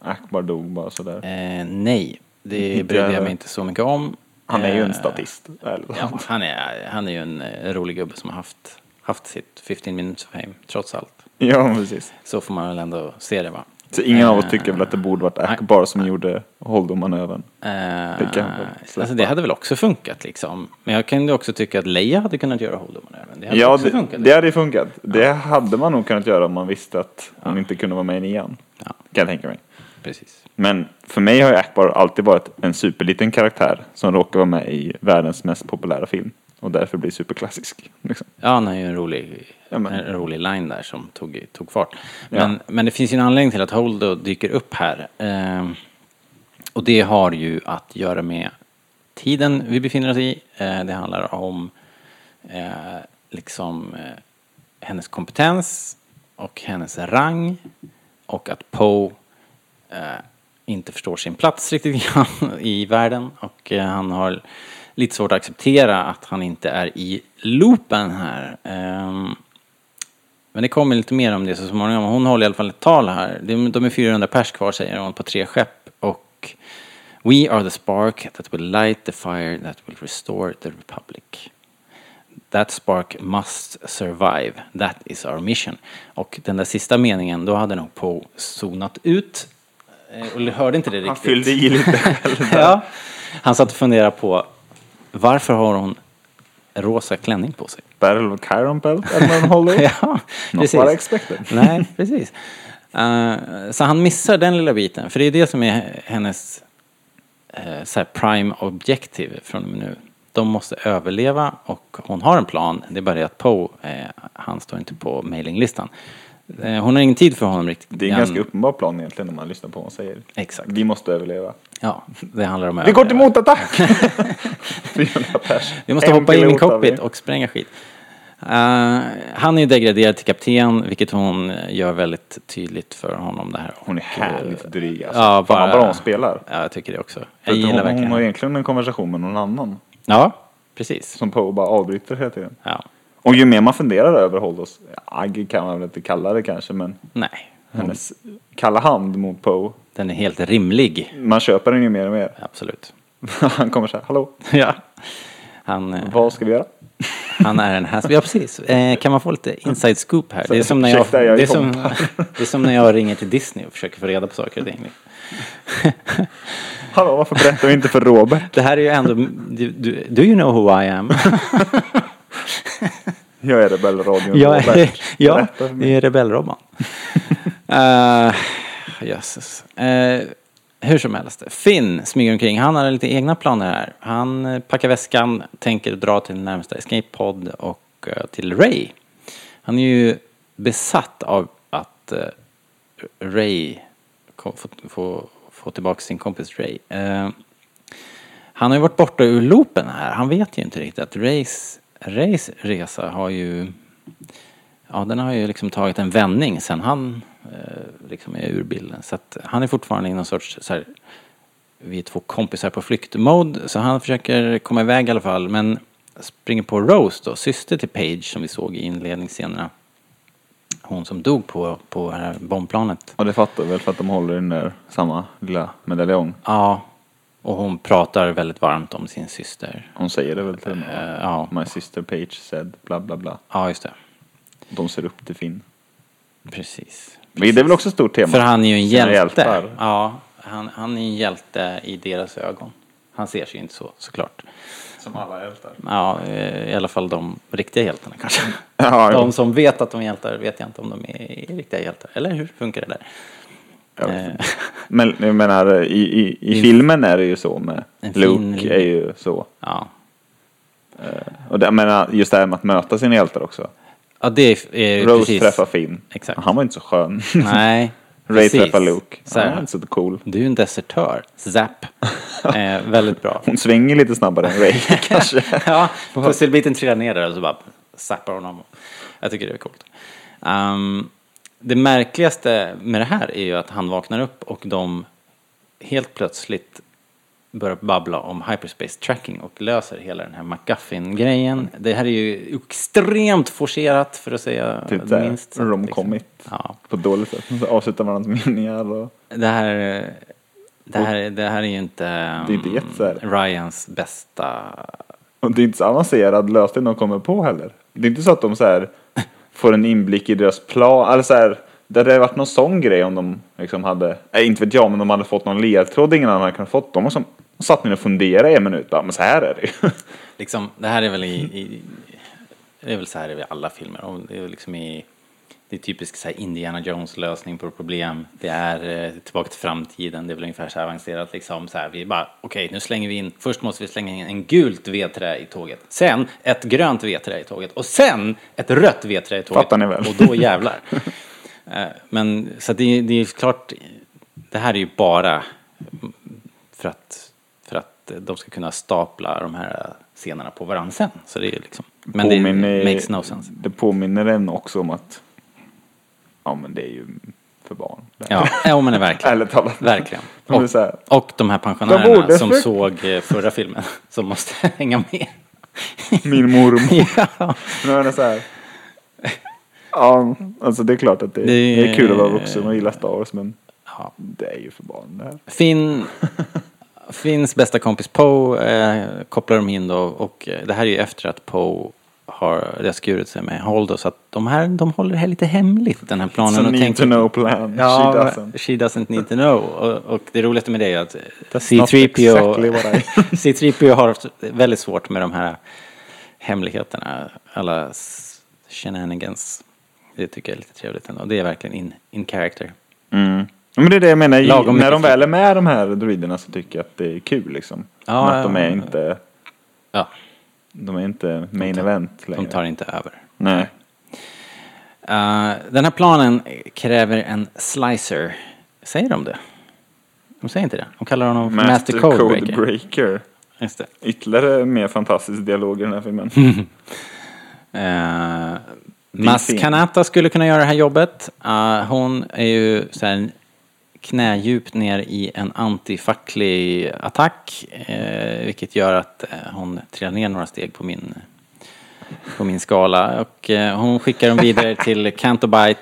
Akbar dog bara sådär? Eh, nej, det brydde jag mig inte så mycket om. Han är ju en Eh, statist. Eller? Ja, han, är, han är ju en eh, rolig gubbe som har haft, haft sitt 15 minutes of fame, trots allt. ja, precis. Så får man väl ändå se det va? Så ingen av oss Eh, tycker väl att det borde varit Akbar som gjorde Holdo-manövern. Eh, Det kan väl släppa. alltså det hade väl också funkat liksom. Men jag kunde också tycka att Leia hade kunnat göra Holdo-manövern. Det hade Ja, också det, funkat. det hade ju funkat. Det hade man nog kunnat göra om man visste att hon inte kunde vara med i nian. Ja. Kan jag tänka mig. Precis. Men för mig har ju Akbar alltid varit en superliten karaktär som råkar vara med i världens mest populära film. Och därför blir superklassisk. Liksom. Ja, han har ju en rolig, Ja, men- en rolig line där som tog, tog fart. Ja. Men, men det finns ju en anledning till att Holdo dyker upp här. Ehm, och det har ju att göra med tiden vi befinner oss i. Eh, det handlar om eh, liksom eh, hennes kompetens och hennes rang och att Poe eh, inte förstår sin plats riktigt grann i världen och eh, han har lite svårt att acceptera att han inte är i loopen här. Ehm, men det kommer lite mer om det så småningom. Hon håller i alla fall ett tal här. De de är 400 pers kvar säger hon på tre skepp och We are the spark that will light the fire that will restore the republic. That spark must survive. That is our mission. Och den där sista meningen, då hade nog Poe zonat ut. eh, Och hörde inte det riktigt. Han fyllde i lite. ja. Han satt och funderade på varför har hon rosa klänning på sig? Barrel of Chiron Belt, Edmund Hollow. ja, Not precis. what I expected. Nej, precis. Eh, så han missar den lilla biten, för det är det som är hennes eh, så här prime objective från och med nu. De måste överleva och hon har en plan. Det är bara det att Poe, eh, han står inte på mailinglistan. Eh, hon har ingen tid för honom riktigt. Det är en än. ganska uppenbar plan egentligen när man lyssnar på vad hon säger. Exakt. Vi måste överleva. Ja, det handlar om att Vi går till överleva. motattack! 400 pers. Vi måste En hoppa in i pilot har vi. cockpit och spränga skit. Eh, han är ju degraderad till kapten, vilket hon gör väldigt tydligt för honom det här. Hon är härligt dryg alltså. Ja, Fan bara- vad bra hon spelar. Ja, jag tycker det också. Jag För att gillar hon, verkligen hon har egentligen en konversation med någon annan. Ja, precis. Som Poe bara avbryter hela tiden. Ja. Och ju mer man funderar över Holdos, agg kan man väl inte kalla det kanske, men Nej, hennes kalla hand mot Poe. den är helt rimlig. Man köper den ju mer och mer. Absolut. Han kommer så här, hallå, Ja. Han, eh, vad ska vi göra? han är en has. Ja, precis. Eh, kan man få lite inside scoop här? Det är som när jag, Ursäkta, jag är det är som, det är som när jag ringer till Disney och försöker få reda på saker och ting. Hallå, varför berättar vi inte för Robert? Det här är ju ändå... Do, do, do you know who I am? Jag är rebellradion Jag är, Robert. ja, Berätta för mig. det är rebellrobban. uh, jösses. Eh, hur som helst, Finn smyger omkring. Han har lite egna planer här. Han eh, packar väskan, tänker dra till närmsta escape-podd och eh, till Ray. Han är ju besatt av att eh, Ray ko- få, få, få tillbaka sin kompis Ray. Eh, han har ju varit borta ur loopen här. Han vet ju inte riktigt att Rays, Rays resa har ju... Ja, den har ju liksom tagit en vändning sen han eh, liksom är ur bilden. Så att han är fortfarande i någon sorts så här, vi är två kompisar på flykt-mode. Så han försöker komma iväg i alla fall. Men springer på Rose då, syster till Page som vi såg i inledningsscenerna. Hon som dog på, på det här bombplanet. Ja, det fattar jag väl för att de håller den där samma lilla medaljong. Ja, och hon pratar väldigt varmt om sin syster. Hon säger det väl till Eh, mig. ja. My sister Page said bla bla bla. ja, just det. De ser upp till Finn. Precis. Men det är väl också ett stort tema. För han är ju en Sina hjälte. hjältar. Ja, han, han är en hjälte i deras ögon. Han ser sig inte så, såklart. Som alla hjältar. Ja, eh, i alla fall de riktiga hjältarna kanske. Ja, jo. de som vet att de är hjältar vet jag inte om de är riktiga hjältar. Eller hur funkar det där? Jag vet Eh, inte. Men jag menar, i, i, i filmen är det ju så med En fin liten- Luke är ju så. Ja. Och det, jag menar, just det här med att möta sina hjältar också. ja, det är, är Rose precis. träffar Finn. Exakt. Han var inte så skön. Nej, Ray precis. träffar Luke. Så Han var här, inte så cool. du är en desertör. Zap. eh, väldigt bra. Hon svänger lite snabbare än Ray kanske. ja, pusselbiten trillar ner där och så bara zappar honom. Jag tycker det är coolt. Ehm, det märkligaste med det här är ju att han vaknar upp och de helt plötsligt börjar babbla om hyperspace tracking och löser hela den här McGuffin-grejen. Det här är ju extremt forcerat för att säga Typ såhär minst. sagt, romcommit. Liksom. Ja, På ett dåligt sätt. Så avslutar varandras meningar och... det här, det här, det här är ju inte Det är det, mm, så här. Ryans bästa Och det är inte så avancerad lösning de kommer på heller. Det är inte så att de så här får en inblick i deras plan. Eller så här, det hade varit någon sån grej om de liksom hade, nej inte vet jag, men de hade fått någon ledtråd ingen annan hade kunnat fått. De har som, de satt ner och funderade i en minut. Bara, men så här är det ju. liksom, det här är väl i, i det är väl så här i alla filmer. Och det är liksom i, det är typisk så här Indiana Jones lösning på problem. Det är eh, tillbaka till framtiden. Det är väl ungefär så här avancerat liksom. Så här, vi bara, okej, nu slänger vi in. Först måste vi slänga in en gult vedträ i tåget. Sen ett grönt vedträ i tåget. Och sen ett rött vedträ i tåget. Fattar ni väl? Och då jävlar. Eh, Men så att det, är- det är ju klart, det här är ju bara för att, för att de ska kunna stapla de här scenerna på varandra sen. Så det är ju liksom, men det makes no sense. Det påminner en också om att, ja men det är ju för barn. Det här. Ja, ja men det är verkligen. Ärligt talat. Verkligen. Men det är Och, så här, och de här De pensionärerna borde som för- såg eh, förra filmen, som måste hänga med. min mormor. ja. Men jag menar så här. Ja, alltså det är klart att det, det, Det- är, kul att vara vuxen och gilla Star Wars men Ja. det är ju för barn det här. Finn, Finns bästa kompis Poe eh, kopplar de in då och eh, det här är ju efter att Poe har det skurit sig med Holdo. Så att de här, de håller det här lite hemligt, den här planen. It's a och need tänker- to know plan. alltså. Ja, She men doesn't. she doesn't need to know. Och, och det roligaste med det är att not C3PO, exactly what I- C3PO har haft väldigt svårt med de här hemligheterna, alla s- shenanigans. Det tycker jag är lite trevligt ändå. Det är verkligen in, in character. Mm. Ja, Men det är det jag menar, I- Lagom när mycket de väl är med de här droiderna så tycker jag att det är kul liksom. Ja, Men att de är ja, ja. inte, Ja, de är inte main tar- event längre. de tar inte över. Nej. Eh, den här planen kräver en slicer. Säger de det? De säger inte det. De kallar honom Master, Master Code, Breaker. Breaker. Just det. Ytterligare mer fantastisk dialog i den här filmen. Mm. Eh, Mas fin. Kanata skulle kunna göra det här jobbet. Eh, hon är ju så här knädjupt ner i en antifacklig attack. eh, vilket gör att eh, hon trillar ner några steg på min, på min skala. Och eh, hon skickar dem vidare till Cantobite.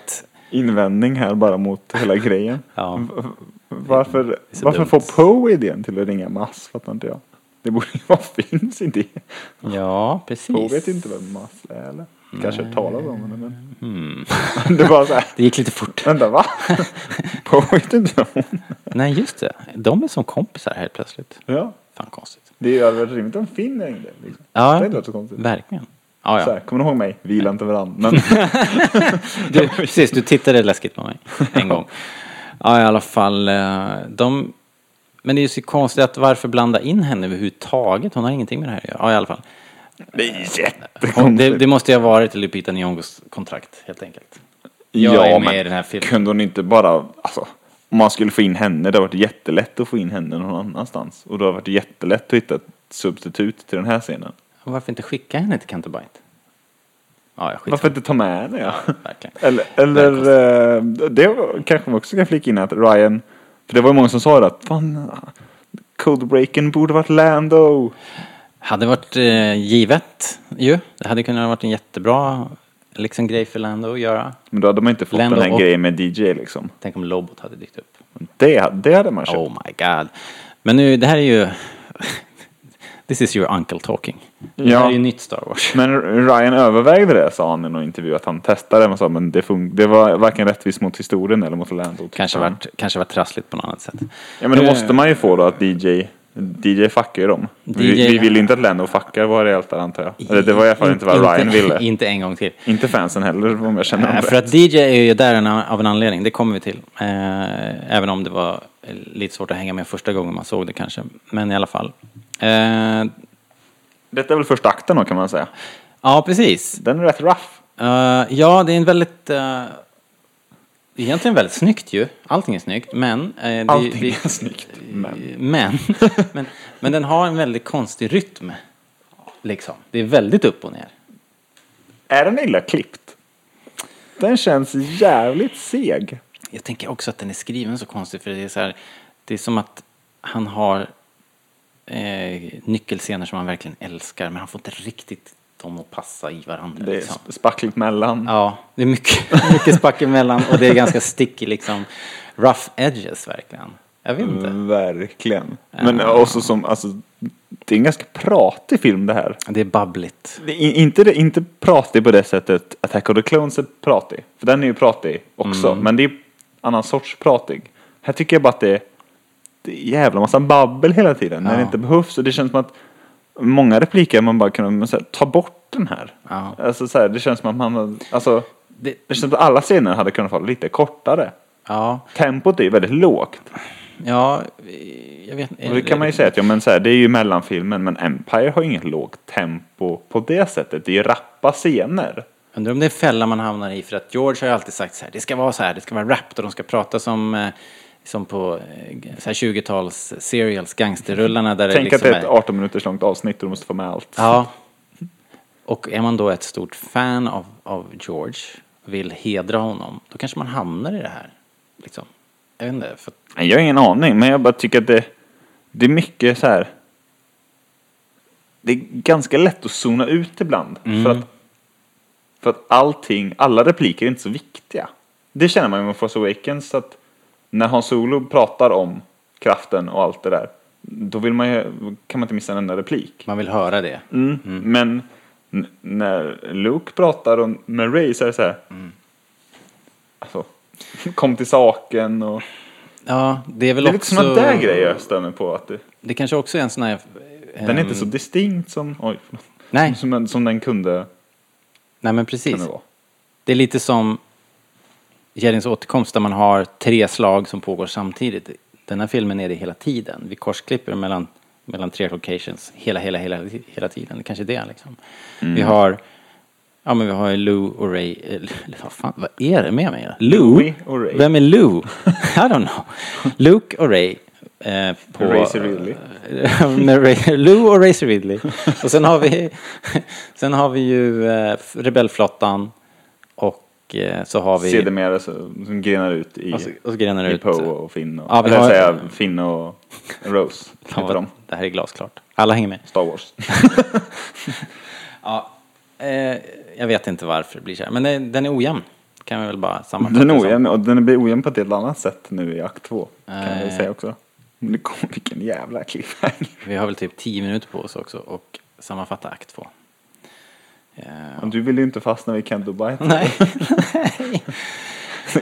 Invändning här bara mot hela grejen. Ja. V- Varför, så varför dumt. får Poe idén till att ringa Mass? Fattar inte jag. Det borde ju vara Finns idé. Ja, precis. Poe vet inte vem Mass är eller? Kanske talar om henne men. Hmm. det var så här. Det gick lite fort. Vänta va? Poe vet inte vem hon är. Nej, just det. De är som kompisar helt plötsligt. Ja. Fan konstigt. Det hade varit rimligt om Finn ringde. Liksom. Ja, Det är inte så konstigt. verkligen. Ja, Så ja. här, kommer du ihåg mig? Vi gillar inte varandra. Men Du, precis, du tittade läskigt på mig en gång. Ja, i alla fall. eh, De, men det är ju så konstigt att varför blanda in henne överhuvudtaget? Hon har ingenting med det här att göra. Ja, i alla fall. det är Hon, jättekonstigt. det, det måste ju ha varit Lupita Nyong'os kontrakt, helt enkelt. Jag är med i den här filmen. Kunde hon inte bara, alltså, om man skulle få in henne, det har varit jättelätt att få in henne någon annanstans. Och det har varit jättelätt att hitta ett substitut till den här scenen. Varför inte skicka henne till Canterbite? Ja, jag Varför inte ta med henne? Ja. verkligen. Eller, eller eh, det var- kanske man också kan flika in att Ryan, för det var ju många som sa det att fan, codebreaken borde varit Lando. Hade varit eh, givet ju. Det hade kunnat varit en jättebra liksom, grej för Lando att göra. Men då hade man inte fått Lando den här och- grejen med DJ liksom. Tänk om Lobot hade dykt upp. Det, det hade man köpt. Oh my god. Men nu, det här är ju... This is your uncle talking. Det här Ja. är ju nytt Star Wars. Men Ryan övervägde det sa han i någon intervju att han testade men sa men det, fun- det var varken rättvist mot historien eller mot Lando. tyckte Kanske han. varit, kanske varit trassligt på något annat sätt. Ja men det Eh, måste man ju få då att DJ, DJ fuckar ju dem. Vi, DJ vi vill ju inte att Lando fuckar våra hjältar antar jag. Eller det var i alla fall inte vad Ryan ville. Inte en gång till. Inte fansen heller om jag känner Nej, honom för rätt. att DJ är ju där en- av en anledning, det kommer vi till. Eh, även om det var lite svårt att hänga med första gången man såg det kanske. Men i alla fall. Eh, Detta är väl första akten då kan man säga. ja, precis. Den är rätt rough. Eh, ja, det är en väldigt... eh, egentligen väldigt snyggt ju. Allting är snyggt, men... eh, det, Allting det, är snyggt, men. Men, men... Men den har en väldigt konstig rytm. Liksom. Det är väldigt upp och ner. Är den illa klippt? Den känns jävligt seg. Jag tänker också att den är skriven så konstigt, för det är så här... Det är som att han har eh, nyckelscener som han verkligen älskar, men han får inte riktigt dem att passa i varandra. Det är liksom. spackligt mellan. Ja, det är mycket, mycket spack emellan och det är ganska sticky liksom. Rough edges verkligen. Jag vet Mm. inte. Eh. Verkligen. Men också som, alltså, det är en ganska pratig film det här. Det är babbligt. Det är inte, det, inte pratig på det sättet Attack of the Clones är pratig. För den är ju pratig också. Mm. Men det är annan sorts pratig. Här tycker jag bara att det är, det är jävla massa babbel hela tiden. När det Ja. inte behövs. Och det känns som att många repliker man bara kunde men så här, ta bort den här. Ja. Alltså, så här. Det känns som att man, alltså. Det, Det känns som att alla scener hade kunnat vara lite kortare. ja, Tempot är ju väldigt lågt. ja, eh, jag vet Och det kan man ju säga att ja, men så här, det är ju mellanfilmen men Empire har inget lågt tempo på det sättet. Det är ju rappa scener. Undrar om det är en fälla man hamnar i för att George har ju alltid sagt så här, det ska vara så här, det ska vara rappt och de ska prata som, eh, som på eh, så här 20-tals serials, gangsterrullarna där Tänk det liksom att det är ett 18 minuters långt avsnitt och du måste få med allt. Ja. Och är man då ett stort fan av, av George, vill hedra honom, då kanske man hamnar i det här. Liksom. Jag vet inte. För, Nej, Jag har ingen aning men jag bara tycker att det, det är mycket så här. Det är ganska lätt att zona ut ibland. För, att, för att allting, alla repliker är inte så viktiga. Det känner man ju med Force Awakens att när Han Solo pratar om kraften och allt det där. Då vill man ju, kan man inte missa en enda replik. man vill höra det. Mm. Men N- när Luke pratar om, med Ray så är det så här. Mm. Alltså, kom till saken och. Ja, det är väl Det är lite också... sådana där grejer jag stör mig på. Att det, Det kanske också är en sån här... ehm, den är inte så distinkt som, oj, förlåt. Nej. som, som den kunde, Nej, men precis. kunde vara. Det är lite som Jedins återkomst där man har tre slag som pågår samtidigt. Den här filmen är det hela tiden. Vi korsklipper mellan, mellan tre locations hela, hela, hela, hela tiden. Det kanske är det liksom. Mm. Vi har, ja men vi har ju Lou och Ray, eh, vad fan, vad är det med mig? då? Lou? Louie och Ray. Vem är Lou? I don't know. Luke och Ray. Eh, på, Ray Ridley. Eh, med Ray, Lou och Ray Ridley. Och sen har vi, sen har vi ju eh, Rebellflottan och eh, så har vi... Sedermera så, som grenar ut i, och så, och så grenar det i ut. Poe och Finn och, Ja, vi eller har- säga, Finn och Rose. Fan, heter vad, de. det här är glasklart. Alla hänger med. Star Wars. Ja, eh, jag vet inte varför det blir så här, men den, den är ojämn. Kan vi väl bara sammanfatta Den det är som. ojämn och den blir ojämn på ett helt annat sätt nu i akt två. Kan Eh. jag säga också. Men det kom, vilken jävla cliffhanger. Vi har väl typ 10 minuter på oss också och sammanfatta akt två. Eh, Och Du vill ju inte fastna vid Kendo Bite. nej.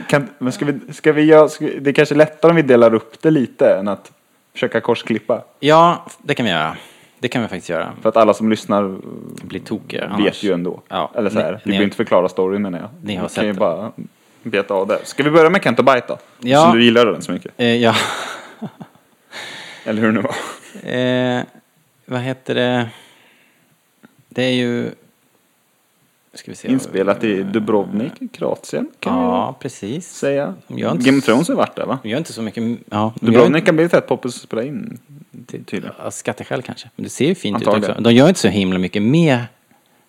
Kan, men ska vi, ska vi göra, ska, vi- det är kanske lättare om vi delar upp det lite än att försöka korsklippa. Ja, det kan vi göra. Det kan vi faktiskt göra. För att alla som lyssnar eh, Bli tokiga vet annars. ju ändå. Ja. Eller så Ni- här, vi ni- behöver inte förklara storyn menar jag. Ni har Vi sett kan ju det. bara beta av det. Ska vi börja med Kento Bite då? Ja. Som du gillar den så mycket. Eh, ja. Eller hur det nu var. Eh, vad heter det? Det är ju... Ska vi se. Inspelat i Dubrovnik, Kroatien kan Ja, precis. vi säga. Jag har inte- Game of Thrones har varit där va? De gör inte så mycket... Ja, de gör Dubrovnik kan bli rätt poppis att spela in. inte- tydligen. av Skatteskäl kanske. Men det ser ju fint ut Antagligen. också. De gör inte så himla mycket med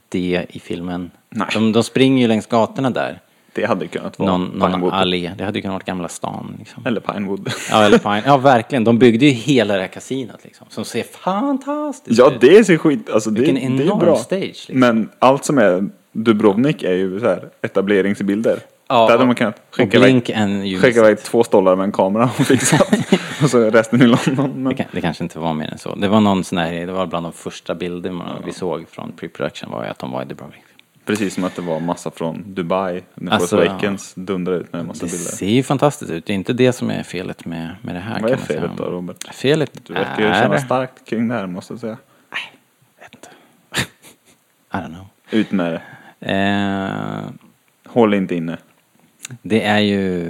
det i filmen. Nej. De, de springer ju längs gatorna där. Det hade kunnat vara Någon, någon Pinewood. allé. Det hade ju kunnat vara Gamla stan. Liksom. Eller Pinewood. Ja, eller Pine. ja, verkligen. De byggde ju hela det här kasinot liksom. Som ser fantastiskt Ja, ut. det ser skit... Alltså, det, Vilken det är enorm bra. stage, liksom. Men allt som är Dubrovnik är ju så här etableringsbilder. Ja, Där hade och- man kunnat och skicka Blink and iväg, you skicka missed iväg två stollar med en kamera och fixa. och så resten i London. Det, Men, kan, det kanske inte var mer än så. Det var någon sån här, det var bland de första bilder man, vi såg från pre-production var ju att de var i Dubrovnik. precis som att det var massa från Dubai. När Alltså, Force Awakens dundrar ut med en massa Det bilder. ser ju fantastiskt ut. Det är inte det som är felet med, med det här. Vad är kan man säga. felet då, Robert? Felet Du verkar ju känna är... starkt kring det här, måste jag säga. Vet inte. I don't know. Ut med det. Eh, Håll inte inne. det är ju...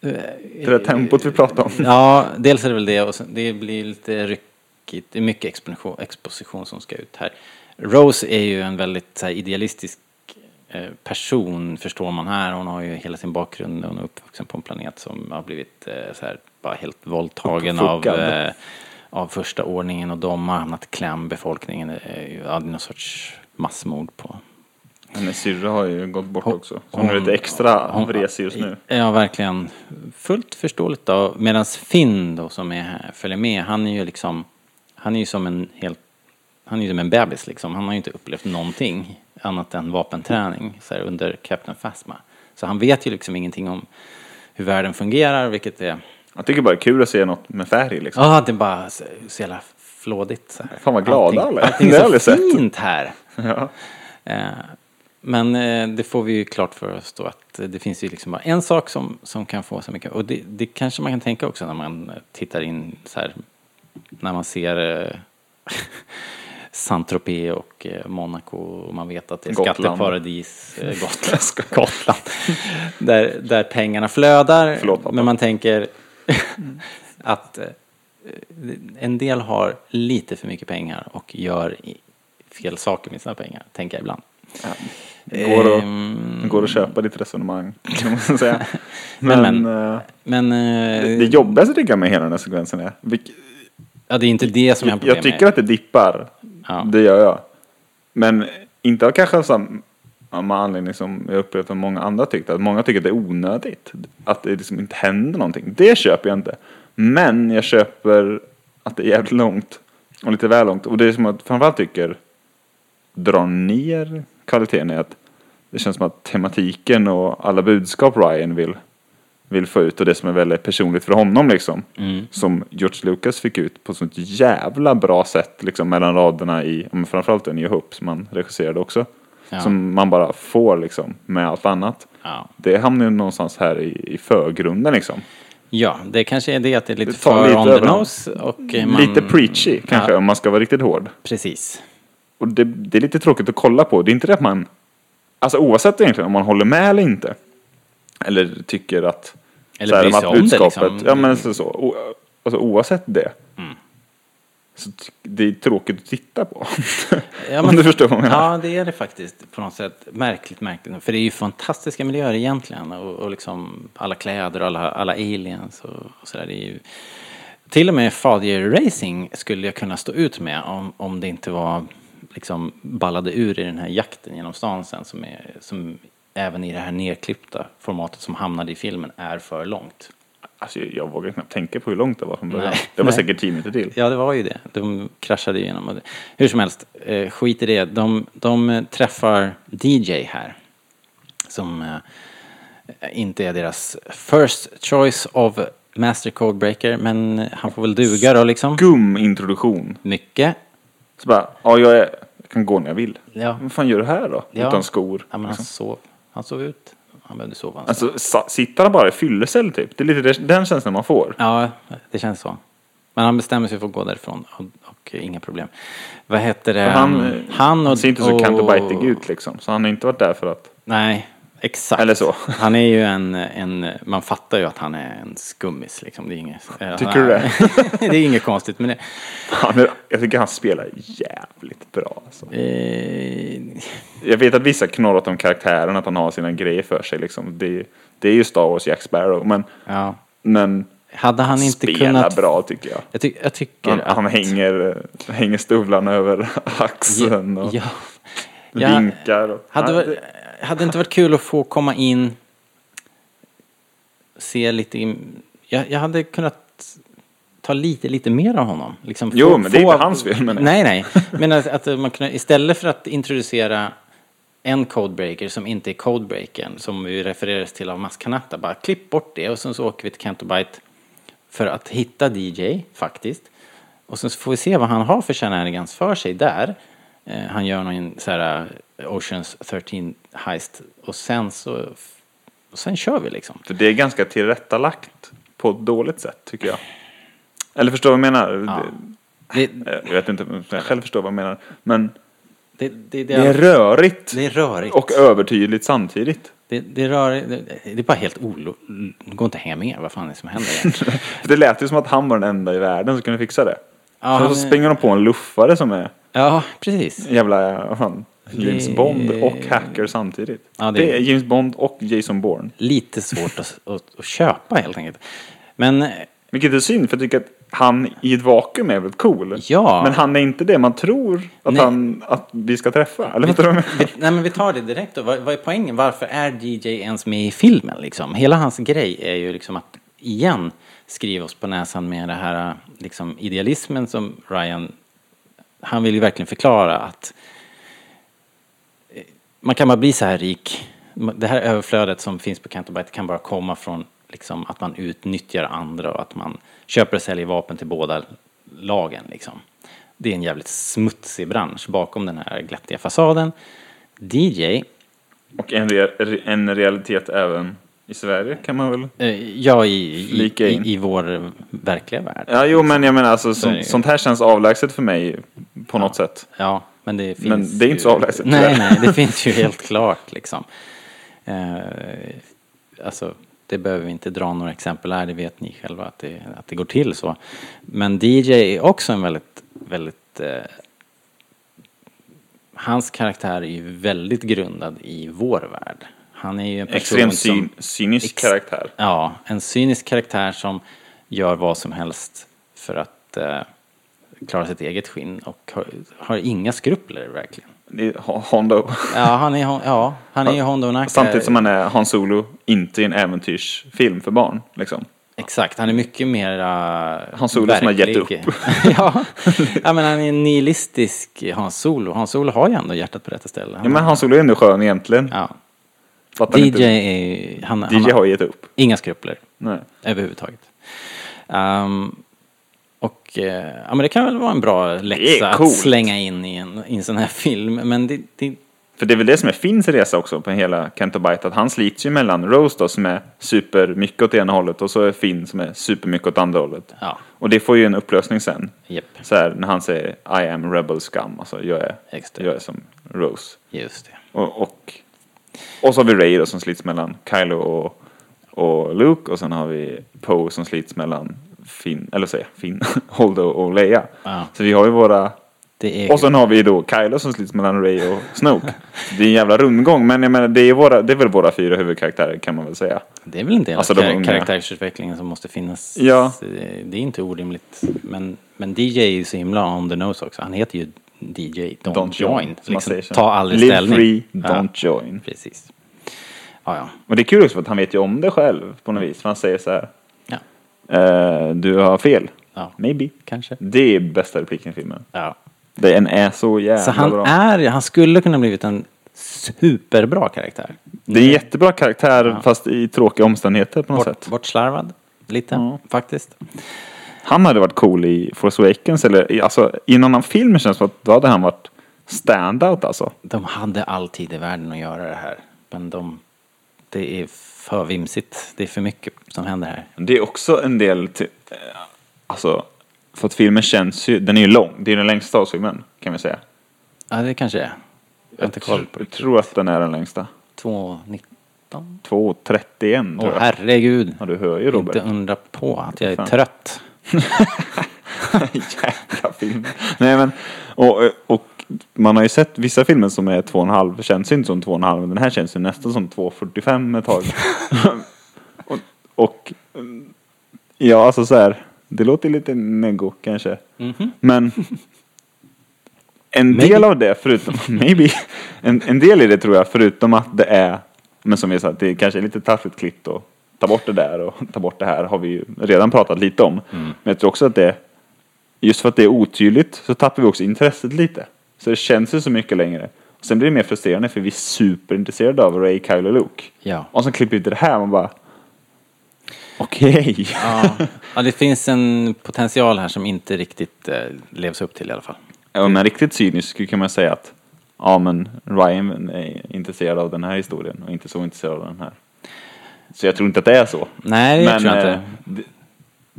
Det där tempot vi pratar om. Ja, dels är det väl det och sen, det blir lite ryckigt. Det är mycket exposition, exposition som ska ut här. Rose är ju en väldigt så här, idealistisk eh, person förstår man här. Hon har ju hela sin bakgrund. Hon är uppvuxen på en planet som har blivit eh, så här, bara helt våldtagen av, Uppfuckad. eh, av första ordningen och de har hamnat i kläm. Befolkningen är ju ja, det är någon sorts massmord på Hennes syrra har ju gått bort också. Så hon hon- är lite extra vresig just nu. Ja, verkligen. Fullt förståeligt då. Medan Finn då som är här, följer med, han är ju liksom, han är ju som en helt, han är ju som en bebis liksom. Han har ju inte upplevt någonting annat än vapenträning så här, under Captain Phasma. Så han vet ju liksom ingenting om hur världen fungerar, vilket är, Jag tycker bara det är kul att se något med färg liksom. ja det är bara så, så jävla flådigt. Så här. Fan, vad glada alla allting, är. allting Det har jag är aldrig så sett. fint här. Ja. Eh, Men eh, det får vi ju klart för oss då att eh, det finns ju liksom bara en sak som, som kan få så mycket. Och det, det kanske man kan tänka också när man eh, tittar in så här, när man ser eh, Saint-Tropez och eh, Monaco och man vet att det är Gotland. skatteparadis, eh, Gotland, Gotland där, där pengarna flödar. Förlåt, pappa. men man tänker att eh, en del har lite för mycket pengar och gör i- fel saker med sina pengar, tänker jag ibland. Det Går att, Ehm. det går att köpa ditt resonemang, kan man säga. Men, Men, eh, Men eh, det, det jobbigaste tycker jag med hela den här sekvensen är. vilk- ja, det är inte det som jag har problem jag tycker med. att det dippar. Ja. Det gör jag. Men inte av kanske samma anledning som jag upplevt att många andra tyckte. Att många tycker att det är onödigt. Att det liksom inte händer någonting. Det köper jag inte. Men jag köper att det är jävligt långt. Och lite väl långt. Och det är som att framförallt tycker drar ner kvaliteten i att det känns som att tematiken och alla budskap Ryan vill vill få ut och det som är väldigt personligt för honom liksom. Mm. Som George Lucas fick ut på ett sånt jävla bra sätt liksom mellan raderna i, ja, men framförallt den i Hope som han regisserade också. Ja. Som man bara får liksom med allt annat. Ja. Det hamnar ju någonstans här i, i förgrunden liksom. Ja, det kanske är det att det är lite Det tar för lite on över. the nose. Och eh, man, Lite preachy kanske om man ska vara riktigt hård. Precis. Och det, det är lite tråkigt att kolla på. Det är inte det att man... Alltså oavsett egentligen om man håller med eller inte. Eller tycker att... Eller så här, bryr sig att om det, budskapet- liksom. Ja men så. så o, alltså oavsett det. Mm. Så ty- det är tråkigt att titta på. Ja, om du förstår vad jag menar. Ja, det är det faktiskt på något sätt. Märkligt, märkligt. För det är ju fantastiska miljöer egentligen. Och, och liksom alla kläder och alla, alla aliens och, och sådär. Det är ju... Till och med racing skulle jag kunna stå ut med om, om det inte var liksom ballade ur i den här jakten genom stan sen som, är, som även i det här nedklippta formatet som hamnade i filmen är för långt. Alltså, jag, jag vågar knappt tänka på hur långt det var från början. Nej. Det var Nej. säkert 10 minuter till. Ja, det var ju det. De kraschade ju igenom. och det- Hur som helst, eh, skit i det. De, de eh, träffar DJ här. Som eh, inte är deras first choice of master codebreaker. Men han får väl duga då liksom. Skum introduktion. Mycket. Så bara, ja jag, är, jag kan gå när jag vill. Ja. Vad fan gör du här då? Ja. Utan skor. Ja, men alltså- han liksom. sov. Han sov ut. Han behövde sova. Han Alltså sa- sitter han bara i fyllecell typ? Det är lite det- den känslan man får. Ja, det känns så. Men han bestämmer sig för att gå därifrån och, och inga problem. Vad heter det? Han, Ehm, han ser inte så Canterbite ut liksom. Så han har inte varit där för att... Nej, exakt. Eller så. Han är ju en, en, man fattar ju att han är en skummis liksom. Det är inget, eh, Tycker han- du det? det är inget konstigt med det. Han är, jag tycker han spelar jävligt bra alltså. Eh, Jag vet att vissa knorrat om karaktären, att han har sina grejer för sig liksom. Det, det är ju Star Wars Jack Sparrow. Men, ja. men Hade han inte spelar kunnat... bra tycker jag. Jag, ty, jag tycker Han, att... han hänger, hänger stövlarna över axeln och Ja. Ja. vinkar. Och, Hade, Nej, varit- hade inte varit kul att få komma in, se lite in, jag, jag hade kunnat ta lite, lite mer av honom. Liksom Jo, men det är inte hans fel, menar jag. Nej, nej. Men att, att man kunde, istället för att introducera en codebreaker som inte är codebreakern, som vi refereras till av Maskanatta, bara klipp bort det och sen så åker vi till Cantobite för att hitta DJ, faktiskt. Och sen så får vi se vad han har för shenanigans för sig där. Eh, han gör någon så här eh, Oceans 13 heist och sen så... Och sen kör vi liksom. För det är ganska tillrättalagt på ett dåligt sätt tycker jag. Eller förstår vad jag menar? Det, Det, jag vet inte om jag själv förstår vad jag menar. Men det, det, det, det är rörigt. det är rörigt. Och övertydligt samtidigt. Det, det, rör, det, det är bara helt olo... Det går inte att hänga med vad fan det är som händer egentligen. För det lät ju som att han var den enda i världen som kunde fixa det. Ja, så, han så är- springer de på en luffare som är Ja, precis. jävla vad fan, James Det- Bond och hacker samtidigt. Ja, det... det- är James Bond och Jason Bourne. Lite svårt att, att, att köpa helt enkelt. Men eh, Vilket är synd för jag tycker att han i ett vakuum är väldigt cool. Ja. Men han är inte det man tror att, Nej. han, att vi ska träffa. Eller vad du? vi, nej, men vi tar det direkt då. Vad, vad är poängen? Varför är DJ ens med i filmen liksom? Hela hans grej är ju liksom att igen skriva oss på näsan med det här eh, liksom, idealismen som Ryan... Han vill ju verkligen förklara att man kan bara bli så här rik. Det här överflödet som finns på Canterbite kan bara komma från liksom, att man utnyttjar andra och att man köper och säljer vapen till båda lagen. Liksom. Det är en jävligt smutsig bransch bakom den här glättiga fasaden. DJ, Och en, re- en realitet även i Sverige kan man väl? eh, ja i, i, Flika i, in. i vår verkliga värld. Ja, jo, men jag menar alltså är det så, ju. sånt här känns avlägset för mig på något sätt. Ja, men det finns Men det är inte så ju- avlägset, Nej, tyvärr. nej, det finns ju helt klart liksom. Eh, alltså, det behöver vi inte dra några exempel här, det vet ni själva att det, att det går till så. Men DJ är också en väldigt, väldigt... Eh, hans karaktär är ju väldigt grundad i vår värld. Han är ju en person Extremt som... cyn, cynisk Ex- karaktär. Ja, en cynisk karaktär som gör vad som helst för att eh, klara sitt eget skinn och har, har inga skrupler verkligen. Det är Ho- Hondo. Ja, han är, hon- ja, han är ju Hondo Naka. Samtidigt som han är Han Solo, inte i en äventyrsfilm för barn. Liksom. Exakt, han är mycket mer uh, Han Solo som har gett upp. ja. ja, men han är en nihilistisk Hans Solo. Hans Solo har ju ändå hjärtat på rätta stället. Han- Ja, men Han Solo är ändå skön egentligen. ja. Fattar DJ, inte. är, ju- han, han DJ har gett upp. inga skrupler. Nej. överhuvudtaget. Ehm, och eh, ja, men det kan väl vara en bra Det läxa är att coolt. slänga in i en, i en sån här film. Men det, det, För det är väl det som är Finns resa också på hela Kentobite, att han slits ju mellan Rose då som är supermycket åt ena hållet och så är Finn som är supermycket åt andra hållet. ja, Och det får ju en upplösning sen. Japp. Så här, när han säger I am rebel scum, alltså jag är, Just det. jag är som Rose. just det. Och, och, och så har vi Ray då som slits mellan Kylo och, och Luke och sen har vi Poe som slits mellan Finn, eller säger jag, Finn, Holdo och Leia. Ja. Så vi har ju våra Det är och sen har vi då Kylo som slits mellan Ray och Snoke. Det är en jävla rundgång, men jag menar, det, är våra, det är väl våra fyra huvudkaraktärer kan man väl säga. Det är väl en del Alltså, av de kar- unga. karaktärsutvecklingen som måste finnas. Ja. Eh, Det är inte orimligt. Men, men DJ är ju så himla on the nose också. Han heter ju DJ, don't, join. liksom. som man säger så. ta aldrig Live ställning. free, Ja, don't join. Precis. Ja, ja. Och det är kul också för att han vet ju om det själv på något vis. För han säger så här, ja. eh, du har fel. Ja. Maybe. Kanske. Det är bästa repliken i filmen. ja. Den är så jävla Så han bra. är, han skulle kunna blivit en superbra karaktär. Det är en jättebra karaktär fast i tråkiga omständigheter på något Bort, sätt. bortslarvad, lite Ja. faktiskt. Han hade varit cool i Force Awakens eller i- alltså, i en annan film känns det som att då hade han varit standout alltså. De hade all tid i världen att göra det här. Men de, det är för vimsigt. Det är för mycket som händer här. Det är också en del till, eh, alltså, för att filmen känns ju, den är ju lång, det är den längsta av filmen kan vi säga. Ja, det kanske är. Jag har inte koll på Jag tror att den är den längsta. 2.19. 2.31 tror Åh jag. herregud. Ja, du hör ju Robert. Inte undra på att jag är Fan. trött. Jävla film. Nej men, och, och man har ju sett vissa filmer som är 2,5 känns ju inte som 2,5 men den här känns ju nästan som 2,45 ett tag. och, och, ja alltså så här, det låter lite nego kanske. Men en del av det förutom, maybe, en, en del i det tror jag förutom att det är, men som vi sa, att det kanske är lite taffligt klippt och ta bort det där och ta bort det här har vi ju redan pratat lite om. Men jag tror också att det just för att det är otydligt så tappar vi också intresset lite. Så det känns ju så mycket längre. Och sen blir det mer frustrerande för vi är superintresserade av Ray, Kyle och Luke. Ja. Och sen klipper vi till det här man bara... Okej. Ja. ja, det finns en potential här som inte riktigt eh, levs upp till i alla fall. Om man är riktigt cynisk kan man säga att ja men Ryan är intresserad av den här historien och inte så intresserad av den här. Så jag tror inte att det är så. Nej, det tror jag eh, inte.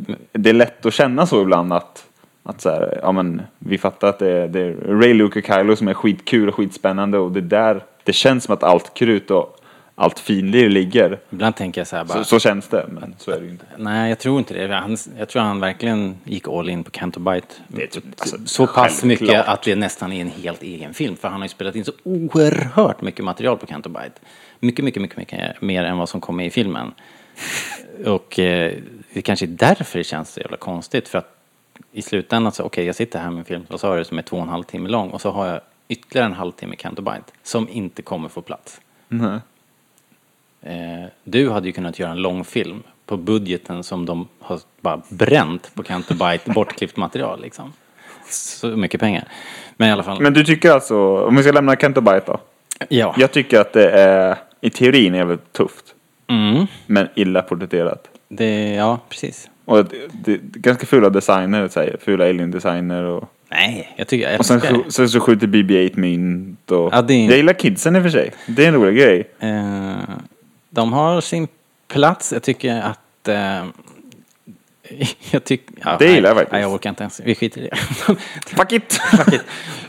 Det, det är lätt att känna så ibland att, att så här, ja men vi fattar att det är, det är Ray, Luke och Kylo som är skitkul och skitspännande och det där, det känns som att allt krut och allt finlir ligger. Ibland tänker jag så här bara, Så, så känns det, men så är det ju inte. nej jag tror inte det. Han, jag tror han verkligen gick all in på Cantobite. Det är- alltså, så pass självklart. mycket att det nästan är en helt egen film. För han har ju spelat in så oerhört mycket material på Cantobite. Mycket, mycket, mycket, mycket mer än vad som kommer i filmen. Och eh, det kanske är därför det känns så jävla konstigt. För att i slutändan så, okej jag sitter här med en film, vad sa du, som är två och en halv timme lång. Och så har jag ytterligare en halvtimme Cantobite som inte kommer få plats. Nej. Eh, du hade ju kunnat göra en lång film på budgeten som de har bara bränt på Canterbite bortklippt material liksom. Så mycket pengar. Men i alla fall, Men du tycker alltså, om vi ska lämna Kent och Bite då. ja. Jag tycker att det är, i teorin är det tufft, Mm, men illa porträtterat. det, ja, precis. Och det, det, det är ganska fula designer, så här, fula alien-designer och Nej, jag tycker jag Och sen, älskar det. skj- sen så skjuter BB-8 mynt och... Ja, det är- Jag gillar kidsen i och för sig. Det är en rolig grej. Eh, de har sin plats. Jag tycker att... Eh, jag tycker... Ja, Det gillar nej, jag faktiskt. Nej, jag orkar inte ens. Vi skiter i det. Fuck it!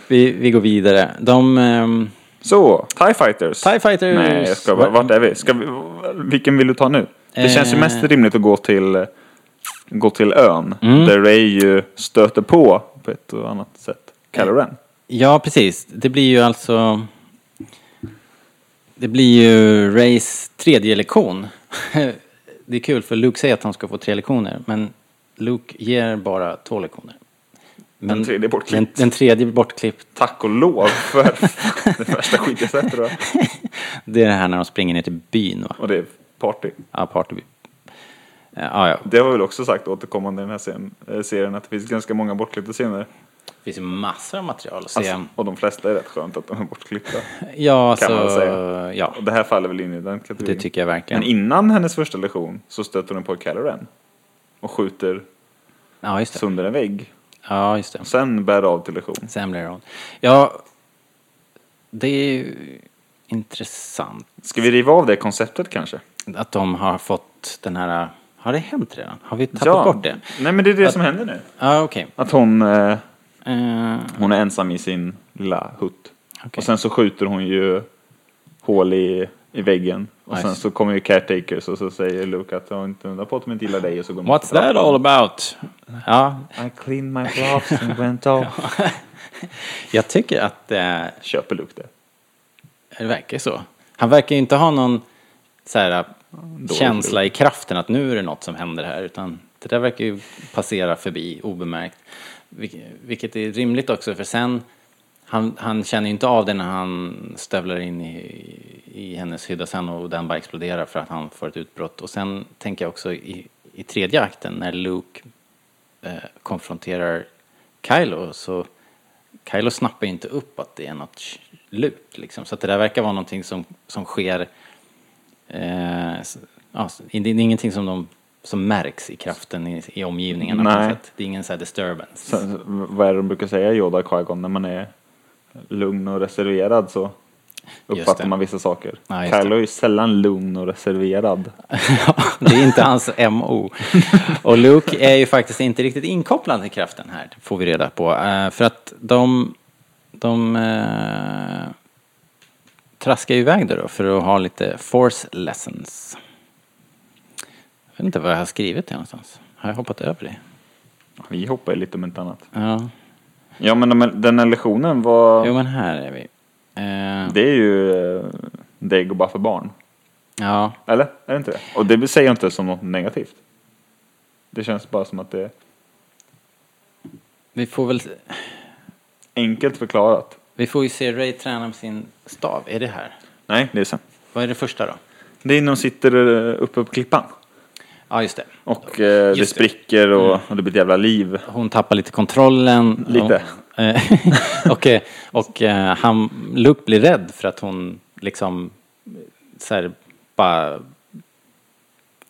vi, vi går vidare. De... ehm, så, TIE Fighters. TIE Fighters. Nej, jag ska bara, vart är vi? Ska vi? Vilken vill du ta nu? Det känns ju Eh. mest rimligt att gå till, gå till ön. Mm. Där Ray ju stöter på, på ett och annat sätt, Eh. Kylo Ren. Ja, precis. Det blir ju alltså... Det blir ju Rays tredje lektion. Det är kul, för Luke säger att han ska få tre lektioner, men Luke ger bara två lektioner. Men Den tredje är den, bortklippt. den tredje blir bortklippt. Tack och lov för det värsta skit jag sett tror jag. Det är det här när de springer ner till byn, va? Och det är party. Ja, partyby. Ja, ja. Det har vi väl också sagt återkommande i den här scen- eh, serien att det finns ganska många bortklippta scener. Det finns ju massor av material att se. Alltså, och de flesta är rätt skönt att de är bortklippta. ja, kan så, man säga. ja, Och det här faller väl in i den kategorin. det tycker jag verkligen. Men innan hennes första lektion så stöter hon på Caloran och skjuter ja, just det. sönder en vägg. Ja, just det. Sen bär det av till lektion. Sen blir det hon. Ja, det är ju intressant Ska vi riva av det konceptet kanske? att de har fått den här... Har det hänt redan? Har vi tappat bort det? Nej men det är det som händer nu. Ja, okej. Att hon, eh, Eh, hon är ensam i sin lilla hutt. okej. Och sen så skjuter hon ju hål i, i väggen. Och Nice. sen så kommer ju caretakers och så säger Luke att jag inte undrar på att de inte gillar dig och så går de What's that all about? Ja, I cleaned my gloves and went off. jag tycker att eh, Köper Luke det? det verkar så. Han verkar ju inte ha någon så här, äh, känsla i kraften att nu är det något som händer här. Utan det där verkar ju passera förbi obemärkt. Vilk- Vilket är rimligt också för sen, han, han känner ju inte av det när han stövlar in i, i hennes hydda sen och den bara exploderar för att han får ett utbrott. Och sen tänker jag också i, i tredje akten när Luke eh, konfronterar Kylo så Kylo snappar ju inte upp att det är något sh- lut liksom. Så att det där verkar vara någonting som, som sker eh, s- ja, s- det är ingenting som, de, som märks i kraften i, i omgivningen. på något Nej. sätt. Det är ingen så här disturbance. Sen, vad är det de brukar säga Yoda Qui-Gon när man är lugn och reserverad så uppfattar det. man vissa saker. Ja, just Kylo är ju sällan lugn och reserverad. Ja, det är inte hans MO. Och Luke är ju faktiskt inte riktigt inkopplad i kraften här, det får vi reda på. Eh, För att de, de eh, traskar ju iväg där då för att ha lite force lessons. Jag vet inte vad jag har skrivit det någonstans. Har jag hoppat över det? Vi hoppar ju lite om inte annat. Ja, Ja men de- den här lektionen var... jo men här är vi. Eh, Det är ju eh, deg och bara för barn. Ja, Eller? Är det inte det? Och det säger jag inte som något negativt. Det känns bara som att det är vi får väl enkelt förklarat. vi får ju se Ray träna med sin stav. Är det här? Nej, det är sen. Vad är det första då? Det är när de sitter eh, uppe på klippan. Ja, just det. Och eh, det Just det. Mm. spricker och, och det blir ett jävla liv. hon tappar lite kontrollen. Lite. Och, eh, och, eh, och eh, han, Luke blir rädd för att hon liksom så här, bara...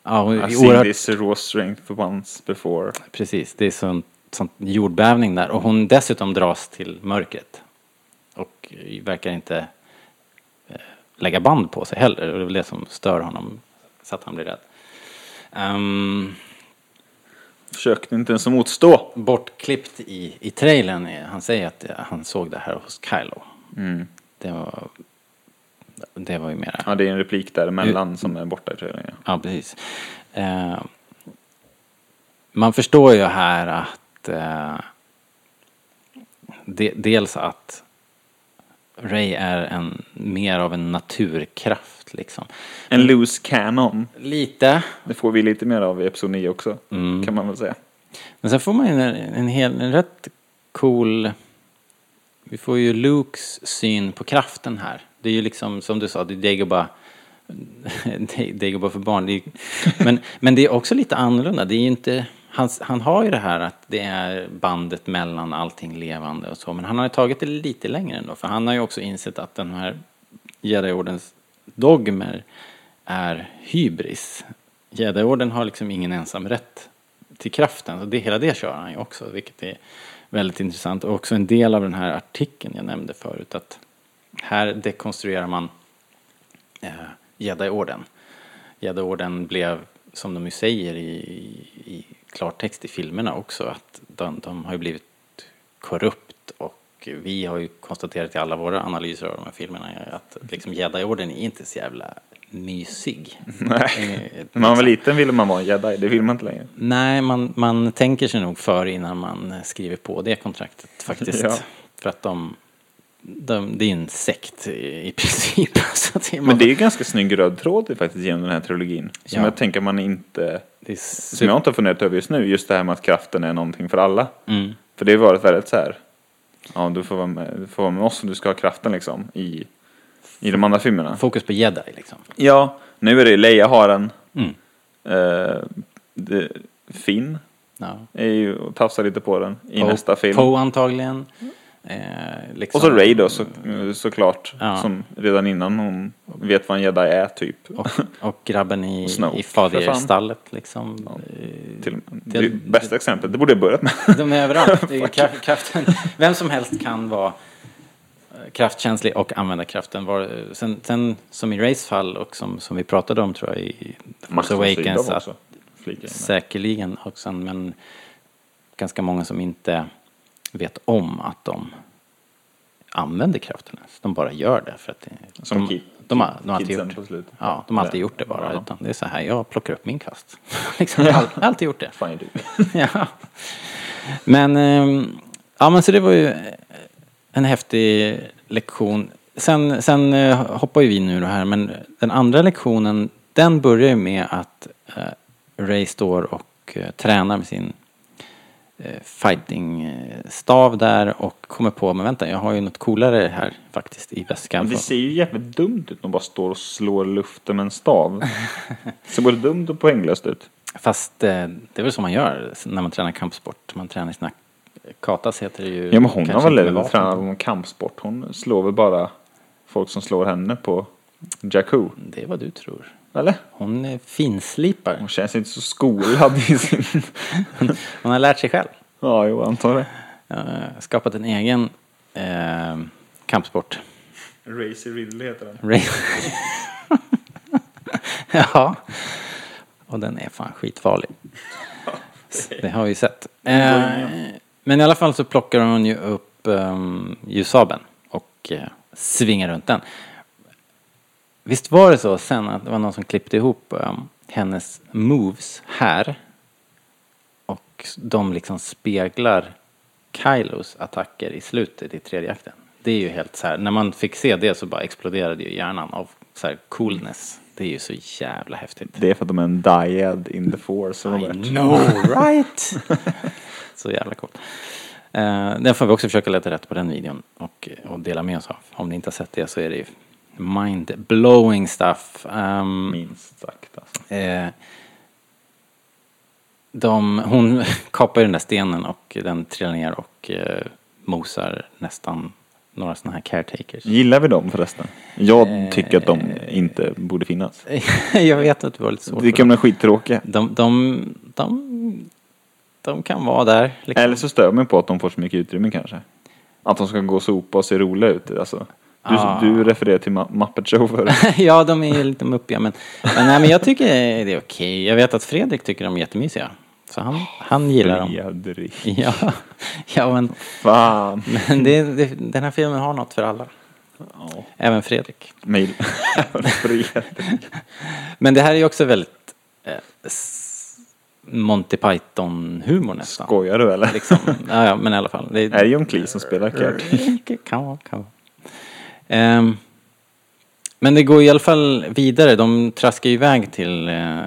Ja, hon är I've seen oerhört- this raw strength once before. Precis, det är sån, sån jordbävning där. Och hon dessutom dras till mörkret. Och verkar inte eh, lägga band på sig heller. Och det är väl det som stör honom, så att han blir rädd. Ehm, Försökte inte ens att motstå. bortklippt i, i trailern. är- Han säger att eh, han såg det här hos Kylo. Det, var, det var ju mera... Ja, det är en replik Mm. däremellan som är borta i trailern. ja. Ja, precis. Eh, man förstår ju här att... Eh, de, dels att Ray är en, mer av en naturkraft, liksom. En loose cannon. Lite. Det får vi lite mer av i episod 9 också. Mm. Kan man väl säga. Men sen får man ju en, en, hel, en rätt cool... Vi får ju Lukes syn på kraften här. Det är ju liksom, som du sa, det är Dagobah... Dag- Dagobah för barn. Det är, ju- men, men det är också lite annorlunda. Det är ju inte... Han, han har ju det här att det är bandet mellan allting levande och så. Men han har ju tagit det lite längre ändå. För han har ju också insett att den här Jediordens dogmer är hybris. Jediorden har liksom ingen ensamrätt till kraften. Så det, hela det kör han ju också, vilket är väldigt intressant. Och också en del av den här artikeln jag nämnde förut, att här dekonstruerar man eh, Jediorden. Jediorden blev, som de ju säger i, i klartext i filmerna också, att de, de har ju blivit korrupt och vi har ju konstaterat i alla våra analyser av de här filmerna att liksom Jediorden är inte så jävla mysig. Eh, När man var liten ville man vara en jedi, det vill man inte längre. Nej, man, man tänker sig nog för innan man skriver på det kontraktet faktiskt. Ja. För att de, de, det är en sekt i, i princip. Så att det, är- Men det är ju ganska snygg röd tråd faktiskt genom den här trilogin. Som Ja. jag tänker man inte... det är Som super, jag inte har funderat över just nu. Just det här med att kraften är någonting för alla. Mm. För det har varit väldigt så här. Ja, du får vara med, du får vara med oss om du ska ha kraften liksom. I, i de andra filmerna. fokus på jedi liksom. Ja, nu är det Leia har den. Mm. Eh, det, Finn Ja. är ju, och tafsar lite på den i nästa film. Mm. Poe antagligen. Eh, liksom. Och så Ray då så, såklart. Ja. Som redan innan hon vet vad en jedi är typ. Och, och grabben i, Snoke, i för fan. faderstallet liksom. Eh, Till, det, Det- är ju bästa exemplet, det borde jag börjat med. De är överallt. Det är kraft, kraften. Vem som helst kan vara eh, kraftkänslig och använda kraften. Var, eh, sen, sen som i Rays fall och som, som vi pratade om tror jag i The Force Awakens att Flika in där. säkerligen också men ganska många som inte vet om att de använder kraften ens. De bara gör det för att det, Som de, kid- de, har, de har alltid kidsen gjort på slutet. Ja, de har alltid Ja. gjort det bara. Ja. Utan det är så här, jag plockar upp min kast. liksom, jag har all- alltid gjort det. Fan, är du. ja. Men, ehm, ja men så det var ju eh, en häftig lektion. Sen, sen eh, hoppar ju vi nu då här, men den andra lektionen, den börjar ju med att eh, Ray står och eh, tränar med sin eh, fighting-stav där och kommer på, men vänta, jag har ju något coolare här faktiskt i väskan. Men det ser ju jävligt dumt ut när de bara står och slår luften med en stav. Det ser både dumt och poänglöst ut. Fast eh, det är väl så man gör när man tränar kampsport. Man tränar sina katas heter det ju. Ja men hon kanske har väl inte med aldrig vapen. tränat någon kampsport. Hon slår väl bara folk som slår henne på Jakku. Det är vad du tror. Eller? Hon är finslipar. Hon känns inte så skolad i sin... Hon har lärt sig själv. Ja, jo, jag antar det. Eh, Skapat en egen eh, kampsport. Racy Ridley heter den. Ray- ja. Och den är fan skitfarlig. Det har vi ju sett. Eh, men i alla fall så plockar hon ju upp um, ljussabeln och eh, svingar runt den. Visst var det så sen att det var någon som klippte ihop ehm, hennes moves här och de liksom speglar Kylos attacker i slutet i tredje akten. Det är ju helt så här, när man fick se det så bara exploderade ju hjärnan av så här coolness. Det är ju så jävla häftigt. Det är för att de är en dyad in the force, Robert. I know right! så jävla coolt. Eh, den får vi också försöka leta rätt på den videon och, eh, och dela med oss av. Om ni inte har sett det så är det ju mind-blowing stuff. Ehm, Minst sagt alltså. Eh, de, hon kapar ju den där stenen och den trillar ner och eh, mosar nästan några sådana här caretakers. Gillar vi dem förresten? Eh, Jag tycker att de inte borde finnas. Jag vet att det var lite svårt. Tycker för de dem. är skittråkiga. De, de, de, de kan vara där. Liksom. Eller så stör jag mig på att de får så mycket utrymme kanske. Att de ska gå och sopa och se roliga ut. Alltså, du, Ah. du refererar till Ma- Muppet Show förut. ja, de är ju lite muppiga. Men, men, nej, men jag tycker det är okej. Jag vet att Fredrik tycker de är jättemysiga. Så han, han gillar dem. Jädrig. Ja, ja men, Fan. men det, det, den här filmen har något för alla. Ja. Även Fredrik. Mail. Fred. Men det här är ju också väldigt eh, s- Monty Python-humor nästan. Skojar du eller? Liksom. Ja, ja, men i alla fall. Det Är det John Cleese som spelar Kurt? kan vara, kan vara. Ehm, men det går i alla fall vidare. De traskar ju iväg till eh,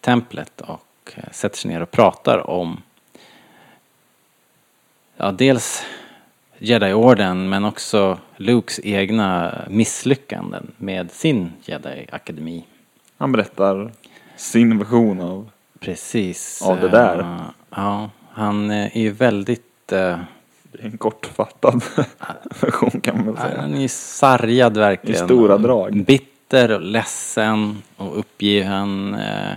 templet och eh, sätter sig ner och pratar om ja, dels Jedi-orden men också Lukes egna misslyckanden med sin Jedi-akademi. Han berättar sin version av... Precis. Ja, det där. Eh, Ja, han eh, är ju väldigt... eh, Det är en kortfattad version kan man väl säga. Han är ju sargad verkligen. I stora drag. Bitter och ledsen och uppgiven. Eh,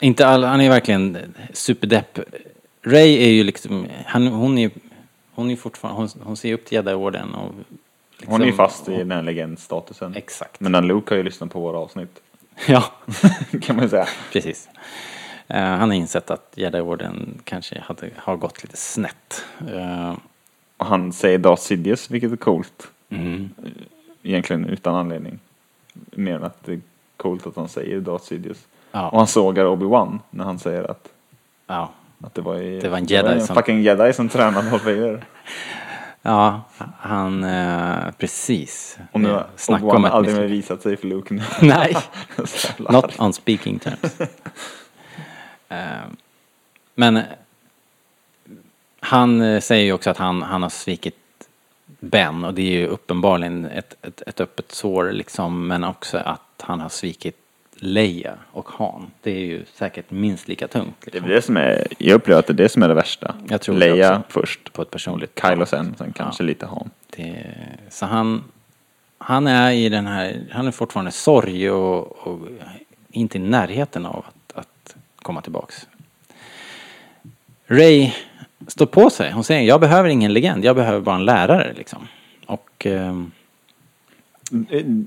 inte all, han är verkligen superdepp. Ray är ju liksom, han, hon är ju hon är ju fortfarande, hon, hon ser ju upp till Jedi-orden och liksom, Hon är ju fast i den här legendstatusen. Exakt. Men den Luke har ju lyssnat på våra avsnitt. Ja, Kan man ju säga. precis. Eh, han har insett att Jedi-orden kanske hade, har gått lite snett. Eh, Och han säger Darth Sidious, vilket är coolt. mm, Egentligen utan anledning. Mer än att det är coolt att han säger Darth Sidious. Ja. Och han sågar Obi-Wan när han säger att, ja. att det, var i, Det var en jedi en som- fucking jedi som tränade Darth Vader. Ja, han... Eh, precis. Och nu Eh, har snacka Obi-Wan om ett aldrig mer misslyckande. visat sig för Luke nu. Nej, Så jävla not arg. on speaking terms. Eh, men eh, han eh, säger ju också att han, han har svikit Ben och det är ju uppenbarligen ett, ett, ett öppet sår liksom. Men också att han har svikit Leia och Han. Det är ju säkert minst lika tungt. Det är Liksom. det som är, jag upplever att det är det som är det värsta. Jag tror det Leia också. först, På ett personligt Kylo sen, sen kanske lite Han. Det, så han, han är i den här, han är fortfarande sorg och, och inte i närheten av att, att komma tillbaks. Ray står på sig. Hon säger jag behöver ingen legend, jag behöver bara en lärare liksom. Och ehm,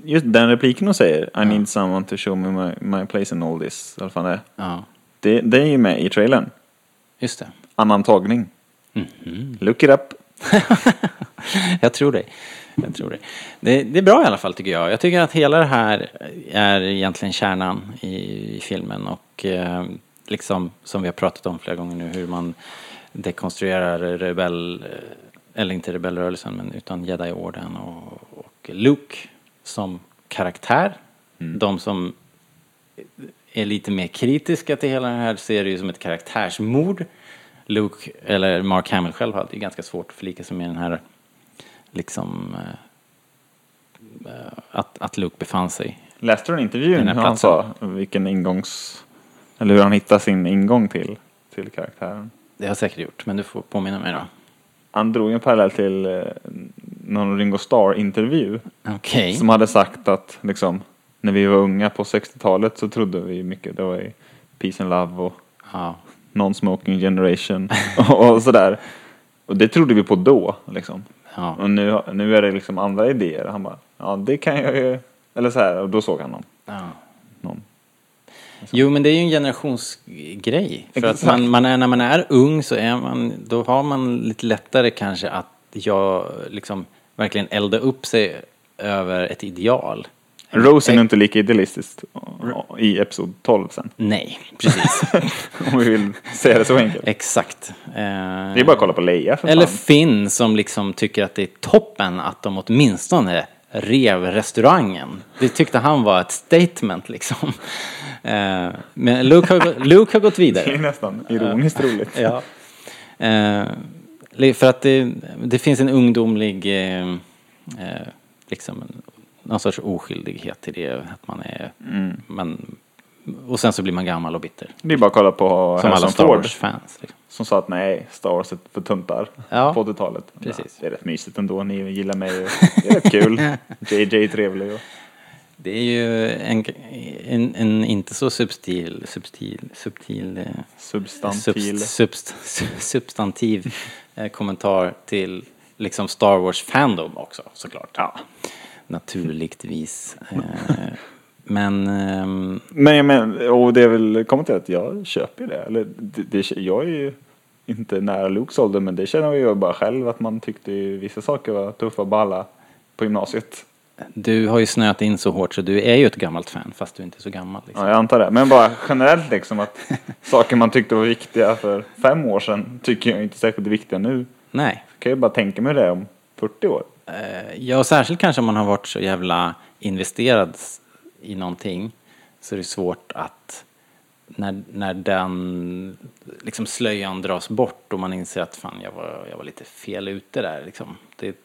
Just den repliken hon säger, I need someone to show me my, my place in all this, eller vad fan det är. ja, Det, det är ju med i trailern. just det. Annan tagning. Mhm. Look it up. jag tror dig. Jag tror dig. Det, det är bra i alla fall tycker jag. Jag tycker att hela det här är egentligen kärnan i, i filmen och eh, liksom som vi har pratat om flera gånger nu hur man dekonstruerar rebell, eh, eller inte rebellrörelsen men utan jedi-orden och, och Luke som karaktär. De som är lite mer kritiska till hela det här ser det ju som ett karaktärsmord. Luke, eller Mark Hamill själv, hade ju ganska svårt att förlika sig med den här liksom eh, eh, att, att Luke befann sig. Läste du den intervjun? Den här hur han sa platsen. vilken ingångs... Eller hur han hittar sin ingång till, till karaktären. Det har jag säkert gjort, men du får påminna mig då. Han drog en parallell till eh, någon Ringo Starr-intervju. Okej. Som hade sagt att liksom, när vi var unga på 60-talet så trodde vi mycket. Det var i peace and love och Ja. non-smoking generation och, och sådär. Och det trodde vi på då liksom. Ja. Och nu, nu är det liksom andra idéer. Han bara, ja det kan jag ju. Eller så här, och då såg han någon. ja. någon. Jo, men det är ju en generationsgrej. För att Exakt. man, man är, när man är ung så är man, då har man lite lättare kanske att jag liksom verkligen elda upp sig över ett ideal. eh, Rosen är inte lika idealistiskt i episod 12 sen. Nej, precis. Om vi vill säga det så enkelt. Exakt. Eh, Det är bara att kolla på Leia för Eller fan. Finn som liksom tycker att det är toppen att de åtminstone rev restaurangen. Det tyckte han var ett statement liksom. Eh, Men Luke har, gå- Luke har gått Det är vidare. nästan ironiskt roligt. Ja. Eh, li- För att det, det finns en ungdomlig, eh, eh, liksom en- någon sorts oskyldighet i det. Att man är, Mm. man, och sen så blir man gammal och bitter. Det är bara att kolla på Som alla Harrison Star Ford. Wars-fans. Liksom. Som sa att nej, Star Wars är för tuntar Ja. på 80-talet. Precis. Ja, Det är rätt mysigt ändå, ni gillar mig och det är rätt kul. JJ är trevlig och Det är ju en, en, en inte så substil, substil, subtil, eh, substantil. subst- subst- su- substantiv eh, kommentar till liksom Star Wars fandom också såklart. Ja. Naturligtvis. Eh, Men ehm, Men jag menar, och det är väl kommit till att jag köper ju det. Eller, det, det. Jag är ju inte nära Lukes ålder men det känner jag ju bara själv att man tyckte ju vissa saker var tuffa och balla på gymnasiet. du har ju snöat in så hårt så du är ju ett gammalt fan fast du är inte så gammal. Liksom. Ja, jag antar det. Men bara generellt liksom att saker man tyckte var viktiga för fem år sedan tycker jag inte är särskilt viktiga nu. Nej. Så kan jag ju bara tänka mig det om 40 år. Eh, Ja, och särskilt kanske om man har varit så jävla investerad s- i någonting så är det svårt att när, när den liksom slöjan dras bort och man inser att fan, jag var, jag var lite fel ute där liksom. Det,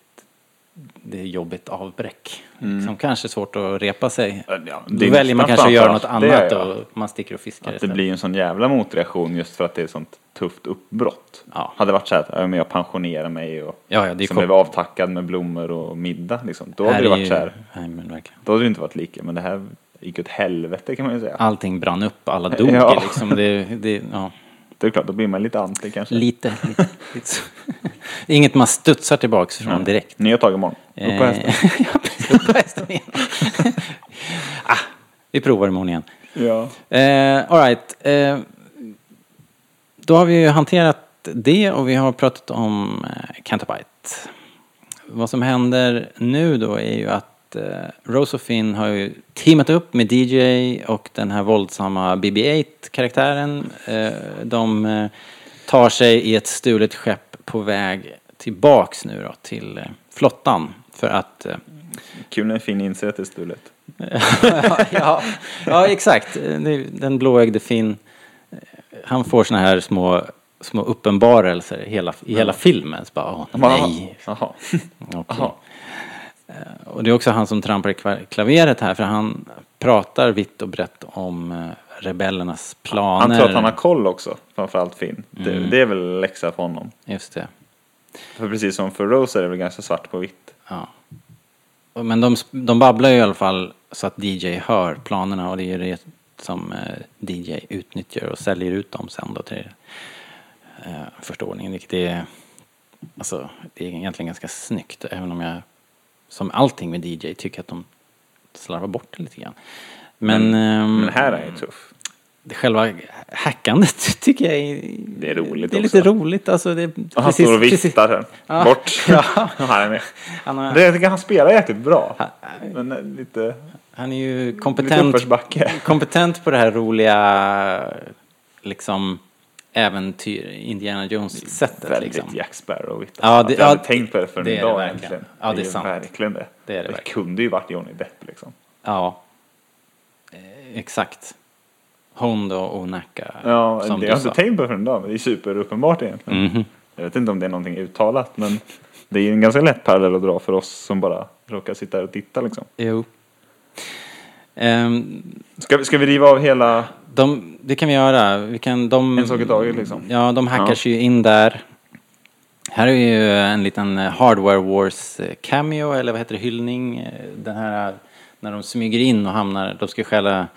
det är jobbigt avbräck. Liksom, kanske svårt att repa sig. Mm. Ja, det är Då väljer man nästan kanske att göra något framför allt det, annat ja. och man sticker och fiskar Att det blir en sån jävla motreaktion just för att det är ett sånt tufft uppbrott. Ja. Hade det varit så här att ja, men jag pensionerar mig och Ja, ja, det är sen kort- blev avtackad med blommor och middag liksom. Då Här hade det är varit ju- så här. Nej, men verkligen. Då hade det inte varit lika. Men det här gick åt helvete kan man ju säga. Allting brann upp, alla dog Ja. liksom. Det, det, ja. Det är klart, då blir man lite anti kanske. Lite. lite, lite så. Inget man studsar tillbaka från direkt. Nya tag imorgon. Upp på hästen. Eh, ja, precis, upp på hästen igen. ah, vi provar imorgon igen. Ja. Eh, all right. Eh, då har vi ju hanterat det och vi har pratat om eh, Cantabite. Vad som händer nu då är ju att eh, Rose och Finn har ju teamat upp med DJ och den här våldsamma BB-8-karaktären. Eh, de eh, tar sig i ett stulet skepp på väg tillbaks nu då till eh, flottan för att eh, Kul när Finn inser att det är stulet. ja, ja, exakt. Det är Den blåögde Finn, han får såna här små, små uppenbarelser i hela, i hela filmen. Så bara, åh, nej. Jaha. Okej. Eh, Och det är också han som trampar i kva- klaveret här, för han pratar vitt och brett om eh, rebellernas planer. Han tror att han har koll också, framförallt Finn. Det, Mm. det är väl läxa för honom. Just det. För precis som för Rose är det väl ganska svart på vitt. Ja. Och- Men de, sp- de babblar ju i alla fall så att DJ hör planerna och det är ju det som eh, DJ utnyttjar och säljer ut dem sen då till eh, förståningen. Vilket är, alltså, det är egentligen ganska snyggt även om jag som allting med DJ tycker att de slarvar bort det lite grann. Men, ehm, Men här är ju tuff. själva hackandet tycker jag är... Det är roligt Det är lite också. roligt alltså. Det är Och han står och viftar sen. Ja. Bort. Ja. Han är med. Han har- Det, jag tycker han spelar jäkligt bra. Men eh, lite... Han är ju Lite kompetent, uppförsbacke. kompetent på det här roliga liksom äventyr, Indiana Jones-sättet. Väldigt Liksom. Jack Sparrow. Ja, det- det, jag hade ja, tänkt på det för en det är det dag verkligen. egentligen. Ja, det är sant. verkligen det. Det är det det verkligen. kunde ju varit Johnny Depp liksom. Ja, Eh, exakt. Hondo och Nacka, Ja, som det du jag har sa. Mhm. inte tänkt på det för en dag, men det är superuppenbart egentligen. Jag vet inte om det är någonting uttalat, men det är ju en ganska lätt parallell att dra för oss som bara råkar sitta här och titta liksom. Jo. Ehm, Ska, vi- ska vi riva av hela... de, det kan vi göra. Vi kan, de, En sak i taget, liksom. Ja, de hackar Ja. sig ju in där. Här är ju en liten eh, Hardware Wars eh, cameo, eller vad heter det, hyllning. Eh, Den här eh, när de smyger in och hamnar, de ska stjäla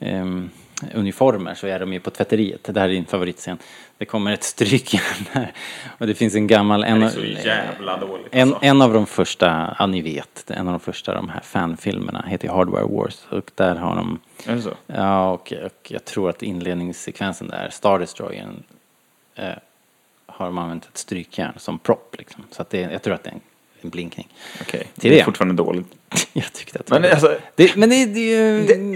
ehm, uniformer så är de ju på tvätteriet. Det här är din favoritscen. Det kommer ett strykjärn här och det finns en gammal... En, dåligt alltså. en, en av de första, ja ni vet, en av de första de här fanfilmerna heter ju Hardware Wars och där har de Är det så? Ja, och, och jag tror att inledningssekvensen där, Star Destroyern, eh, har de använt ett strykjärn som propp. Liksom. Så att det, jag tror att det är en, en blinkning. Okej, Till det det. är fortfarande dåligt. jag tyckte att det Men var- alltså, det, men det, det är ju... det är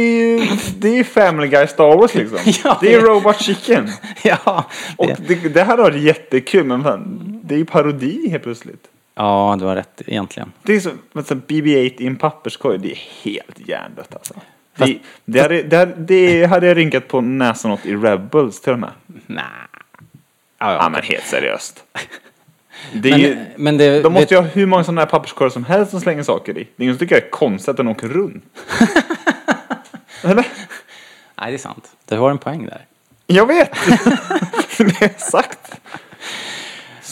ju det är ju Family Guy Star Wars liksom. Ja, det är det- Robot Chicken. ja, Och det, det, det här har varit jättekul, men fan, det är ju parodi helt plötsligt. ja, du har rätt egentligen. Det är som men så BB-8 i en papperskorg. Det är helt hjärndött alltså. Fast- det, det, hade, det, hade, det hade jag rynkat på näsan åt i Rebels till och med. Nej. Ja men helt seriöst. Det är Men, ju, men det... de måste det, ju ha hur många sådana här papperskorgar som helst som slänger saker i. Det är ingen som tycker det är konstigt att den åker runt. Eller? Nej, det är sant. Du har en poäng där. Jag vet! det är exakt.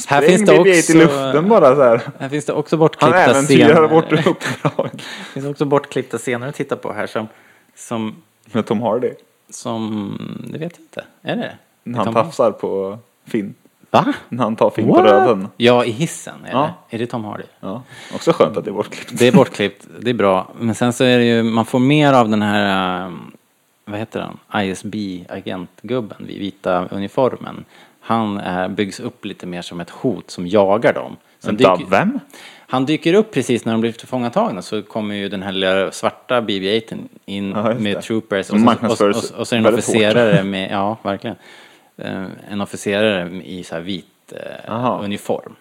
Här Spräng finns, det BB-8 också, i luften bara så här. här finns det också Han bortklippta äventyrar scener. vårt uppdrag. Det finns också bortklippta scener att titta på här som, som Med Tom Hardy. Som, det vet jag inte. Är det det? När han Tom- tafsar på Finn. Va? När han tar Finn på What? röven. Ja, i hissen. Är, Ja. det? är det Tom Hardy? Ja, också skönt att det är bortklippt. Det är bortklippt, det är bra. Men sen så är det ju, man får mer av den här, ehm, vad heter han, ISB-agentgubben vid vita uniformen. Han är, byggs upp lite mer som ett hot som jagar dem. Sen Vänta, dyker- vem? Han dyker upp precis när de blir tillfångatagna så kommer ju den här lilla svarta BB-8 in Ja, just det. med troopers och Som så, och, marknadsförs och, och så är det en väldigt hårt. officerare med, ja verkligen, Eh, en officerare i så här vit eh, Aha. uniform.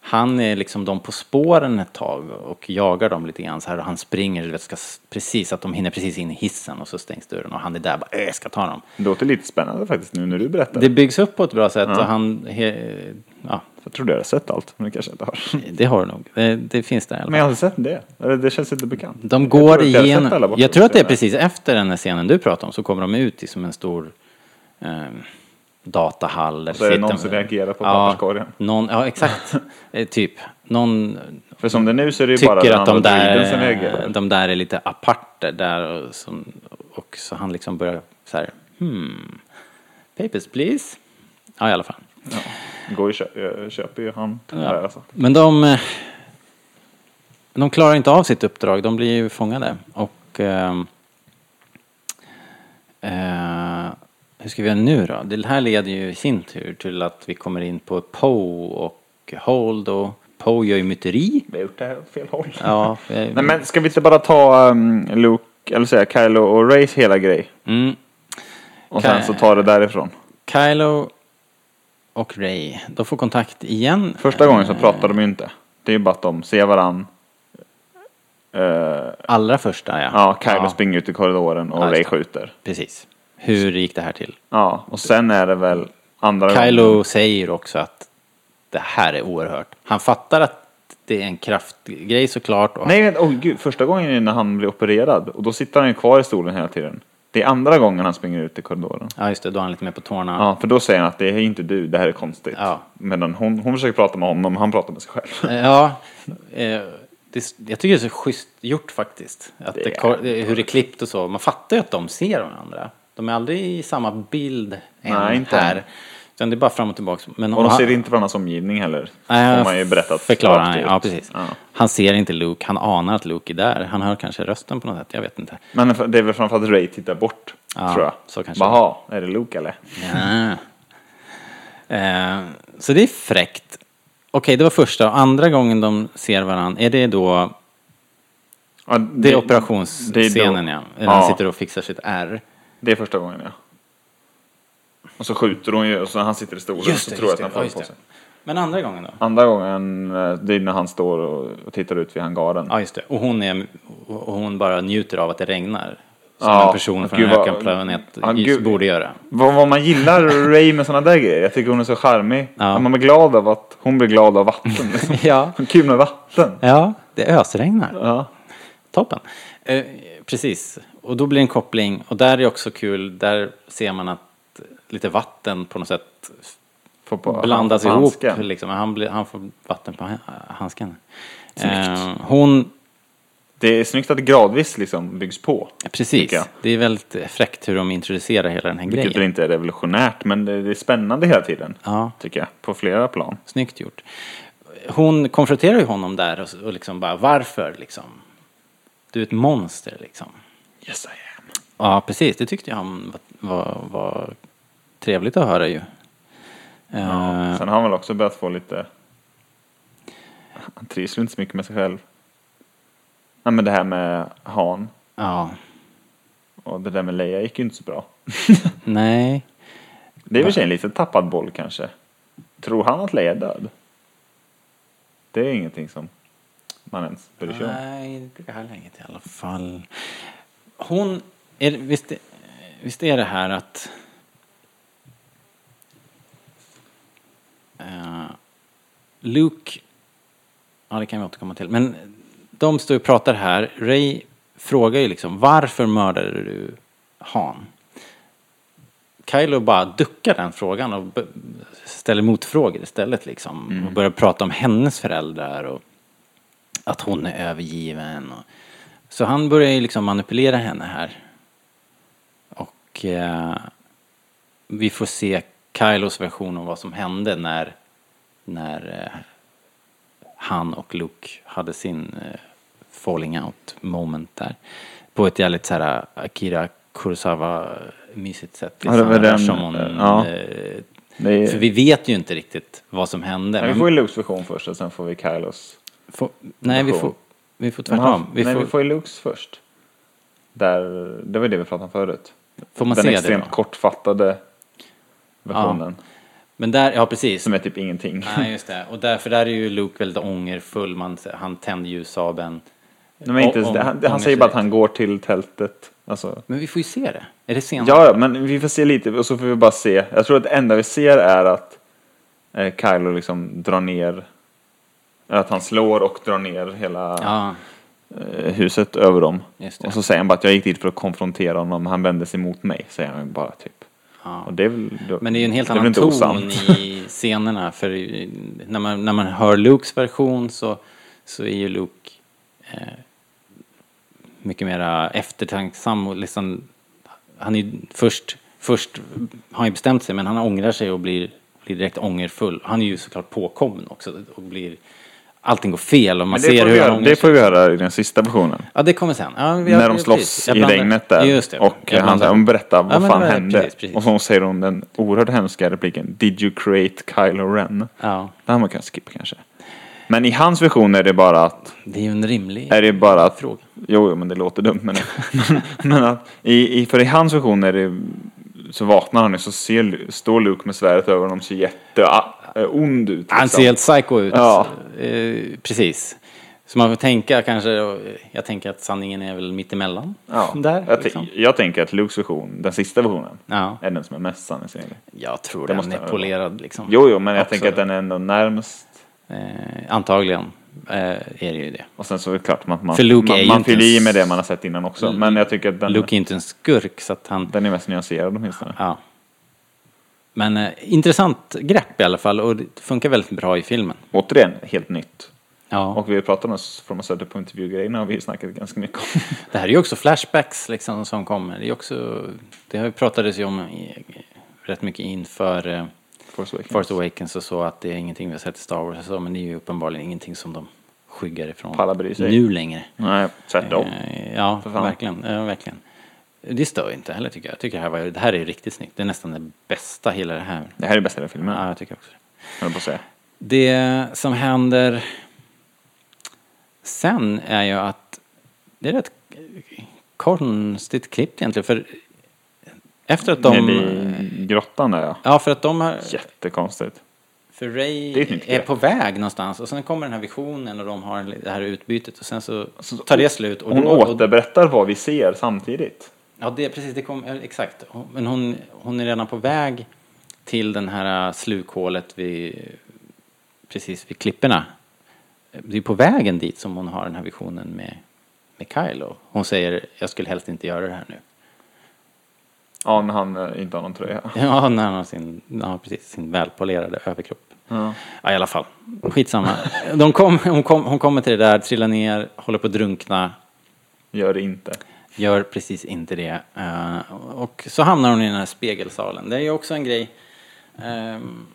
Han är liksom de på spåren ett tag och jagar dem lite grann så här och han springer, du vet, ska s- precis att de hinner precis in i hissen och så stängs dörren och han är där bara, "Äh, jag ska ta dem. Det låter lite spännande faktiskt nu när du berättar. Det byggs upp på ett bra sätt och han, he, ja, Jag trodde jag hade sett allt, men det kanske jag inte har. det har du nog, det, det finns där i alla fall. Men jag har aldrig sett det. Eller det känns inte bekant. De Jag tror går att jag har sett alla igenom, bortom jag tror att det är scenen. precis efter den här scenen du pratar om så kommer de ut i som en stor eh, datahall. Eller så är det sitter- någon som reagerar på ja, papperskorgen. Någon, ja, exakt. Eh, typ. Någon För som det är nu så är det ju bara tycker den att de andra bilden som där, reagerar. de där är lite aparter där och, som, och så han liksom börjar så här, hmm, papers please. Ja, i alla fall. Går ju, kö- eh, köper ju han. Ja. Där, alltså. Men de, eh, de klarar inte av sitt uppdrag, de blir ju fångade. Och... ehm, eh, hur ska vi göra nu då? Det här leder ju i sin tur till att vi kommer in på Poe och Hold och Poe gör ju myteri. Vi har gjort det här åt fel håll. Ja, eh, Nej men ska vi inte bara ta um, Luke, eller säga Kylo och Rays hela grej? mm, Och Ky- sen så ta det därifrån. Kylo och Ray, de får kontakt igen. Första gången så pratar de ju inte. Det är ju bara att de ser varann. Eh, Allra första ja. Ja, Kylo springer ut i korridoren och Ja, just Ray det. skjuter. Precis. Hur gick det här till? Ja, och sen är det väl andra Kylo säger också att det här är oerhört. Han fattar att det är en kraftgrej såklart. Och Nej, vänta, oh, gud, första gången är när han blir opererad och då sitter han ju kvar i stolen hela tiden. Det är andra gången han springer ut i korridoren. Ja, just det, då är han lite mer på tårna. Ja, för då säger han att det är inte du, det här är konstigt. Ja. Medan hon, hon försöker prata med honom, han pratar med sig själv. Ja, eh, det, jag tycker det är så schysst gjort faktiskt. Att det, Det är- kor- det- hur det är klippt och så. Man fattar ju att de ser varandra. De är aldrig i samma bild än Nej, inte här. än. Utan det är bara fram och tillbaka. Men Och de han- ser inte varandras omgivning heller. Nej, har man ju berättat. Förklarar rakt han, ut. ja precis. Ja. Han ser inte Luke, han anar att Luke är där. Han hör kanske rösten på något sätt, jag vet inte. Men det är väl framförallt att Ray tittar bort, Ja, tror jag. så kanske. Jaha, är det Luke eller? Ja. Eh, så det är fräckt. Okej, det var första. Och andra gången de ser varandra, är det då... Det är Ja, det är då- operationsscenen, ja. När han sitter och fixar sitt R. Det är första gången, ja. Och så skjuter hon ju, och så när han sitter i stolen så tror jag att han faller på sig. Men andra gången då? Andra gången, eh, det är när han står och och tittar ut vid hangaren. Ja, just det. Och hon, är, och hon bara njuter av att det regnar. Som Ja, en person från en gud vad- ökenplanet ja, gud. borde göra. Vad, vad man gillar Ray med sådana där grejer, jag tycker hon är så charmig. Ja. Man blir glad av att hon blir glad av vatten. liksom. Ja. Kul med vatten. Ja, det ösregnar. Ja. Toppen. Eh, precis. Och då blir det en koppling. Och där är också kul, där ser man att lite vatten på något sätt Får på- blandas på ihop. handsken. Liksom. Han, blir, han får vatten på ha- handsken. Eh, hon, Det är snyggt att det gradvis liksom byggs på. precis. Tycker jag. Det är väldigt fräckt hur de introducerar hela den här Vilket grejen. väl inte är revolutionärt, men det, det är spännande hela tiden. Ja. Tycker jag, på flera plan. Snyggt gjort. Hon konfronterar ju honom där och, och liksom bara varför liksom? Du är ett monster liksom. Yes I am. Ja, precis. Det tyckte jag han var, var, var trevligt att höra ju. Eh, Sen har han väl också börjat få lite... Han trivs väl inte så mycket med sig själv. Nej men det här med Han ja, och det där med Leia gick ju inte så bra. nej. Det är väl en lite tappad boll kanske. Tror han att Leia är död? Det är ingenting som man ens bryr sig om. Nej, inte i det här läget i alla fall. Hon, är, visst, visst är det här att... Eh, Luke, ja det kan vi återkomma till, men de står och pratar här. Ray frågar ju liksom varför mördade du Han? Kylo bara duckar den frågan och b- ställer motfrågor istället liksom. Mm. Och börjar prata om hennes föräldrar och att hon är övergiven. Och, så han börjar ju liksom manipulera henne här. Och eh, vi får se Kylos version av vad som hände när, när eh, han och Luke hade sin eh, falling out moment där. På ett jävligt så här eh, Akira Kurosawa-mysigt sätt. Ja, det var där den, som hon, eh, ja. eh, Det är... för vi vet ju inte riktigt vad som hände. Nej, vi men- får ju Lukes version först och sen får vi Kylos. Får- nej, vi version. får, vi får Jaha, tvärtom. Vi Nej, får, vi får ju Lukes först. Där, det var ju det vi pratade om förut. får man Den se det extremt då? kortfattade versionen. Men där, ja precis. Som är typ ingenting. Nej, just det. Och därför där är ju Luke väldigt ångerfull. Man, han tänder ljussabeln. Nej, men inte, ens det. han, han säger bara att han går till tältet. Alltså. Men vi får ju se det. Är det senare? Ja, ja, men vi får se lite och så får vi bara se. Jag tror att det enda vi ser är att eh, Kylo liksom drar ner, att han slår och drar ner hela Ja, eh, huset över dem. Just det. Och så säger han bara att jag gick dit för att konfrontera honom, han vände sig mot mig, säger han bara typ. Och det är väl, då- Men det är ju en helt väl annan inte ton osant. i scenerna. För i- när man, när man hör Lukes version så, så är ju Luke eh, mycket mera eftertänksam och liksom, han är ju först, först har han ju bestämt sig men han ångrar sig och blir, blir direkt ångerfull. Han är ju såklart påkommen också och blir, allting går fel och man Men det, ser får vi hur han göra, ångrar sig. det får vi göra i den sista versionen. Ja, det kommer sen. Ja, vi- när ja, de precis. slåss i Jag blandar- regnet där Just det. och Jag han, blandar- han berättar Ja, vad men fan det var- hände. precis, precis. Och så säger hon den oerhört hemska repliken Did you create Kylo Ren? Ja, Det här man kan skippa kanske. Men i hans version är det bara att... det är ju en rimlig... Är det bara att Fråga. Jo, jo, men det låter dumt. Men, men att, i, i, för i hans version är det, så vaknar han och så ser, Lu- står Luke med svärdet över honom ser jätteond ut. Han liksom. ser helt psycho ut. Ja. Eh, precis. Så man får tänka kanske, och jag tänker att sanningen är väl mittemellan. ja. Där, jag, liksom. t- jag tänker att Lukes version, den sista versionen, Ja. är den som är mest sanningsenlig. Jag tror Det den måste är den vara. polerad liksom. Jo, jo, men jag Absolut. tänker att den är ändå närmst Eh, antagligen. eh, är det ju det. Och sen så är det klart att man, För Luke är man, ju man inte fyller i ens- med det man har sett innan också. Men jag tycker att den, Luke är inte en skurk så att han... den är mest nyanserad åtminstone. Ja. Men eh, intressant grepp i alla fall och det funkar väldigt bra i filmen. Återigen, helt nytt. Ja. Och vi pratar om oss från oss på intervjugrejerna har vi snackat ganska mycket om. Det här är ju också flashbacks liksom som kommer. Det, är också, det har ju pratades ju om i, rätt mycket inför eh, Force Awakens. Force Awakens och så att det är ingenting vi har sett i Star Wars och så, men det är ju uppenbarligen ingenting som de skyggar Pallar ifrån bry sig. nu längre. Nej, tvärtom. Eh, Ja, För fan. verkligen, ja, verkligen. Det stör inte heller tycker jag. Jag tycker det här, var, det här är ju riktigt snyggt. Det är nästan det bästa hela det här. Det här är det bästa i den filmen, Ja, höll jag tycker också det. jag på att säga. Det som händer sen är ju att det är rätt konstigt klippt egentligen. För efter att de... Nere i grottan där ja. Ja, för att de har... Jättekonstigt. För Det är Ray ett nytt är grepp. på väg någonstans och sen kommer den här visionen och de har det här utbytet och sen så Så- tar det slut. Och Hon då, och, återberättar vad vi ser samtidigt. Ja, det, precis. Det kom, eh, exakt. Hon- Men hon, hon är redan på väg till den här eh, slukhålet vid, precis vid klipporna. Eh, Det är på vägen dit som hon har den här visionen med, med Kylo. Hon säger, jag skulle helst inte göra det här nu. Ja, när han eh, inte har någon tröja. Ja, när han har sin, när han har precis, sin välpolerade överkropp. Ja. Ja, i alla fall. Skitsamma. De kom, hon, kom, hon kommer till det där, trillar ner, håller på att drunkna. Gör det inte. Gör precis inte det. Eh, och så hamnar hon i den här spegelsalen. Det är ju också en grej ehm,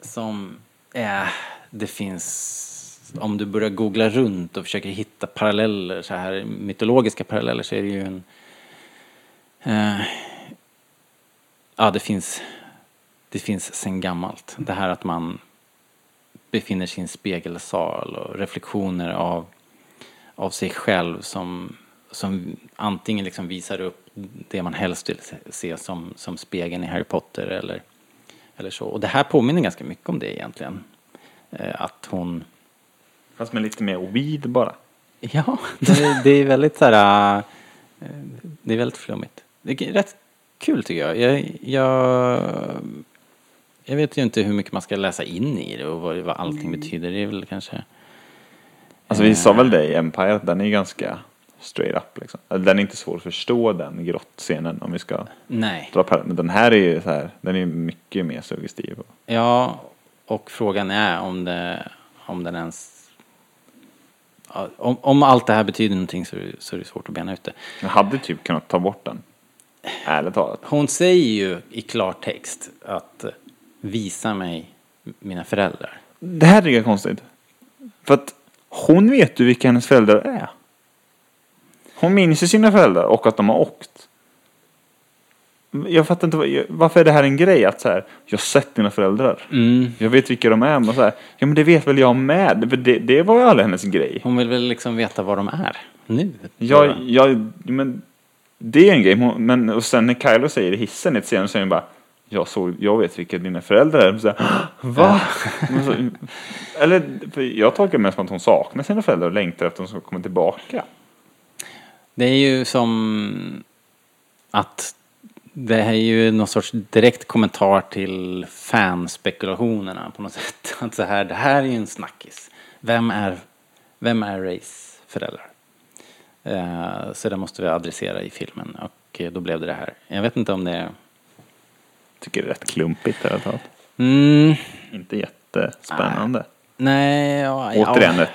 som är, det finns, om du börjar googla runt och försöker hitta paralleller, så här mytologiska paralleller, så är det ju en, eh, ja det finns, det finns sen gammalt. Det här att man befinner sig i en spegelsal och reflektioner av av sig själv som, som antingen liksom visar upp det man helst vill se- se som, som spegeln i Harry Potter eller, eller så. Och det här påminner ganska mycket om det egentligen. Eh, att hon... Fast med lite mer weed bara. Ja, det, det är väldigt så här... eh, Det är väldigt flummigt. Det är rätt kul tycker jag. Jag, jag, jag vet ju inte hur mycket man ska läsa in i det och vad, vad allting betyder. Det är väl kanske... Alltså Mm. vi sa väl det i Empire, att den är ganska straight up liksom. Eller, Den är inte svår att förstå den grottscenen om vi ska Nej. dra parallell. Men den här är ju så här, den är mycket mer suggestiv. Ja, och frågan är om, det, om den ens... ja, Om, om allt det här betyder någonting så, är det- så är det svårt att bena ut det. Jag hade typ kunnat ta bort den. Ärligt talat. Hon säger ju i klartext att eh, visa mig mina föräldrar. Det här tycker jag är konstigt. För att hon vet ju vilka hennes föräldrar är. Hon minns ju sina föräldrar och att de har åkt. Jag fattar inte, vad- jag- varför är det här en grej att så här, jag har sett dina föräldrar. Mm. Jag vet vilka de är, men så här, ja men det vet väl jag med. För det, det var ju aldrig hennes grej. Hon vill väl liksom veta var de är nu. Jag, jag, men det är en grej, hon- men och sen när Kylo säger det i hissen i ett senare så är hon bara jag, såg, jag vet vilka dina föräldrar är. Så här, Va? Men så, eller, för jag tolkar det mer som att hon saknar sina föräldrar och längtar efter att de ska komma tillbaka. Det är ju som att det här är ju någon sorts direkt kommentar till fanspekulationerna på något sätt. Att så här, det här är ju en snackis. Vem är, vem är Rays föräldrar? Eh, så det måste vi adressera i filmen och eh, då blev det det här. Jag vet inte om det är... Tycker det är rätt klumpigt i alla fall. Mm, Inte jättespännande. nej, ja, ja. Återigen ett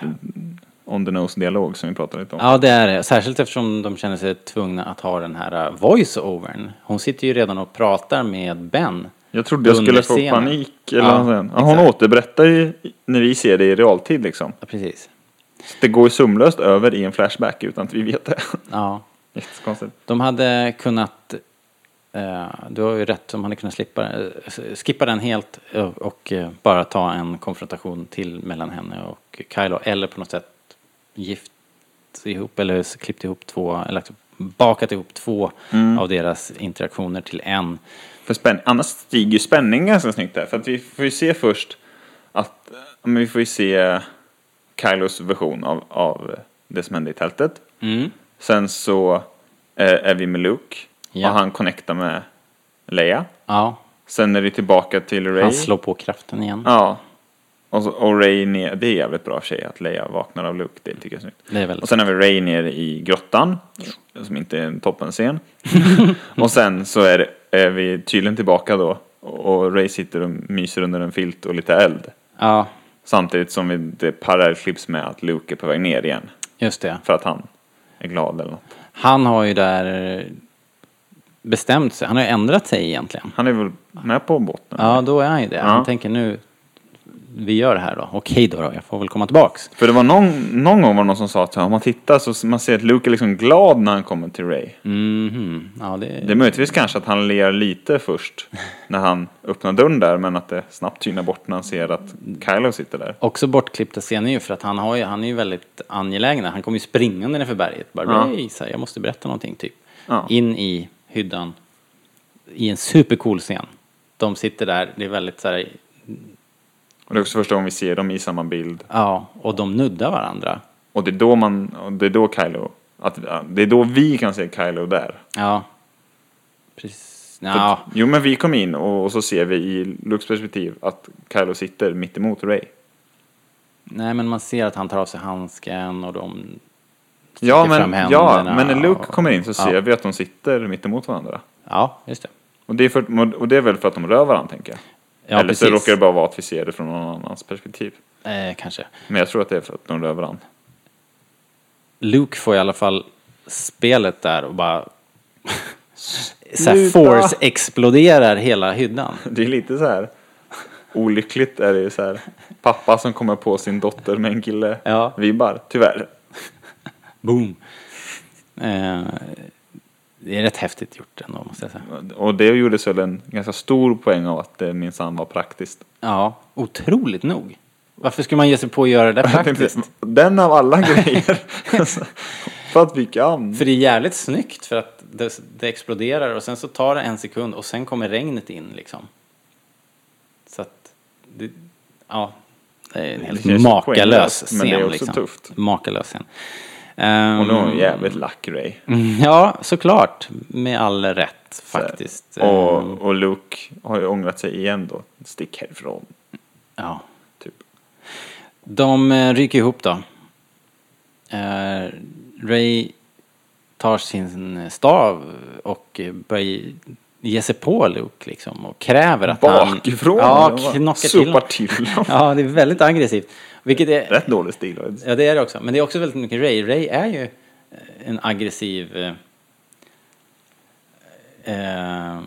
on the nose-dialog som vi pratade lite om. Ja, det är det. Särskilt eftersom de känner sig tvungna att ha den här eh, voice-overn. Hon sitter ju redan och pratar med Ben. Jag trodde jag skulle få Underscenen. panik. Eller Ja, vad säger man? hon återberättar ju när vi ser det i realtid liksom. Ja, precis. Så det går ju sömlöst över i en flashback utan att vi vet det. Ja. Jättekonstigt. De hade kunnat, eh, du har ju rätt, de hade kunnat slippa, eh, skippa den helt eh, och eh, bara ta en konfrontation till mellan henne och Kylo. Eller på något sätt gift ihop eller s- klippt ihop två, eller lagt- bakat ihop två Mm. av deras interaktioner till en. För spänn... Annars stiger ju spänningen ganska snyggt där. För att vi får ju se först att... ja, Men vi får ju se Kylos version av, av det som hände i tältet. Mm. Sen så eh, är vi med Luke. Ja. Och han connectar med Leia. Ja, Sen är det tillbaka till Ray. han slår på kraften igen. Ja. Och, så, och Ray ner, det är jävligt bra för sig att Leia vaknar av Luke, det tycker jag är snyggt. Det är väldigt Och sen har vi Ray ner i grottan, som inte är en toppenscen. och sen så är, det, är vi tydligen tillbaka då, och Ray sitter och myser under en filt och lite eld. Ja, Samtidigt som vi, det parallellklipps med att Luke är på väg ner igen, just det. för att han är glad eller något. Han har ju där bestämt sig. Han har ju ändrat sig egentligen. Han är väl med på båten? Ja, då är han ju det. Han tänker nu, vi gör det här då. Okej då, då jag får väl komma tillbaks. För det var någon, någon gång var det någon som sa att om man tittar så man ser att Luke är liksom glad när han kommer till Ray. Mhm. Ja, det, Det är möjligtvis kanske att han ler lite först när han öppnar dörren där men att det snabbt tynar bort när han ser att Kylo sitter där. Också bortklippta scener ju för att han, har ju, han är ju väldigt angelägen. där. Han kommer ju springande nerför berget. Bara, Ja. "Nej, så här, jag måste berätta någonting typ. Ja. In i hyddan. I en supercool scen. De sitter där, det är väldigt så här, Och det är också första gången vi ser dem i samma bild. ja, och de nuddar varandra. Och det är då man, och det är då Kylo, att, det är då vi kan se Kylo där. Ja. Precis. Ja. Jo men vi kom in och, och så ser vi i Lukes perspektiv att Kylo sitter mitt emot Ray. Nej, men man ser att han tar av sig handsken och de... Ja fram men, händerna ja men när Luke och- kommer in så ser Ja. vi att de sitter mitt emot varandra. Ja, just det. Och det, är för, och det är väl för att de rör varandra tänker jag. Ja, Eller så precis. råkar det bara vara att vi ser det från någon annans perspektiv. Eh, kanske. Men jag tror att det är för att de rör varandra. Luke får i alla fall spelet där och bara... så här Sluta! force exploderar hela hyddan. Det är lite så här olyckligt är det ju så här. Pappa som kommer på sin dotter med en kille Ja. vibbar, tyvärr. Boom! Eh, det är rätt häftigt gjort ändå, måste jag säga. Och det gjordes väl en ganska stor poäng av att det minsann var praktiskt. Ja, otroligt nog. Varför skulle man ge sig på att göra det där praktiskt? Den av alla grejer. för att vi kan. För det är jävligt snyggt för att det, det exploderar och sen så tar det en sekund och sen kommer regnet in liksom. Så att, det, ja, det är en Det känns helt makalös poänglöst, men det är scen också liksom. tufft. Makalös scen. Ehm, Och nu är hon jävligt lack Ray. Ja, såklart. Med all rätt faktiskt. Och, Ehm, och Luke har ju ångrat sig igen då. Stick härifrån. Ja. Typ. De eh, ryker ihop då. Eh, Ray tar sin eh, stav och eh, börjar ge sig på Luke liksom och kräver att han... Bakifrån? Ja, eller vad? knockar till Sopar honom. till honom. Ja, det är väldigt aggressivt. Vilket är... Rätt dålig stil. Ja, det är det också. Men det är också väldigt mycket Ray. Ray är ju eh, en aggressiv... eh, Eh,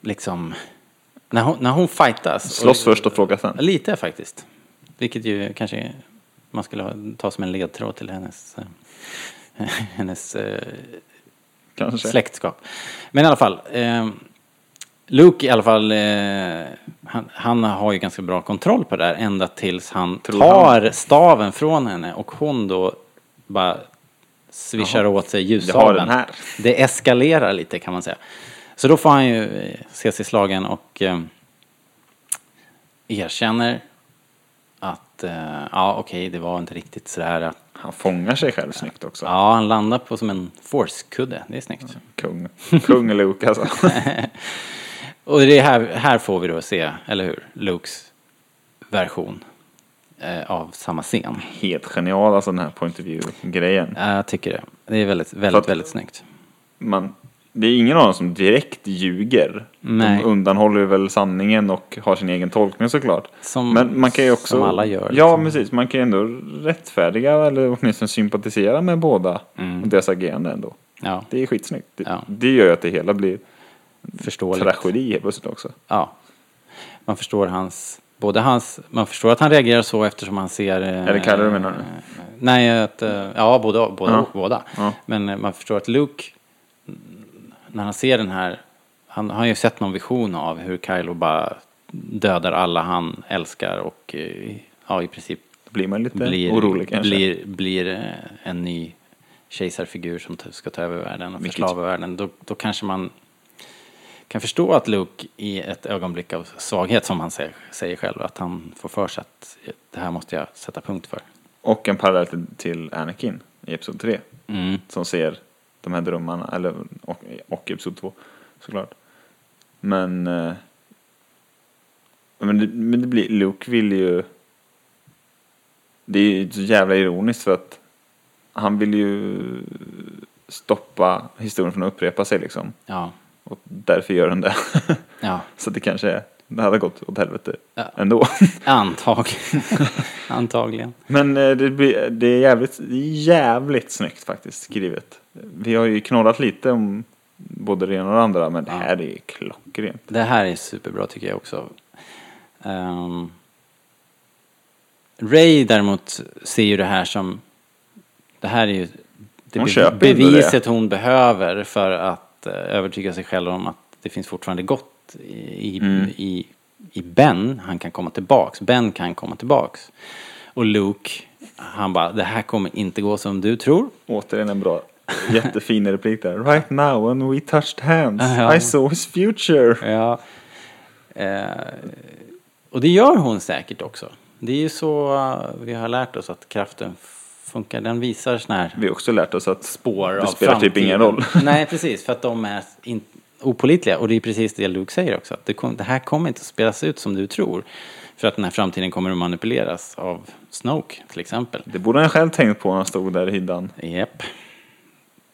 liksom... När hon, när hon fightas... Slåss först och fråga sen. Ja, Lite faktiskt. Vilket ju kanske man skulle ha, ta som en ledtråd till hennes, eh, hennes eh, Kanske. släktskap. Men i alla fall. Eh, Luke i alla fall, eh, han, han har ju ganska bra kontroll på det där ända tills han Tror tar staven från henne och hon då bara swishar åt sig Jag har den ljussabeln. här. Det eskalerar lite kan man säga. Så då får han ju eh, se sig slagen och eh, erkänner att eh, ja okej det var inte riktigt sådär att Han fångar sig själv snyggt också. ja han landar på som en force-kudde, det är snyggt. Mm. Kung. Kung Luke alltså. Och det är här, här får vi då se, eller hur, Lukes version eh, av samma scen. Helt genial alltså den här point of view-grejen. Ja, Jag tycker det. Det är väldigt, För väldigt, att- väldigt snyggt. Man, det är ingen av dem som direkt ljuger. Nej. De undanhåller väl sanningen och har sin egen tolkning såklart. Som- Men man kan ju också... som alla gör, Ja, liksom. precis. Man kan ju ändå rättfärdiga eller åtminstone sympatisera med båda och deras agerande ändå. Ja, Det är skitsnyggt. Det, Mm. Ja. det gör ju att det hela blir förståeligt. tragedi helt plötsligt också. Ja. Man förstår hans, både hans, man förstår att han reagerar så eftersom han ser... eh, Är det Kylo du menar nu? Nej, att, eh, ja, båda. båda, Ja. båda. Ja. Men eh, man förstår att Luke, mm, när han ser den här, han har ju sett någon vision av hur Kylo bara dödar alla han älskar och eh, ja, i princip Då blir man lite blir, orolig kanske. blir, blir eh, en ny kejsarfigur som t- ska ta över världen och Vilket- förslava världen, då, då kanske man kan förstå att Luke i ett ögonblick av svaghet, som han säger, säger själv, att han får för sig att eh, det här måste jag sätta punkt för. Och en parallell till, till Anakin i Episod 3. Mm. Som ser de här drömmarna, eller, och, och Episod 2 såklart. Men eh, Men det, men det blir, Luke vill ju... Det är ju så jävla ironiskt för att han vill ju stoppa historien från att upprepa sig liksom. Ja. Och därför gör han det. Ja. så det kanske är, det hade gått åt helvete Ja. ändå. Antag. Antagligen. Men eh, det, blir, det är jävligt, jävligt snyggt faktiskt skrivet. Vi har ju knorrat lite om både det ena och det andra men det Ja. här är klockrent. Det här är superbra tycker jag också. Ehm, Ray däremot ser ju det här som... Det här är ju det Hon be- köper ju ändå beviset hon behöver för att eh, övertyga sig själv om att det finns fortfarande gott i, Mm. i, i Ben. Han kan komma tillbaks. Ben kan komma tillbaks. Och Luke, han bara, det här kommer inte gå som du tror. Återigen en bra, jättefin replik där. Right now when we touched hands Ja. I saw his future. Ja. Eh, och det gör hon säkert också. Det är ju så eh, vi har lärt oss att kraften funkar. Den visar sådana här Vi har också lärt oss att spår av det spelar typ framtiden. ingen roll. Nej, precis. För att de är in, opolitliga. Och det är precis det Luke säger också. Att det, kom, det här kommer inte att spelas ut som du tror. För att den här framtiden kommer att manipuleras av Snoke till exempel. Det borde han själv tänkt på när han stod där i hyddan. Japp.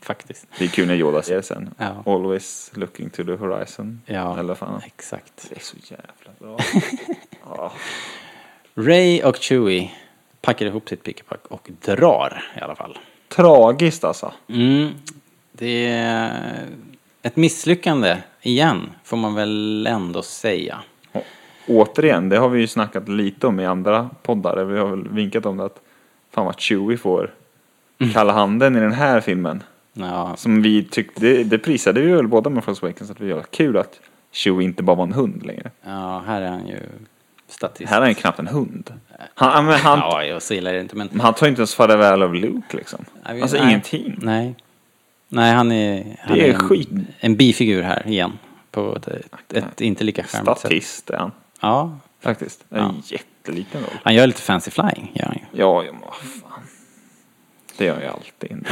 Faktiskt. Det är kul när Yoda säger sen. Ja. Always looking to the horizon. Ja, Eller fan. exakt. Det är så jävla bra. Ja. Ray och Chewie packar ihop sitt pick-pack och drar i alla fall. Tragiskt alltså. Mm. Det är ett misslyckande igen, får man väl ändå säga. Och återigen, det har vi ju snackat lite om i andra poddar. Vi har väl vinkat om det att fan vad Chewie får Mm. kalla handen i den här filmen. Ja, Som vi tyckte, det, det prisade vi väl båda med Force Awakens att vi var kul att Chewie inte bara var en hund längre. ja här är han ju statist. Här är han knappt en hund. Han, han, men han, Ja, jag så illa är det inte, men... men han tar ju inte ens farväl av Luke liksom. Nej, vi- Mm. Alltså nej. ingenting. Nej. Nej, han är... Han är en, skit. En bifigur här igen. På ett, ett, ett inte lika charmigt sätt. Statist är han Ja. faktiskt. En jätteliten roll. Han gör lite fancy flying, gör han ju. Ja, ja men vad fan. Det gör jag alltid. ändå.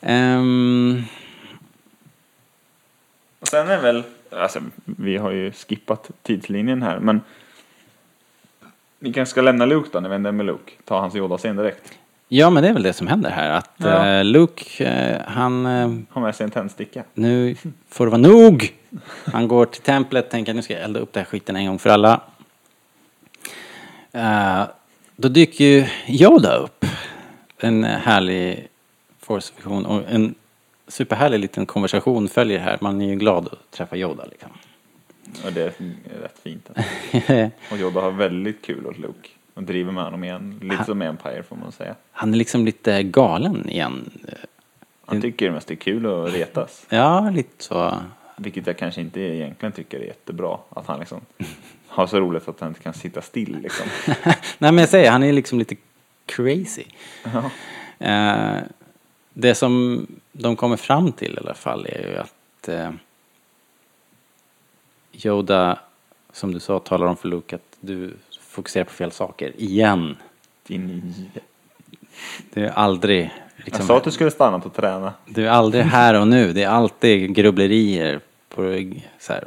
Ehm, Och sen är väl, alltså vi har ju skippat tidslinjen här men vi kanske ska lämna Luke då, när vi ändå är med Luke. Ta hans Yoda-scen direkt. ja, men det är väl det som händer här. Att Ja. eh, Luke, eh, han... eh, Ha med sig en tändsticka. nu får det vara nog! Han går till templet, tänker nu ska jag elda upp den här skiten en gång för alla. Eh, då dyker ju Yoda upp. En eh, härlig force-vision och en superhärlig liten konversation följer här. Man är ju glad att träffa Yoda liksom. Och det är rätt fint. Alltså. Och Yoda har väldigt kul åt Luke. Och driver med honom igen. Lite som Empire får man säga. Han är liksom lite galen igen. Han tycker det mest är kul att retas. Ja, lite så. Vilket jag kanske inte egentligen tycker är jättebra. Att han liksom har så roligt att han inte kan sitta still liksom. Nej men jag säger, han är liksom lite crazy. Eh, det som de kommer fram till i alla fall är ju att eh, Yoda, som du sa, talar om för Luke att du fokuserar på fel saker igen. Din... Det är aldrig, Jag sa liksom, att du skulle stanna och träna. du är aldrig här och nu, det är alltid grubblerier. På, så här,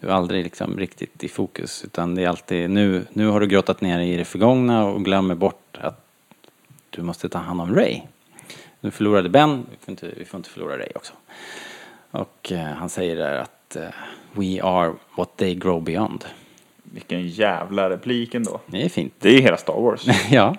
du är aldrig liksom riktigt i fokus utan det är alltid nu, nu har du grottat ner dig i det förgångna och glömmer bort att du måste ta hand om Ray. Du förlorade Ben, vi får inte, vi får inte förlora Ray också. Och eh, han säger där att eh, we are what they grow beyond. Vilken jävla replik ändå. Det är fint. Det är ju hela Star Wars. ja.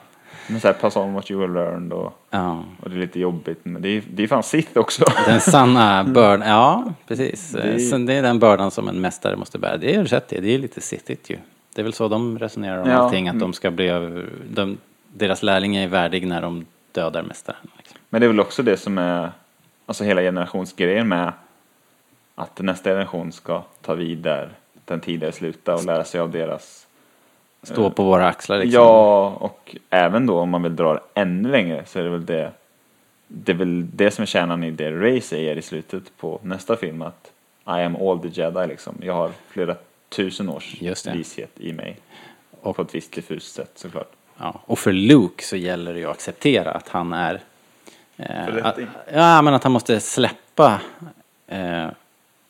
Men så här, pass on what you have learned och, ja. och det är lite jobbigt. Men det är, det är fan Sith också. Den sanna bördan, ja precis. Mm. Det- Sen det är den bördan som en mästare måste bära. Det är ju rätt i, det är ju lite sittigt ju. Det är väl så de resonerar om Ja, allting, att mm. de ska bli, över- de, deras lärling är värdig när de dödar mästaren. Liksom. Men det är väl också det som är alltså hela generationsgrejen med att nästa generation ska ta vid där den tidigare slutade och lära sig av deras Stå på våra axlar liksom. Mm. Ja, och även då om man vill dra det ännu längre så är det väl det det är väl det som är kärnan i det Ray säger i slutet på nästa film att I am all the jedi liksom. Jag har flera tusen års Just det. vishet i mig. Och- Och på ett visst diffust sätt såklart. Ja. Och för Luke så gäller det ju att acceptera att han är... Eh, att, Förrättning. ja, men att han måste släppa eh,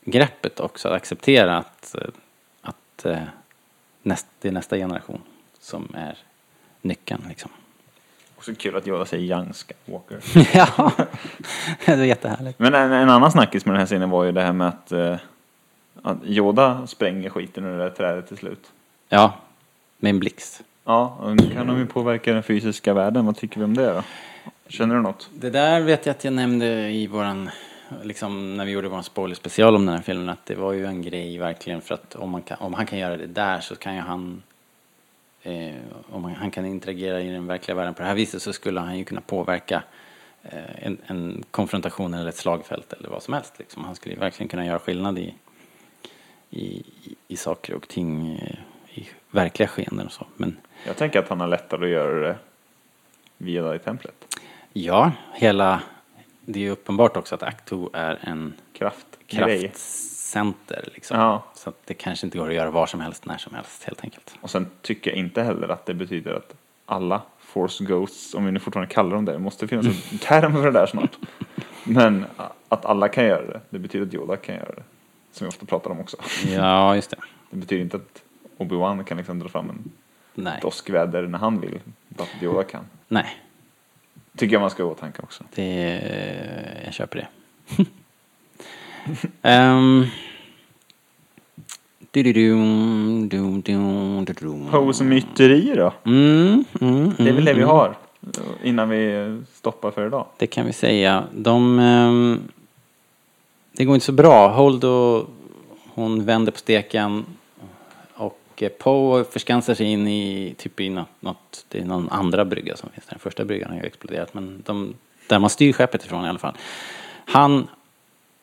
greppet också, att acceptera att, eh, att eh, näst, det är nästa generation som är nyckeln liksom. Också kul att Yoda säger Young Skywalker. ja, det är jättehärligt. Men en, en annan snackis med den här scenen var ju det här med att, eh, att Yoda spränger skiten ur det där trädet till slut. Ja, med en blixt. Ja, och nu kan de ju påverka den fysiska världen. Vad tycker vi om det då? Känner du något? Det där vet jag att jag nämnde i våran, liksom när vi gjorde våran spoiler-special om den här filmen, att det var ju en grej verkligen för att om, man kan, om han kan göra det där så kan ju han, eh, om han- han kan interagera i den verkliga världen på det här viset så skulle han ju kunna påverka eh, en, en konfrontation eller ett slagfält eller vad som helst. Liksom. Han skulle ju verkligen kunna göra skillnad i, i, i- i saker och ting, eh, i verkliga skeenden och så. Men, Jag tänker att han har lättare att göra det via det i templet. Ja, hela... Det är ju uppenbart också att Acto är en Kraft. Grej. kraftcenter. Liksom. Ja. Så att det kanske inte går att göra var som helst, när som helst helt enkelt. Och sen tycker jag inte heller att det betyder att alla Force Ghosts, om vi nu fortfarande kallar dem det, det måste finnas Mm. en term för det där snart. Men att alla kan göra det, det betyder att Yoda kan göra det. Som vi ofta pratar om också. Ja, just det. Det betyder inte att Obi-Wan kan liksom dra fram en Nej. doskväder när han vill. Bara för att Yoda kan. Nej, Tycker jag man ska ha i åtanke också. det... Jag köper det. Ehm. Du-du-dum, du-dum, du-dum. Pose myteri då? Mm, mm, Det är väl det vi mm. har innan vi stoppar för idag. Det kan vi säga. De, ehm, det går inte så bra. Holdo, hon vänder på steken. Och eh, Poe förskansar sig in i, typ i något, något, det är någon andra brygga som finns. Den första bryggan har ju exploderat. Men de, där man styr skeppet ifrån i alla fall. Han,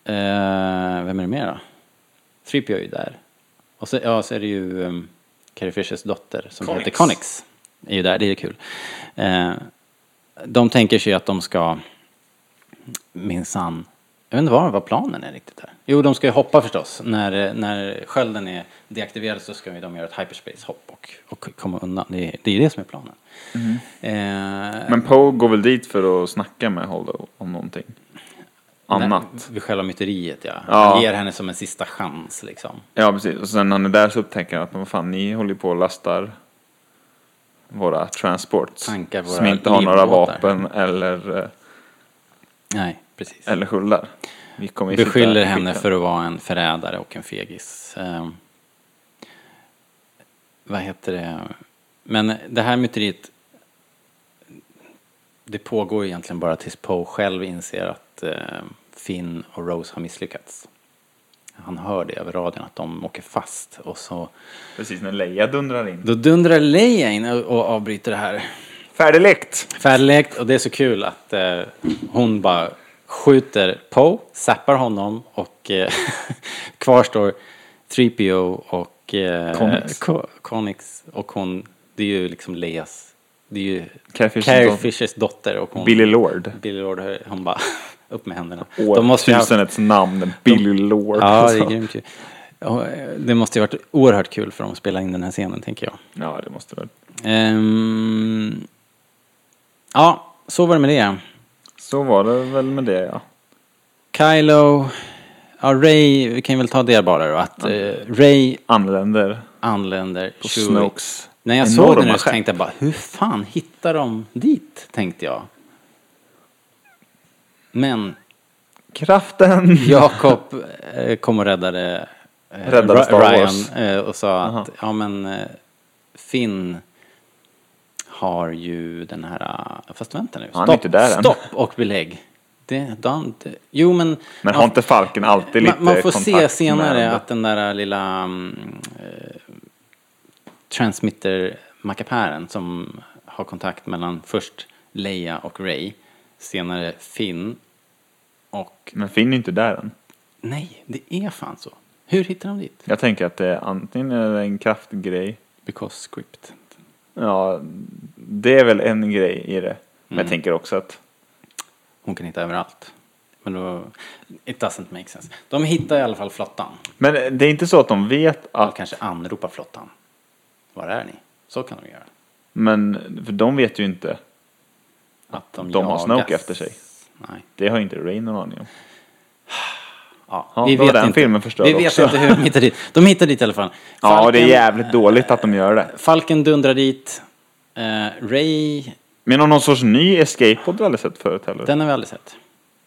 eh, vem är det mer då? 3PO är ju där. Och så, ja, så är det ju ehm, Carrie Fishers dotter som Connix. heter Connix. Är ju där, det är ju kul. Eh, de tänker sig att de ska minsann... Jag vet inte vad, vad planen är riktigt där. Jo, de ska ju hoppa förstås. När, när skölden är deaktiverad så ska ju de göra ett hyperspace-hopp och, och komma undan. Det är, det är det som är planen. Eh, Mhm. Men Poe går väl dit för att snacka med Holdo om någonting annat. när- Vid själva myteriet, ja. Ja. Han ger henne som en sista chans, liksom. Ja, precis. Och sen när han är där så upptäcker han att men vad fan, ni håller ju på och lastar våra transports. Tankar våra som inte har några livbåtar. vapen eller, eh, Nej, precis. eller sköldar. Vi kommer ju sitta beskyller i henne skiten. för att vara en förrädare och en fegis. Eh, vad heter det? Men det här myteriet, det pågår egentligen bara tills Poe själv inser att eh, Finn och Rose har misslyckats. Han hör det över radion att de åker fast och så Precis när Leia dundrar in. då dundrar Leia in och, och avbryter det här Färdiglekt! färdlekt och det är så kul att eh, hon bara skjuter Poe, zappar honom och eh, kvar står 3PO och eh, Connix. Co- Connix och hon, det är ju liksom Leas, det är ju Carrie Fishers Carrie dotter. Fishers dotter och hon, Billy Lord. Billy Lord, hon bara upp med händerna. ju ha haft- Årtusendets namn, Billy Lord. Ja, det alltså. är grymt ju. Och, eh, Det måste ju varit oerhört kul för dem att spela in den här scenen, tänker jag. ja, det måste vara. Ehm, ja, så var det med det. Så var det väl med det, ja. Kylo, ja, Ray, vi kan väl ta det bara då, att eh, Ray Anländer anländer på Chewie. Snokes När jag enorma såg den nu så skepp. tänkte jag bara, hur fan hittar de dit? Tänkte jag. Men Kraften! Jakob eh, kom och räddade, eh, Räddade Ra- Star Wars. Ryan eh, och sa att ja, men, eh, Finn har ju den här... eh, Fast vänta nu. Han är inte där än. stopp och belägg. Det, de, det, jo, men... Men har inte Falken alltid lite man, man får kontakt se med senare varandra? att den där äh, lilla mm, eh, transmitter-mackapären som har kontakt mellan först Leia och Ray, senare Finn och Men Finn är inte där än. Nej, det är fan så. Hur hittar de dit? Jag tänker att det är antingen är det en kraftgrej. Because script. Ja, det är väl en grej i det. Men jag tänker också att Hon kan hitta överallt. Men då... It doesn't make sense. De hittar i alla fall flottan. Men det är inte så att de vet De att... kanske anropar flottan. Var är ni? Så kan de göra. Men för de vet ju inte. Att de, De har jagas. Snoke efter sig. Nej. Det har ju inte Ray någon aning om. Ja, Ja, vi då var vet den inte. filmen förstörd Vi vet också. inte hur de hittar dit. De hittar dit i alla fall. Ja, det är Falken- jävligt dåligt att de gör det. Falken dundrar dit. Eh, Ray, Men om någon sorts ny escape pod du aldrig sett förut heller? den har vi aldrig sett.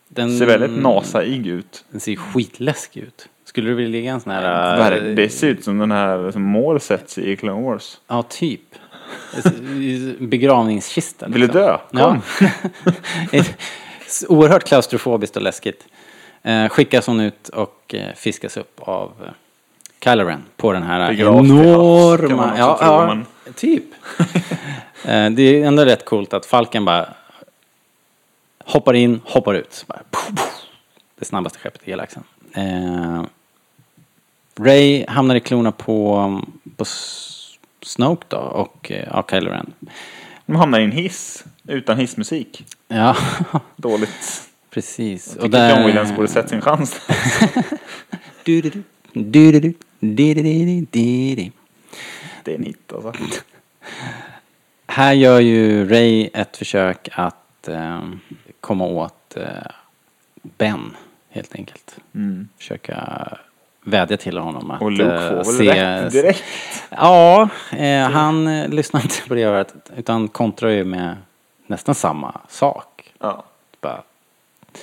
Den ser väldigt nasaig ut. Den ser skitläskig ut. Skulle du vilja ligga i en sån här... Ver- eh, Det ser ut som den här som Maul sätts i i Clone Wars. Ja, typ. Begravningskista. Vill du dö? Kom. Ja. Oerhört klaustrofobiskt och läskigt. Eh, skickas hon ut och eh, fiskas upp av eh, Kylo Ren på den här Begravd till havs, kan man enorma... också Ja, tro, ja, men- typ. eh, det är ändå rätt coolt att Falken bara hoppar in, hoppar ut. Bara, puff, puff. Det snabbaste skeppet i hela axeln. Eh, Ray hamnar i klorna på, på S- Snoke då och eh, ja, Kylo Ren. De hamnar i en hiss utan hissmusik. Ja, Dåligt. precis. Och där... John Williams borde sett sin chans. Du-du-du, du-du-du, di-di-di-di, di-di. Det är en hit alltså. Här gör ju Ray ett försök att eh, komma åt eh, Ben, helt enkelt. Mm. Försöka vädja till honom att Och Luke eh, får väl se- rätt direkt. Ja, eh, han eh, lyssnar inte på det örat utan kontrar ju med nästan samma sak. Ja, Bara,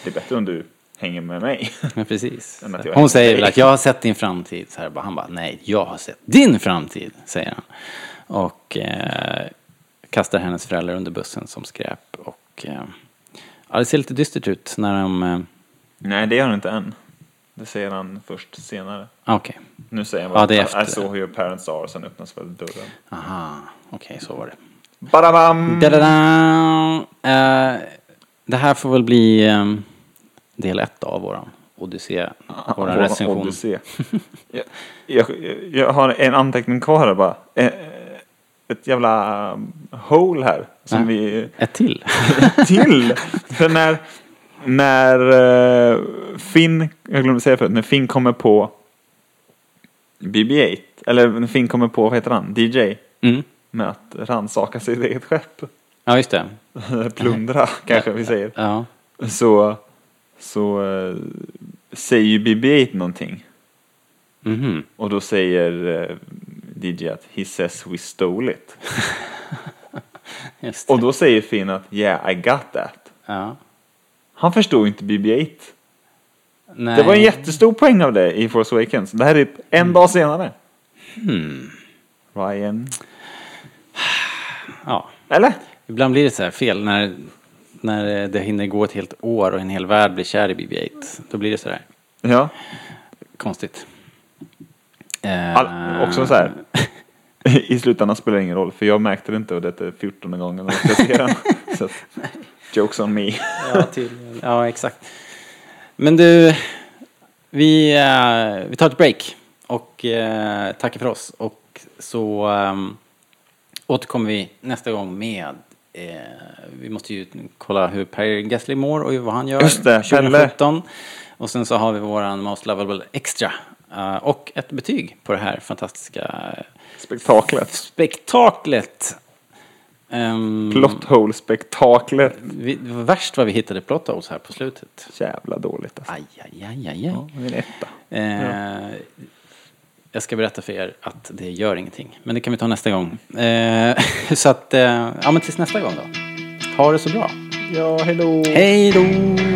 det är bättre om du hänger med mig. men precis. Men att jag Hon är säger väl gay. att jag har sett din framtid. Så här, bara, han bara, nej, jag har sett din framtid, säger han. Och eh, kastar hennes föräldrar under bussen som skräp. Och eh, ja, det ser lite dystert ut när de... Eh, Nej, det gör han inte än. Det säger han först senare. ah, Okej, Nu säger han Ja, det är bara efter. I saw who your parents are, sen öppnas väl dörren. aha, okej, så var det. Badabam! Da-da-da! Eh, det här får väl bli eh, del ett av våran Odyssé, våran Vår recension. odyssé. jag, jag, jag har en anteckning kvar här bara. Eh, Ett jävla um, hål här. Som Ja. vi... Ett till. Till! För när... När eh, Finn... Jag glömde säga förut. När Finn kommer på... BB-8. Eller när Finn kommer på, vad heter han? DJ. Mm. Med att rannsaka sitt eget skepp. Ja, just det. Plundra, kanske vi säger. Ja. Så... Så... eh, säger ju BB-8 någonting. Mhm. Och då säger eh, DJ att he says we stole it. Just det. Och då säger Finn att yeah I got that. ja. Han förstod inte BB-8. Nej. Mm. Det var en jättestor poäng av det i Force Awakens. Det här är en dag senare. Hmm. Ryan. ja. Eller? Ibland blir det så här fel när, när det hinner gå ett helt år och en hel värld blir kär i BB-8. Då blir det så där Ja. konstigt. Eh, All, också så här. I slutändan spelar det ingen roll för jag märkte det inte och detta är 14 gången jag ska se den. Så att, jokes on me. Ja, tydligen. Ja, exakt. Men du, vi, eh, vi tar ett break och eh, tackar för oss. Och så um, återkommer vi nästa gång med eh, vi måste ju kolla hur Per Gessle mår och vad han gör Just det, Pelle. 2017. Och sen så har vi våran Most Lovable Extra eh, och ett betyg på det här fantastiska Spektaklet. spektaklet. Ehm, Plot hole spektaklet. vi, det var värst vad vi hittade plot holes här på slutet. Jävla dåligt alltså. Aj, aj, aj, aj, aj. Det är en etta. Eh, jag ska berätta för er att det gör ingenting. Men det kan vi ta nästa gång. Eh, så att, eh, ja men tills nästa gång då. Ha det så bra. Ja, hello. Hej då!